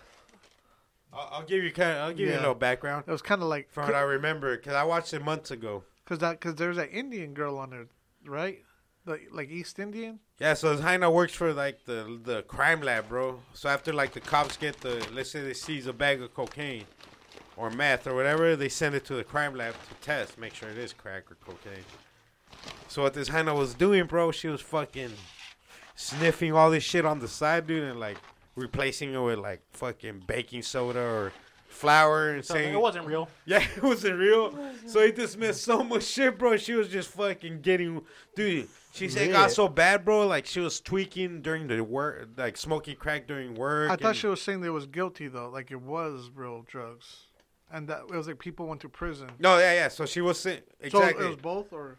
I'll, I'll give you kind. Of, I'll give you a
Yeah.
little background
it was kind of like
from what I remember because I watched it months ago.
because that because there's that Indian girl on there, right? The, like East Indian.
Yeah, so Heino works for like the the crime lab, bro. So after like the cops get the let's say they seize a bag of cocaine or meth or whatever, they send it to the crime lab to test, make sure it is crack or cocaine. So what this Heino was doing, bro, she was fucking sniffing all this shit on the side, dude, and like replacing it with like fucking baking soda or flour and saying
wasn't real.
yeah, *laughs* it wasn't real. So he dismissed so much shit, bro. She was just fucking getting, dude. She said it got
Lit.
so bad, bro. Like she was tweaking during the work, like smoking crack during work.
I thought
and-
she was saying they was guilty though, like it was real drugs, and that it was like people went to prison.
No, yeah, yeah. So she was saying exactly.
So it was both, or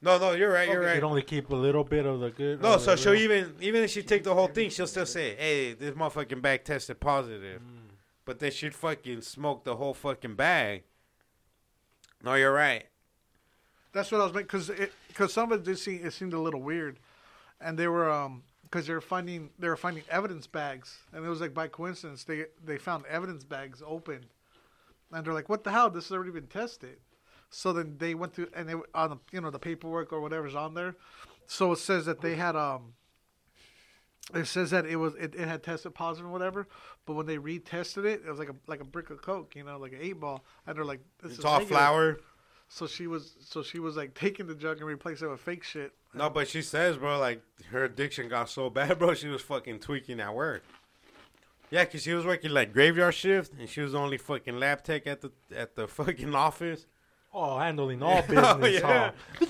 no, no, you're right, you're
You'd
right.
only keep a little bit of the good.
No,
of
so
the
she'll
real.
even even if she take the whole thing, she'll still say, "Hey, this motherfucking bag tested positive,"
Mm.
but then she'd fucking smoke the whole fucking bag. No, you're right.
that's what I was making because because some of it did seem it seemed a little weird, and they were um because they were finding they were finding evidence bags, and it was like by coincidence they they found evidence bags open, and they're like, what the hell? This has already been tested. So then they went through and they were on the you know the paperwork or whatever's on there, so it says that they had um it says that it was it, it had tested positive or whatever, but when they retested it, it was like a like a brick of coke, you know, like an eight ball, and they're like, this
It's
is
all
negative.
flour.
So she was so she was like taking the jug and replacing it with fake shit.
No, but she says, bro, like her addiction got so bad, *laughs* bro, she was fucking tweaking at work. Yeah, cause she was working like graveyard shift, and she was the only fucking lab tech at the at the *laughs* fucking office.
Oh,
*laughs*
handling all business.
Oh, yeah.
huh?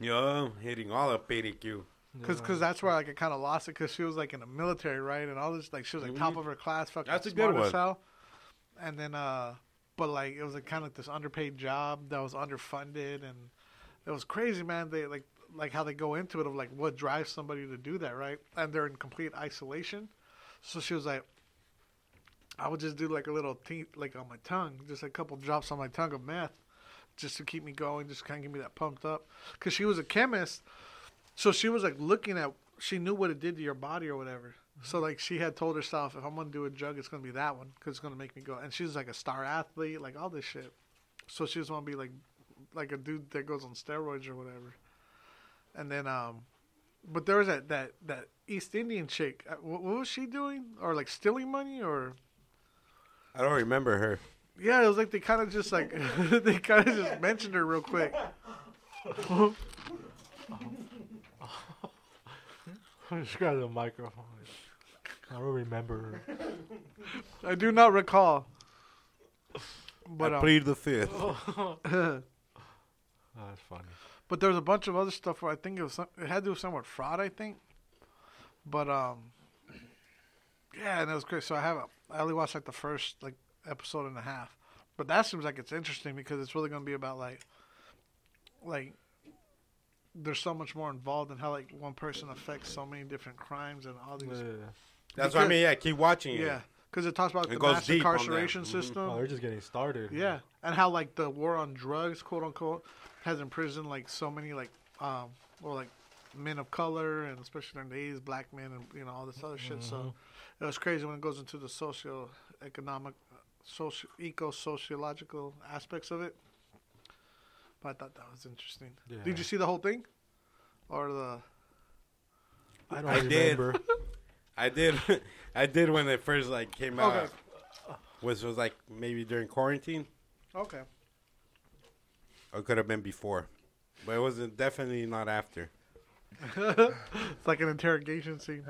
Yo, hitting all up PDQ.
Cause, cause that's where like I kind of lost it. Cause she was like in the military, right? And all this like she was like top of her class, fucking
Mm-hmm. That's a good
smart as
one.
hell. And then, uh, but like it was like kind of like this underpaid job that was underfunded, and it was crazy, man. They like like how they go into it of like what drives somebody to do that, right? And they're in complete isolation. So she was like, I would just do like a little teen, like on my tongue, just a couple drops on my tongue of meth, just to keep me going, just kind of give me that pumped up. Cause she was a chemist, so she was like looking at, she knew what it did to your body or whatever. So like she had told herself, if I'm gonna do a drug, it's gonna be that one, cause it's gonna make me go. And she's like a star athlete, like all this shit. So she just wanna be like, like a dude that goes on steroids or whatever. And then um, but there was that that that East Indian chick. Uh, What, what was she doing? Or like stealing money or
I don't remember her.
yeah, it was like they kind of just like *laughs* they kind of just mentioned her real quick.
*laughs* Just grab the microphone. I don't remember.
*laughs*
her.
I do not recall. But
I
um,
plead the fifth.
Oh, that's funny.
but there was a bunch of other stuff where I think it was some, it had to do with something with fraud. I think. But um, yeah, and it was great. So I have a, I only watched like the first like episode and a half, but that seems like it's interesting because it's really going to be about like, like, there's so much more involved in how like one person affects so many different crimes and all these.
Yeah.
That's what I mean. Yeah, keep watching it.
Yeah, because it talks about
It
the
goes
mass
deep on that.
incarceration
Mhm.
system.
Oh, they're just getting started.
Yeah, and how like the war on drugs, quote unquote, has imprisoned like so many like um or like men of color and especially in the eighties, black men and you know all this other shit. So
Mm-hmm.
it was crazy when it goes into the socio economic, social eco sociological aspects of it. But I thought that was interesting. Did
Yeah.
you see the whole thing, or the?
I don't
I did. *laughs*
remember.
I did. *laughs* I did when it first like came out,
Okay.
which was like maybe during quarantine.
Okay.
Or could have been before, but it wasn't definitely not after.
It's like an interrogation scene.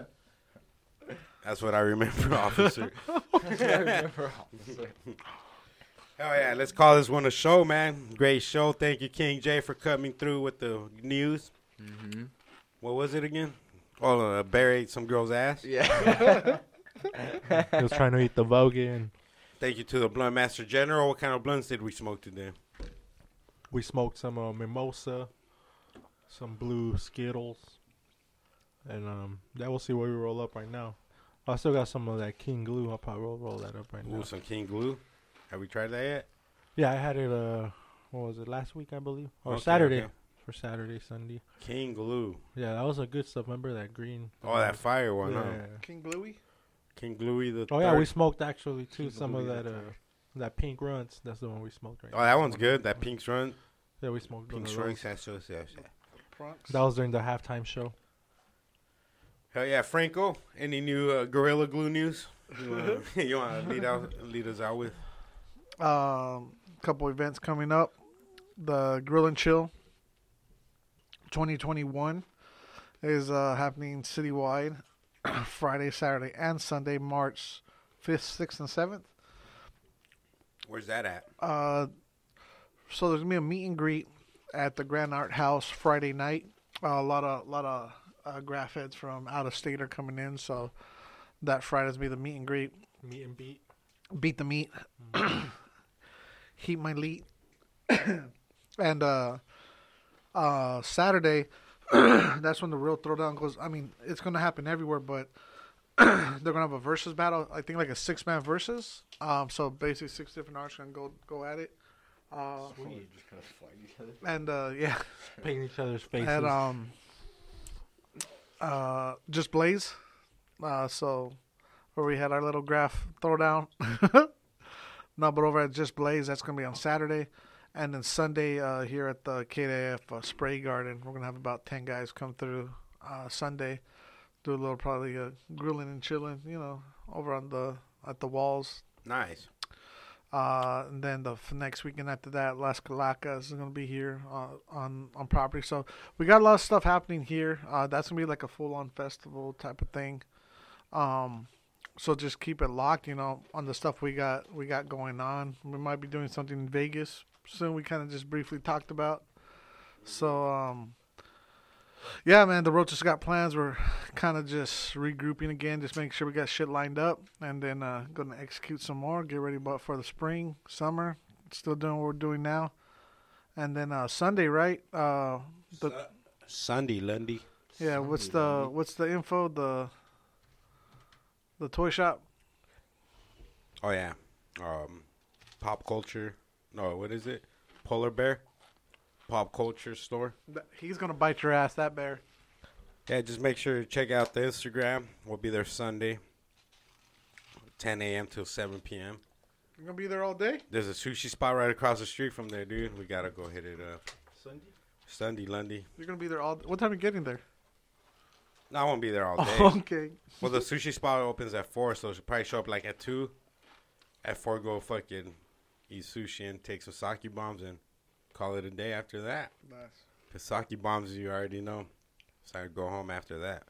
That's what I remember, *laughs* officer. Hell yeah, let's call this one a show, man. Great show. Thank you, King J, for coming through with the news. What was it again? Oh, no, a bear ate some girl's ass.
*laughs* *laughs* Yeah.
He was trying to eat the Vogue and
Thank you to the Blunt Master General. What kind of blunts did we smoke today?
we smoked some uh, mimosa, some blue Skittles, and um, that we'll see where we roll up right now. I still got some of that King Glue. I'll probably roll, roll that up right
Ooh,
now.
some King Glue. Have we tried that yet?
Yeah, I had it. Uh, what was it last week? I believe or
Okay,
Saturday
okay.
for Saturday, Sunday.
King Glue.
Yeah, that was a good stuff. Remember that green?
Oh, that fire
Mm-hmm. yeah.
one, huh?
King Bluey.
King Gluey the
Oh yeah, we
third.
smoked actually too.
King
Some of
Louis the
that uh, that pink runs. That's the one we smoked right.
Oh, that one's good. That Pink's Run.
Yeah, we smoked. one
Pink
of those.
Strikes. That's so sad.
Bronx.
That was during the halftime show.
Hell yeah, Franco. Any new uh, Gorilla Glue news you wanna- *laughs* you want to lead, out, lead us out with?
um, couple events coming up. The Grill and Chill 2021 is uh, happening citywide *clears throat* Friday, Saturday, and Sunday, March 5th, 6th, and 7th.
Where's that at?
Uh, so there's gonna be a meet and greet at the Grand Art House Friday night. Uh, a lot of lot of uh, graph heads from out of state are coming in, so that Friday's be the meet and greet.
Meet and beat.
Beat the meat, *clears throat* heat my leat, *coughs* and uh, uh, Saturday. *clears throat* that's when the real throwdown goes. I mean, it's gonna happen everywhere, but *clears throat* they're gonna have a versus battle. I think like a six man versus. Um, so basically six different artists gonna go go at it. Uh, and uh, yeah,
Painting each other's faces.
and um, uh, just Blaze. Uh, so where we had our little graph *laughs* throwdown. no, but over at Just Blaze, that's gonna be on Saturday, and then Sunday uh, here at the KDF uh, Spray Garden, we're gonna have about ten guys come through uh, Sunday, do a little probably uh, grilling and chilling, you know, over on the at the walls,
Nice.
uh, and then the f- next weekend after that, Las Calacas is gonna be here uh, on on property. So we got a lot of stuff happening here. Uh, that's gonna be like a full on festival type of thing. Um, so just keep it locked, you know, on the stuff we got we got going on. We might be doing something in Vegas soon. We kind of just briefly talked about. So um, yeah, man, the road just got plans. We're kind of just regrouping again, just make sure we got shit lined up, and then uh, going to execute some more, get ready bu- for the spring, summer. Still doing what we're doing now, and then uh, Sunday, right? Uh, the
Sunday, Lundy.
yeah, what's the what's the info? The the toy shop.
Oh, yeah. Um, pop culture. No, what is it? Polar Bear. Pop culture store.
Th- He's gonna bite your ass, that bear.
Yeah, just make sure to check out the Instagram. We'll be there Sunday, 10 a.m. till 7 p.m.
You're gonna be there all day.
There's a sushi spot right across the street from there, dude. We gotta go hit it up. Sunday, Lundy.
You're gonna be there all. What time are you getting there?
No, I won't be *laughs* there all
*laughs*
day.
okay.
Well, the sushi spot opens at four, so she'll probably show up like at two. At four, go fucking eat sushi and take some sake bombs and call it a day after that.
Nice.
Cause sake bombs, you already know. So I go home after that.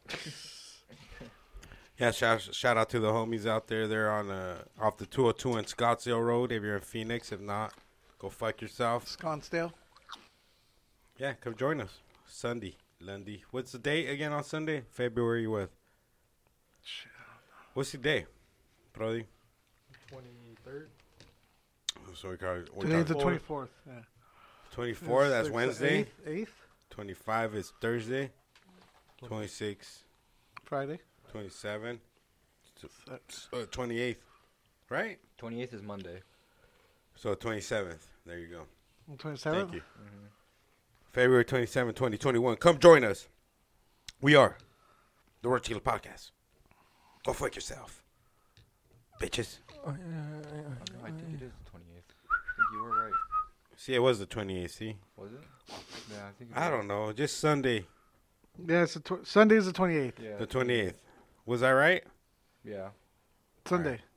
yeah, shout shout out to the homies out there. They're on uh off the 202 in Scottsdale Road. If you're in Phoenix, if not, go fuck yourself.
Sconsdale.
Yeah, come join us Sunday, Lundy. What's the date again on Sunday? February what?
Shit,
What's the day, Brody?
Twenty third.
So we call it- we
Today's the
call it-
twenty fourth. Yeah.
24, that's
Six,
Wednesday.
Eighth, eighth
25 is Thursday. 26,
Friday.
27, t-
Six.
uh, 28th, right?
28th is Monday. Oh,
So 27th. There you go.
Twenty
Thank
seventh. Mm-hmm.
you. February 27, 2021. Come join us. We are the Road Chiller Podcast. Go fuck yourself, bitches.
I think it is the 28th. I think you were right.
See, it was the 28th. See,
Was it? Yeah, I think it
I don't know. Just Sunday,
Yeah, it's the tw- Sunday's the twenty eighth.
Yeah.
the 28th. Was I right?
Yeah.
Sunday.
Alright.